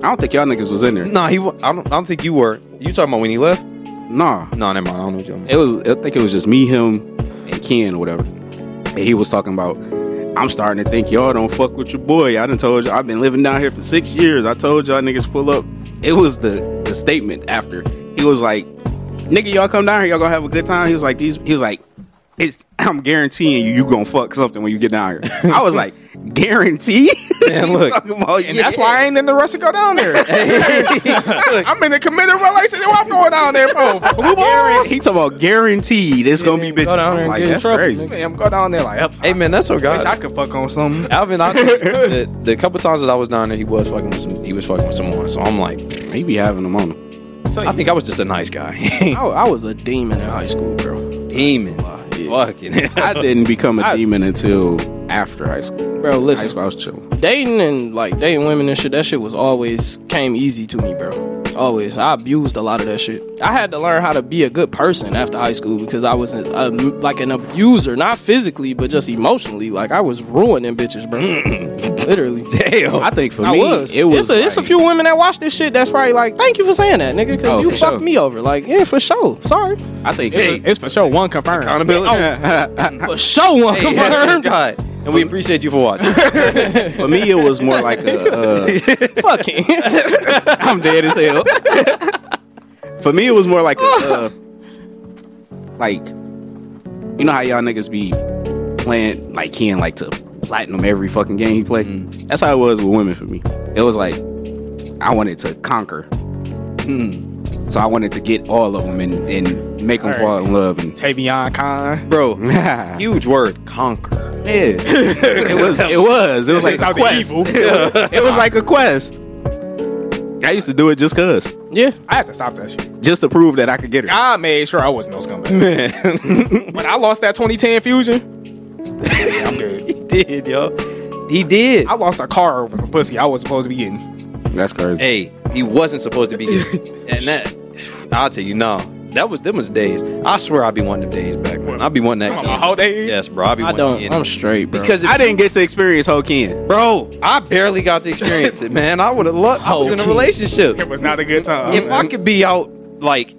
S4: don't think y'all niggas was in there.
S3: nah he wa- I don't I don't think you were you talking about when he left
S4: Nah,
S3: no never mind I don't know what you mean
S4: It was. I think it was just me, him, and Ken or whatever. And he was talking about. I'm starting to think y'all don't fuck with your boy. I done told you I've been living down here for six years. I told y'all niggas pull up. It was the the statement after he was like, "Nigga, y'all come down here. Y'all gonna have a good time." He was like, "These." He was like, it's, "I'm guaranteeing you, you gonna fuck something when you get down here." I was like, "Guarantee."
S3: And look,
S1: And that's why I ain't in the rush to go down there. I'm in the committed relationship. What I'm going down there for? For Blue balls?
S4: He talking about guaranteed it's gonna be
S2: Go
S4: bitches.
S2: down there and
S4: I'm like,
S2: get in
S4: that's
S2: trouble,
S4: crazy.
S1: Man, I'm going down there like, up.
S3: hey man, that's what
S1: I wish I
S3: God.
S1: could fuck on something.
S3: Alvin, I, the, the couple times that I was down there, he was fucking with some. He was fucking with someone. So I'm like,
S4: He be having them on him.
S1: So
S3: I think I was just a nice guy.
S2: I, I was a demon in high school, bro.
S3: Demon, fucking.
S4: I didn't become a
S2: I-
S4: demon until after high school.
S2: Bro,
S4: High
S2: listen,
S4: school, I was chilling.
S2: dating and like dating women and shit, that shit was always came easy to me, bro. Always, I abused a lot of that shit. I had to learn how to be a good person after high school because I was a, a- like an abuser, not physically, but just emotionally. Like I was ruining bitches, bro. Literally.
S3: Damn.
S4: I think for
S2: I
S4: me,
S2: was.
S4: it
S2: It's
S4: was.
S2: a, it's a
S4: like-
S2: few women that watch this shit. That's probably like, thank you for saying that, nigga, because
S4: Oh,
S2: you
S4: for
S2: fucked
S4: sure.
S2: me over. Like, yeah, for sure. Sorry,
S4: I think.
S1: It's, it's for sure one confirmed. Oh,
S2: for sure. One
S3: Hey, yes,
S2: confirmed.
S3: God. And we appreciate you for watching.
S4: For me, it was more like a. Uh,
S2: Fucking.
S4: I'm dead as hell. For me, it was more like a. Uh, like, you know how y'all niggas be playing like Ken like to platinum every fucking game he played. That's how it was with women for me. It was like I wanted to conquer. So I wanted to get all of them and, and make them
S1: Alright.
S4: fall in love and
S1: Tavion Khan.
S3: Bro,
S4: yeah.
S3: huge word, conquer.
S4: It was it was it was like
S1: It's out
S4: a
S1: the
S4: quest.
S1: evil.
S4: It was like a quest. I used to do it just cuz,
S2: yeah.
S1: I had to stop that shit.
S4: just to prove that I could get her.
S1: I made sure I wasn't no scumbag. when I lost that 2010 Fusion, yeah, I'm good.
S3: He did, yo. He did.
S1: I lost a car over some pussy I was supposed to be getting.
S4: That's crazy.
S3: Hey, he wasn't supposed to be getting And that, I'll tell you, no. That was them was days. I swear I'd be wanting them days back, man. I'd be wanting that.
S1: Come on, my whole days?
S3: Yes, bro. I'd be
S2: I
S3: wanting
S2: don't.
S3: it.
S2: I'm straight, bro.
S3: Because if
S4: I didn't get to experience Hokin.
S3: Bro, I barely got to experience it, man. I would have loved. I was in a
S2: Okay.
S3: relationship.
S1: It was not a good time.
S3: If I could be out like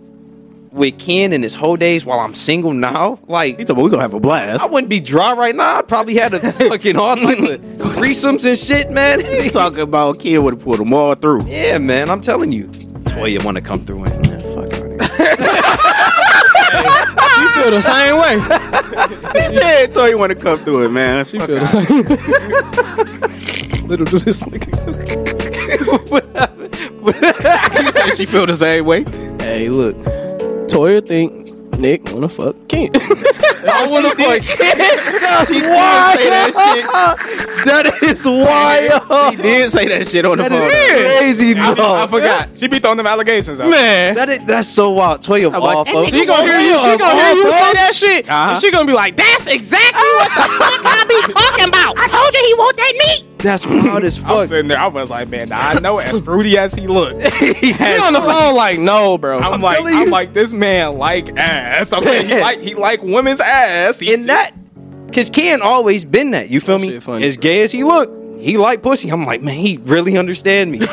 S3: with Ken in his whole days while I'm single now, like
S4: He told me we gonna have a blast.
S3: I wouldn't be dry right now. I'd probably had a fucking all type of threesomes and shit, man.
S4: He's talking about kid would have pulled them all through.
S3: yeah, man. I'm telling you, Toya want to come through and man, fuck out of here.
S2: you feel the same way.
S4: He said Toy want to come through it, man. She
S2: feel the same. Little do this nigga.
S4: you say she feel the same way.
S2: Hey, look, Toya think Nick wanna fuck Ken.
S4: I want to fuck Ken. That's why say that shit. That is why she did say that shit on the phone.
S3: Oh. Crazy
S1: I, be- I
S3: dog.
S1: forgot. She be throwing them allegations out.
S3: That is, that's so wild. Toya of all folks.
S2: she gonna hear you. She gonna hear you say that shit.
S1: Uh-huh.
S2: And she gonna be like, "That's exactly what the fuck I be talking about." I told you he want that meat.
S3: That's wild as
S1: I was
S3: fuck.
S1: sitting there. I was like, man, nah, I know as fruity as he looked.
S2: She on the phone like, "No, bro."
S1: I'm,
S3: I'm
S1: like,
S3: telling
S1: I'm
S3: you.
S1: like, this man like ass. I'm like, he
S3: Yeah.
S1: like he like women's ass. He
S3: In that, because Ken always been that. You feel
S2: That
S3: me?
S2: shit funny,
S3: as
S2: bro.
S3: gay as he look, he like pussy. I'm like, man, he really understand me.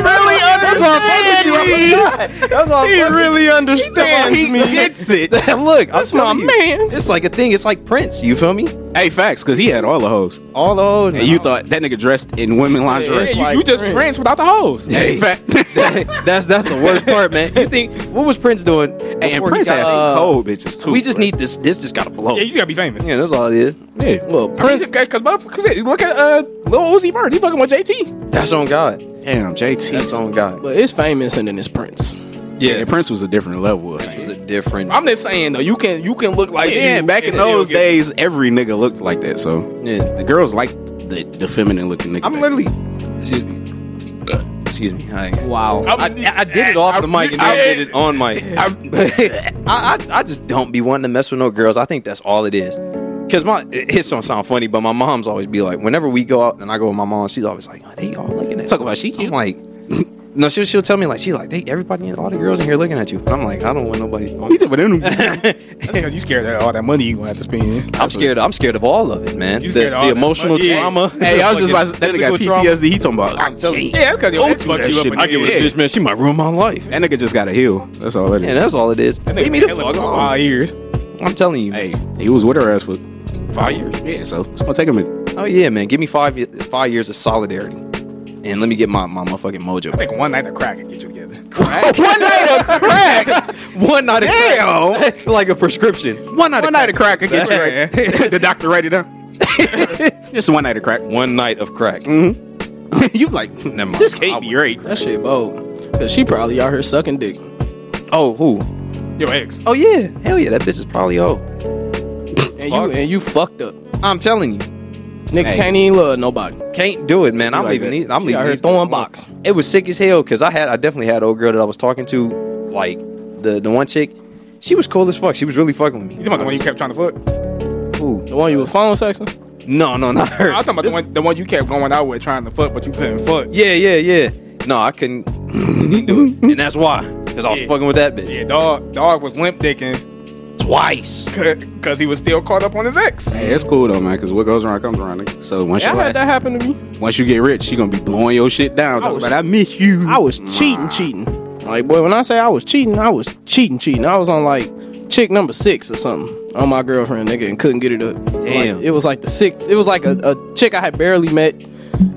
S2: really
S3: That's all.
S2: He really understands
S4: He
S2: me.
S4: gets it.
S3: Look,
S2: That's
S3: I'm
S2: my
S3: telling you,
S2: man's.
S3: It's like a thing. It's like Prince. You feel me?
S4: Hey, facts, because he had all the hoes.
S3: All the old.
S4: And you thought that nigga dressed in women lingerie.
S2: it's
S1: you,
S2: like
S1: you just
S2: Prince.
S1: Prince without the hoes.
S4: Hey, fact.
S3: that's that's the worst part, man. You think what was Prince doing?
S4: Hey, and
S3: before he
S4: Prince
S3: got-
S4: had
S3: Uh,
S4: some cold bitches too.
S3: we just
S4: bro.
S3: need this. This just gotta blow.
S1: Yeah, you just gotta be famous.
S3: Yeah, that's all it is.
S2: Well,
S1: Prince, because look at uh, Lil Uzi Vert. He fucking with JT.
S3: That's on God.
S4: Damn, JT.
S3: That's on God.
S2: but it's famous and then it's Prince.
S4: yeah. Prince was a different level. Of
S3: It was a different.
S1: I'm just saying though, you can you can look like
S4: yeah,
S1: you
S4: back in
S1: and still
S4: those
S1: get-
S4: days, every nigga looked like that. So
S3: yeah.
S4: the girls liked the, the feminine looking nigga.
S3: I'm
S4: back
S3: literally. Excuse me. Excuse me. I,
S2: Wow.
S1: I'm-
S3: I, I did it off the mic and then I did it on mic. I, I I just don't be wanting to mess with no girls. I think that's all it is. Cause my it's gonna sound funny, but my mom's always be like, whenever we go out and I go with my mom, she's always like, oh, they all looking at.
S4: Talk about she cute.
S3: I'm like, no, she'll she'll tell me like she's like, they everybody, all the girls in here looking at you. And I'm like, I don't want nobody.
S4: then. He did with them.
S1: That's because you scared of all that money you gonna have to spend.
S3: I'm scared. I'm scared of all of it, man.
S1: You
S3: The,
S1: scared of all
S3: the
S1: that
S3: emotional
S1: money. Yeah.
S3: trauma.
S4: hey, I was just about to
S3: fucking
S4: say, that nigga got
S3: physical trauma.
S4: PTSD. He talking about, I
S3: I'm telling you.
S4: can't.
S1: Yeah, that's because your
S4: Don't
S1: ex
S4: do
S1: fucks
S4: that
S1: you up.
S4: shit.
S1: in
S4: I
S1: the
S4: get with
S1: head.
S3: This man, she might ruin my life.
S4: That nigga just got a heel. That's all that is.
S3: And that's all it is.
S1: That nigga
S3: Leave me the
S1: been
S3: fuck
S1: killing for
S3: alone.
S1: Five years.
S3: I'm telling you.
S4: Hey, he was with her ass for
S3: five years.
S4: yeah. So it's gonna take a minute.
S3: Oh yeah, man. Give me five ye- five years of solidarity, and let me get my my motherfucking mojo.
S1: I
S3: back.
S1: think one night of crack can get you together.
S4: One night of crack.
S3: One night of crack. like a prescription.
S4: One night, one night of crack, I get you right. the doctor write it down. Just one night of crack.
S3: One night of crack.
S4: you like
S3: Never mind.
S4: this can't be right.
S2: That shit bold. Cause she probably out here sucking dick.
S3: Oh, who?
S1: Your ex.
S3: Oh yeah, hell yeah, that bitch is probably old.
S2: And you and you fucked up.
S3: I'm telling you,
S2: Nigga can't even love nobody.
S3: can't do it, man. I'm
S4: like
S3: leaving.
S4: that.
S3: these- I'm
S2: She
S3: leaving.
S2: out here
S3: these-
S2: throwing box.
S3: It was sick as hell because I had, I definitely had an old girl that I was talking to, like the the one chick. She was cool as fuck. She was really fucking with me.
S1: You talking about the one you kept trying to fuck?
S2: The one you was phone sexing?
S3: No, no, not her.
S1: I was talking about
S3: This-
S1: the one, the one you kept going out with trying to fuck, but you couldn't fuck.
S3: Yeah, yeah, yeah. No, I couldn't couldn't do it, and that's why because I was
S1: Yeah.
S3: fucking with that bitch
S1: Yeah, dog. Dog was limp dicking
S3: twice.
S1: because he was still caught up on his ex.
S4: Hey, it's cool though, man, because what goes around comes around. Nigga. So once
S2: Yeah,
S4: you
S2: I had that happen to me.
S4: once you get rich, she gonna be blowing your shit down. Talking
S2: was-
S4: about I miss you.
S2: I was cheating, cheating. Like, boy, when I say I was cheating, I was cheating, cheating. I was on like chick number six or something on my girlfriend, nigga, and couldn't get it up.
S3: Damn.
S2: Like, it was like the sixth. It was like a, a chick I had barely met,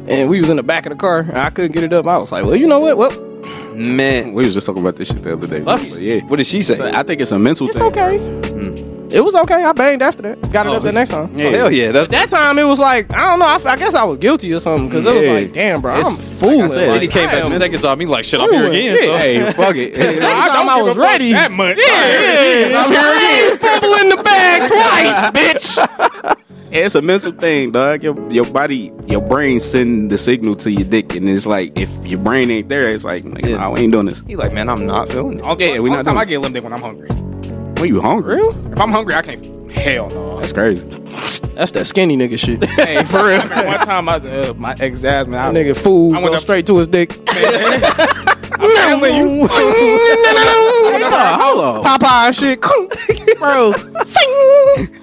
S2: and we was in the back of the car, and I couldn't get it up. I was like, well, you know what? Well,
S3: Man,
S4: We was just talking about this shit the other day.
S2: Fuck
S4: But
S2: it.
S4: yeah,
S3: what did she say?
S4: So I think it's a mental
S2: it's
S4: thing.
S2: okay. It was okay. I banged after that. Got it up the next time.
S3: Oh, hell yeah, that's
S2: That time it was like I don't know. I, f- I guess I was guilty or something because it was
S4: Yeah.
S2: like, damn, bro, I'm
S4: It's-
S2: fooling.
S4: like I said,
S2: Like,
S4: it's-
S2: I am-
S3: second time. He like shit.
S2: I'm here again, so.
S4: Hey, fuck it.
S2: Second time I, was ready.
S1: That much.
S2: Yeah, I ain't fumbling the bag twice.
S4: it's a mental thing, dog. Your, your body, your brain sending the signal to your dick, and it's like if your brain ain't there, it's like, nigga,
S3: Yeah.
S4: nah, we ain't doing this.
S3: He like, man, I'm not feeling it.
S1: Okay, we
S4: Yeah, we
S1: not
S4: not
S1: time
S4: doing
S1: I
S4: it.
S1: get limp dick when I'm hungry.
S4: When you hungry?
S1: If I'm hungry, I can't. Hell no.
S4: That's crazy.
S2: That's that skinny nigga shit. That
S1: Hey, for real. I remember one time, I, uh, my ex Jasmine, I,
S2: nigga fool
S1: I went
S2: go
S1: up-
S2: straight to his dick.
S4: Oh. Hello,
S2: Popeye shit.
S4: bro.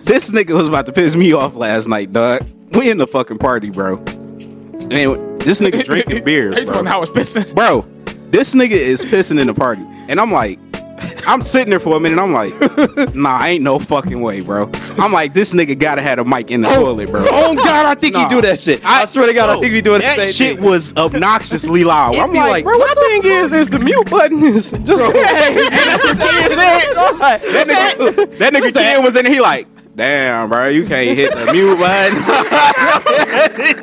S4: this nigga was about to piss me off last night, dog. We in the fucking party, bro. Man, this nigga drinking beers,
S1: Are you talking
S4: bro.
S1: how I was pissing?
S4: bro, this nigga is pissing in the party. And I'm like, I'm sitting there for a minute. I'm like, nah, ain't no fucking way, bro. I'm like, this nigga gotta had a mic in the toilet, bro.
S3: Oh God, I think
S4: Nah.
S3: he do that shit. I, swear to God, I
S4: Bro,
S3: think he doing the
S4: that
S3: same
S4: shit
S3: thing.
S4: was obnoxiously loud. I'm
S3: be
S4: like,
S3: like,
S4: bro,
S2: My thing is, is the mute button is just.
S4: that's what kid said. That nigga, that nigga kid was in. there, He like, damn, bro, you can't hit the mute button.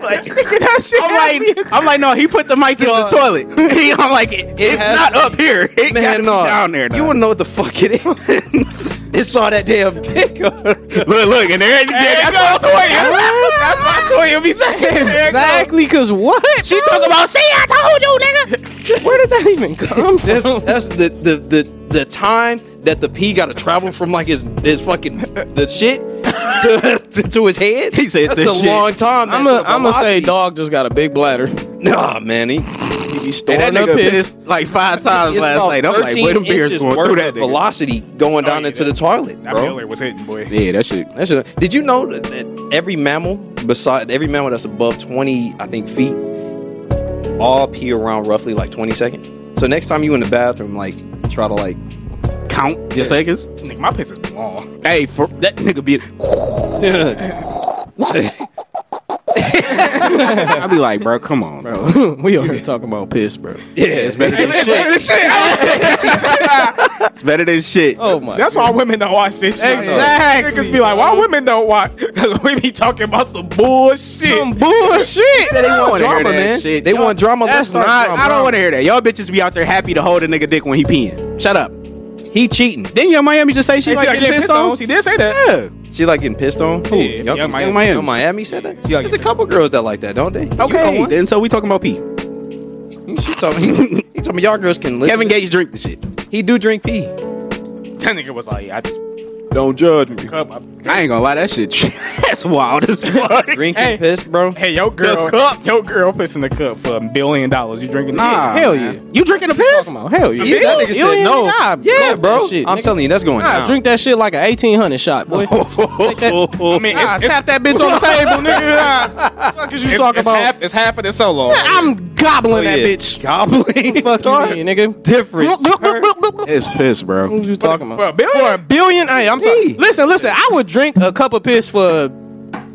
S4: I'm like, I'm like, no, he put the mic in the toilet. He, I'm like, it, it's
S3: has
S4: not up here. It
S3: Man,
S4: man,
S3: no,
S4: down there.
S3: You
S4: dog.
S3: wouldn't know what the fuck it is. it's all that damn dick.
S4: look, look, and there, there that's my toy. That's my toy. You'll be saying
S2: Exactly, cause what?
S4: She talk about, see, I told you, nigga.
S2: Where did that even come
S3: that's
S2: from?
S3: that's the, the the the time that the pee got to travel from like his his fucking the shit to, to, to his head.
S4: He said
S3: that's
S4: this
S3: a
S4: shit.
S3: long time. That's
S2: I'm gonna
S3: the
S2: I'm gonna say
S3: velocity.
S2: dog just got a big bladder.
S3: Nah, man, he
S2: He be
S4: And
S2: storing
S4: that
S2: up
S4: nigga
S2: his.
S4: pissed like five times
S3: it's
S4: last
S3: about
S4: night. I'm like,
S3: 13
S4: where them beers
S3: inches
S4: going
S3: worth
S4: through that
S3: of
S4: nigga?
S3: velocity going down
S1: yeah,
S3: into the
S1: that-
S3: toilet,
S1: That
S3: bro.
S1: Miller was hitting, boy.
S4: Yeah, that shit.
S3: That shit- Did you know that, that every mammal beside every mammal that's above twenty, I think, feet, all pee around roughly like twenty seconds. So next time you in the bathroom, like try to like
S4: Count your seconds.
S1: Nigga, my piss is long.
S4: Hey, for that nigga be. I be like, bro, come on, bro.
S2: we over here talking about piss, bro.
S3: yeah, it's better than
S4: It's better than shit.
S2: Oh my.
S1: That's why women don't watch this shit.
S2: Exactly.
S1: Niggas be like, why women don't watch? Because we be talking about some bullshit.
S2: some bullshit.
S4: they
S3: want drama, man. They want drama, let's
S4: That's
S3: start
S4: not.
S3: drama.
S4: I don't want to hear that. Y'all bitches be out there happy to hold a nigga dick when he peeing. Shut up.
S3: He cheating.
S4: Then your Miami just say she
S1: Hey,
S4: like
S1: see, I
S4: getting
S1: get
S4: pissed
S1: pissed on.
S4: on.
S1: She did say that.
S4: Yeah.
S3: She like getting pissed on. Who?
S1: Yeah,
S3: Young,
S1: Young
S3: Young
S1: Miami.
S3: Miami.
S4: Miami.
S3: said that.
S1: She like
S3: There's a couple girls that like that, don't they?
S4: Okay.
S3: You know what?
S4: then so we talking about pee.
S3: She told me. He told me y'all girls can listen.
S4: Kevin Gates drink the shit.
S3: he do drink pee.
S1: That nigga was like, yeah, I just
S3: Don't judge me.
S1: cup. I-
S4: I ain't gonna lie, that shit. That's wild as fuck.
S3: Drinking
S1: Hey.
S3: piss, bro.
S1: Hey, yo, girl,
S4: cup.
S1: yo, girl, pissing the cup for a billion dollars. You drinking?
S4: Nah,
S2: Hell yeah.
S4: You drinking a piss?
S2: Come on, hell yeah.
S3: Yeah, that nigga
S2: You ain't
S3: said no.
S2: even gotta
S3: yeah,
S2: cook
S3: bro.
S2: that shit,
S3: I'm
S2: nigga.
S3: telling you, that's going
S2: Nah,
S3: down.
S2: drink that shit like an 1800 shot, boy.
S4: Oh.
S2: Take that-
S1: I mean,
S2: Nah,
S1: it's, it's,
S2: tap that bitch on the table, nigga. fuck is you
S1: it's,
S2: talking
S1: it's
S2: about?
S1: half, it's half of the solo.
S2: I'm gobbling
S3: Oh,
S2: that
S3: yeah.
S2: bitch.
S3: Gobbling.
S2: Fuck you, mean, nigga.
S3: Different.
S4: It's piss, bro.
S2: What you talking
S1: for
S2: about?
S1: a billion.
S2: For a billion? Hey, I'm sorry. Listen, listen. I would drink a cup of piss for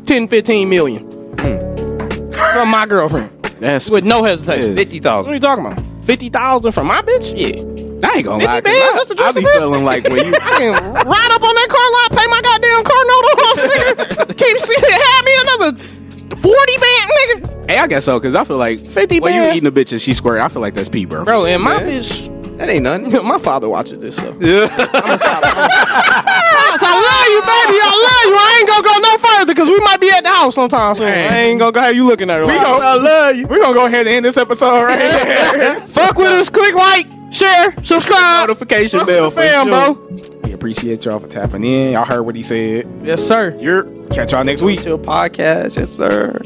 S2: 10, 15 million from my girlfriend
S4: That's
S2: with no hesitation.
S4: Yeah.
S2: What
S3: Fifty thousand.
S2: are you talking about? 50,000 from my bitch? Yeah.
S1: I ain't gonna lie.
S2: 50 bands
S1: Cause
S2: just
S1: I,
S2: to dress
S1: I be
S2: up as-
S1: feeling like when you
S2: I can ride up on that car lot, pay my goddamn car note off, nigga. Keep seeing it, have me another 40 band, nigga.
S4: Hey, I guess so, because I feel like
S2: 50
S4: when you
S2: bands.
S4: eating a bitch and she square, I feel like that's P, bro.
S2: Bro, and my bitch,
S3: That ain't nothing.
S2: my father watches this, so. I'ma stop. I'ma stop. I love you, baby. I love you. I ain't gonna go no further because we might be at the house sometime soon. I ain't gonna go have you looking at her.
S1: we
S2: like-
S1: gonna, I love you. We gonna go ahead and end this episode right here.
S2: Fuck with us. Click like, share, subscribe.
S4: Notification
S2: Fuck with
S4: bell
S2: the
S4: for
S2: fam,
S4: sure.
S2: bro.
S1: we appreciate y'all for tapping in. Y'all heard what he said.
S2: Yes, sir.
S1: You're catch y'all next week.
S3: Chill podcast, yes sir.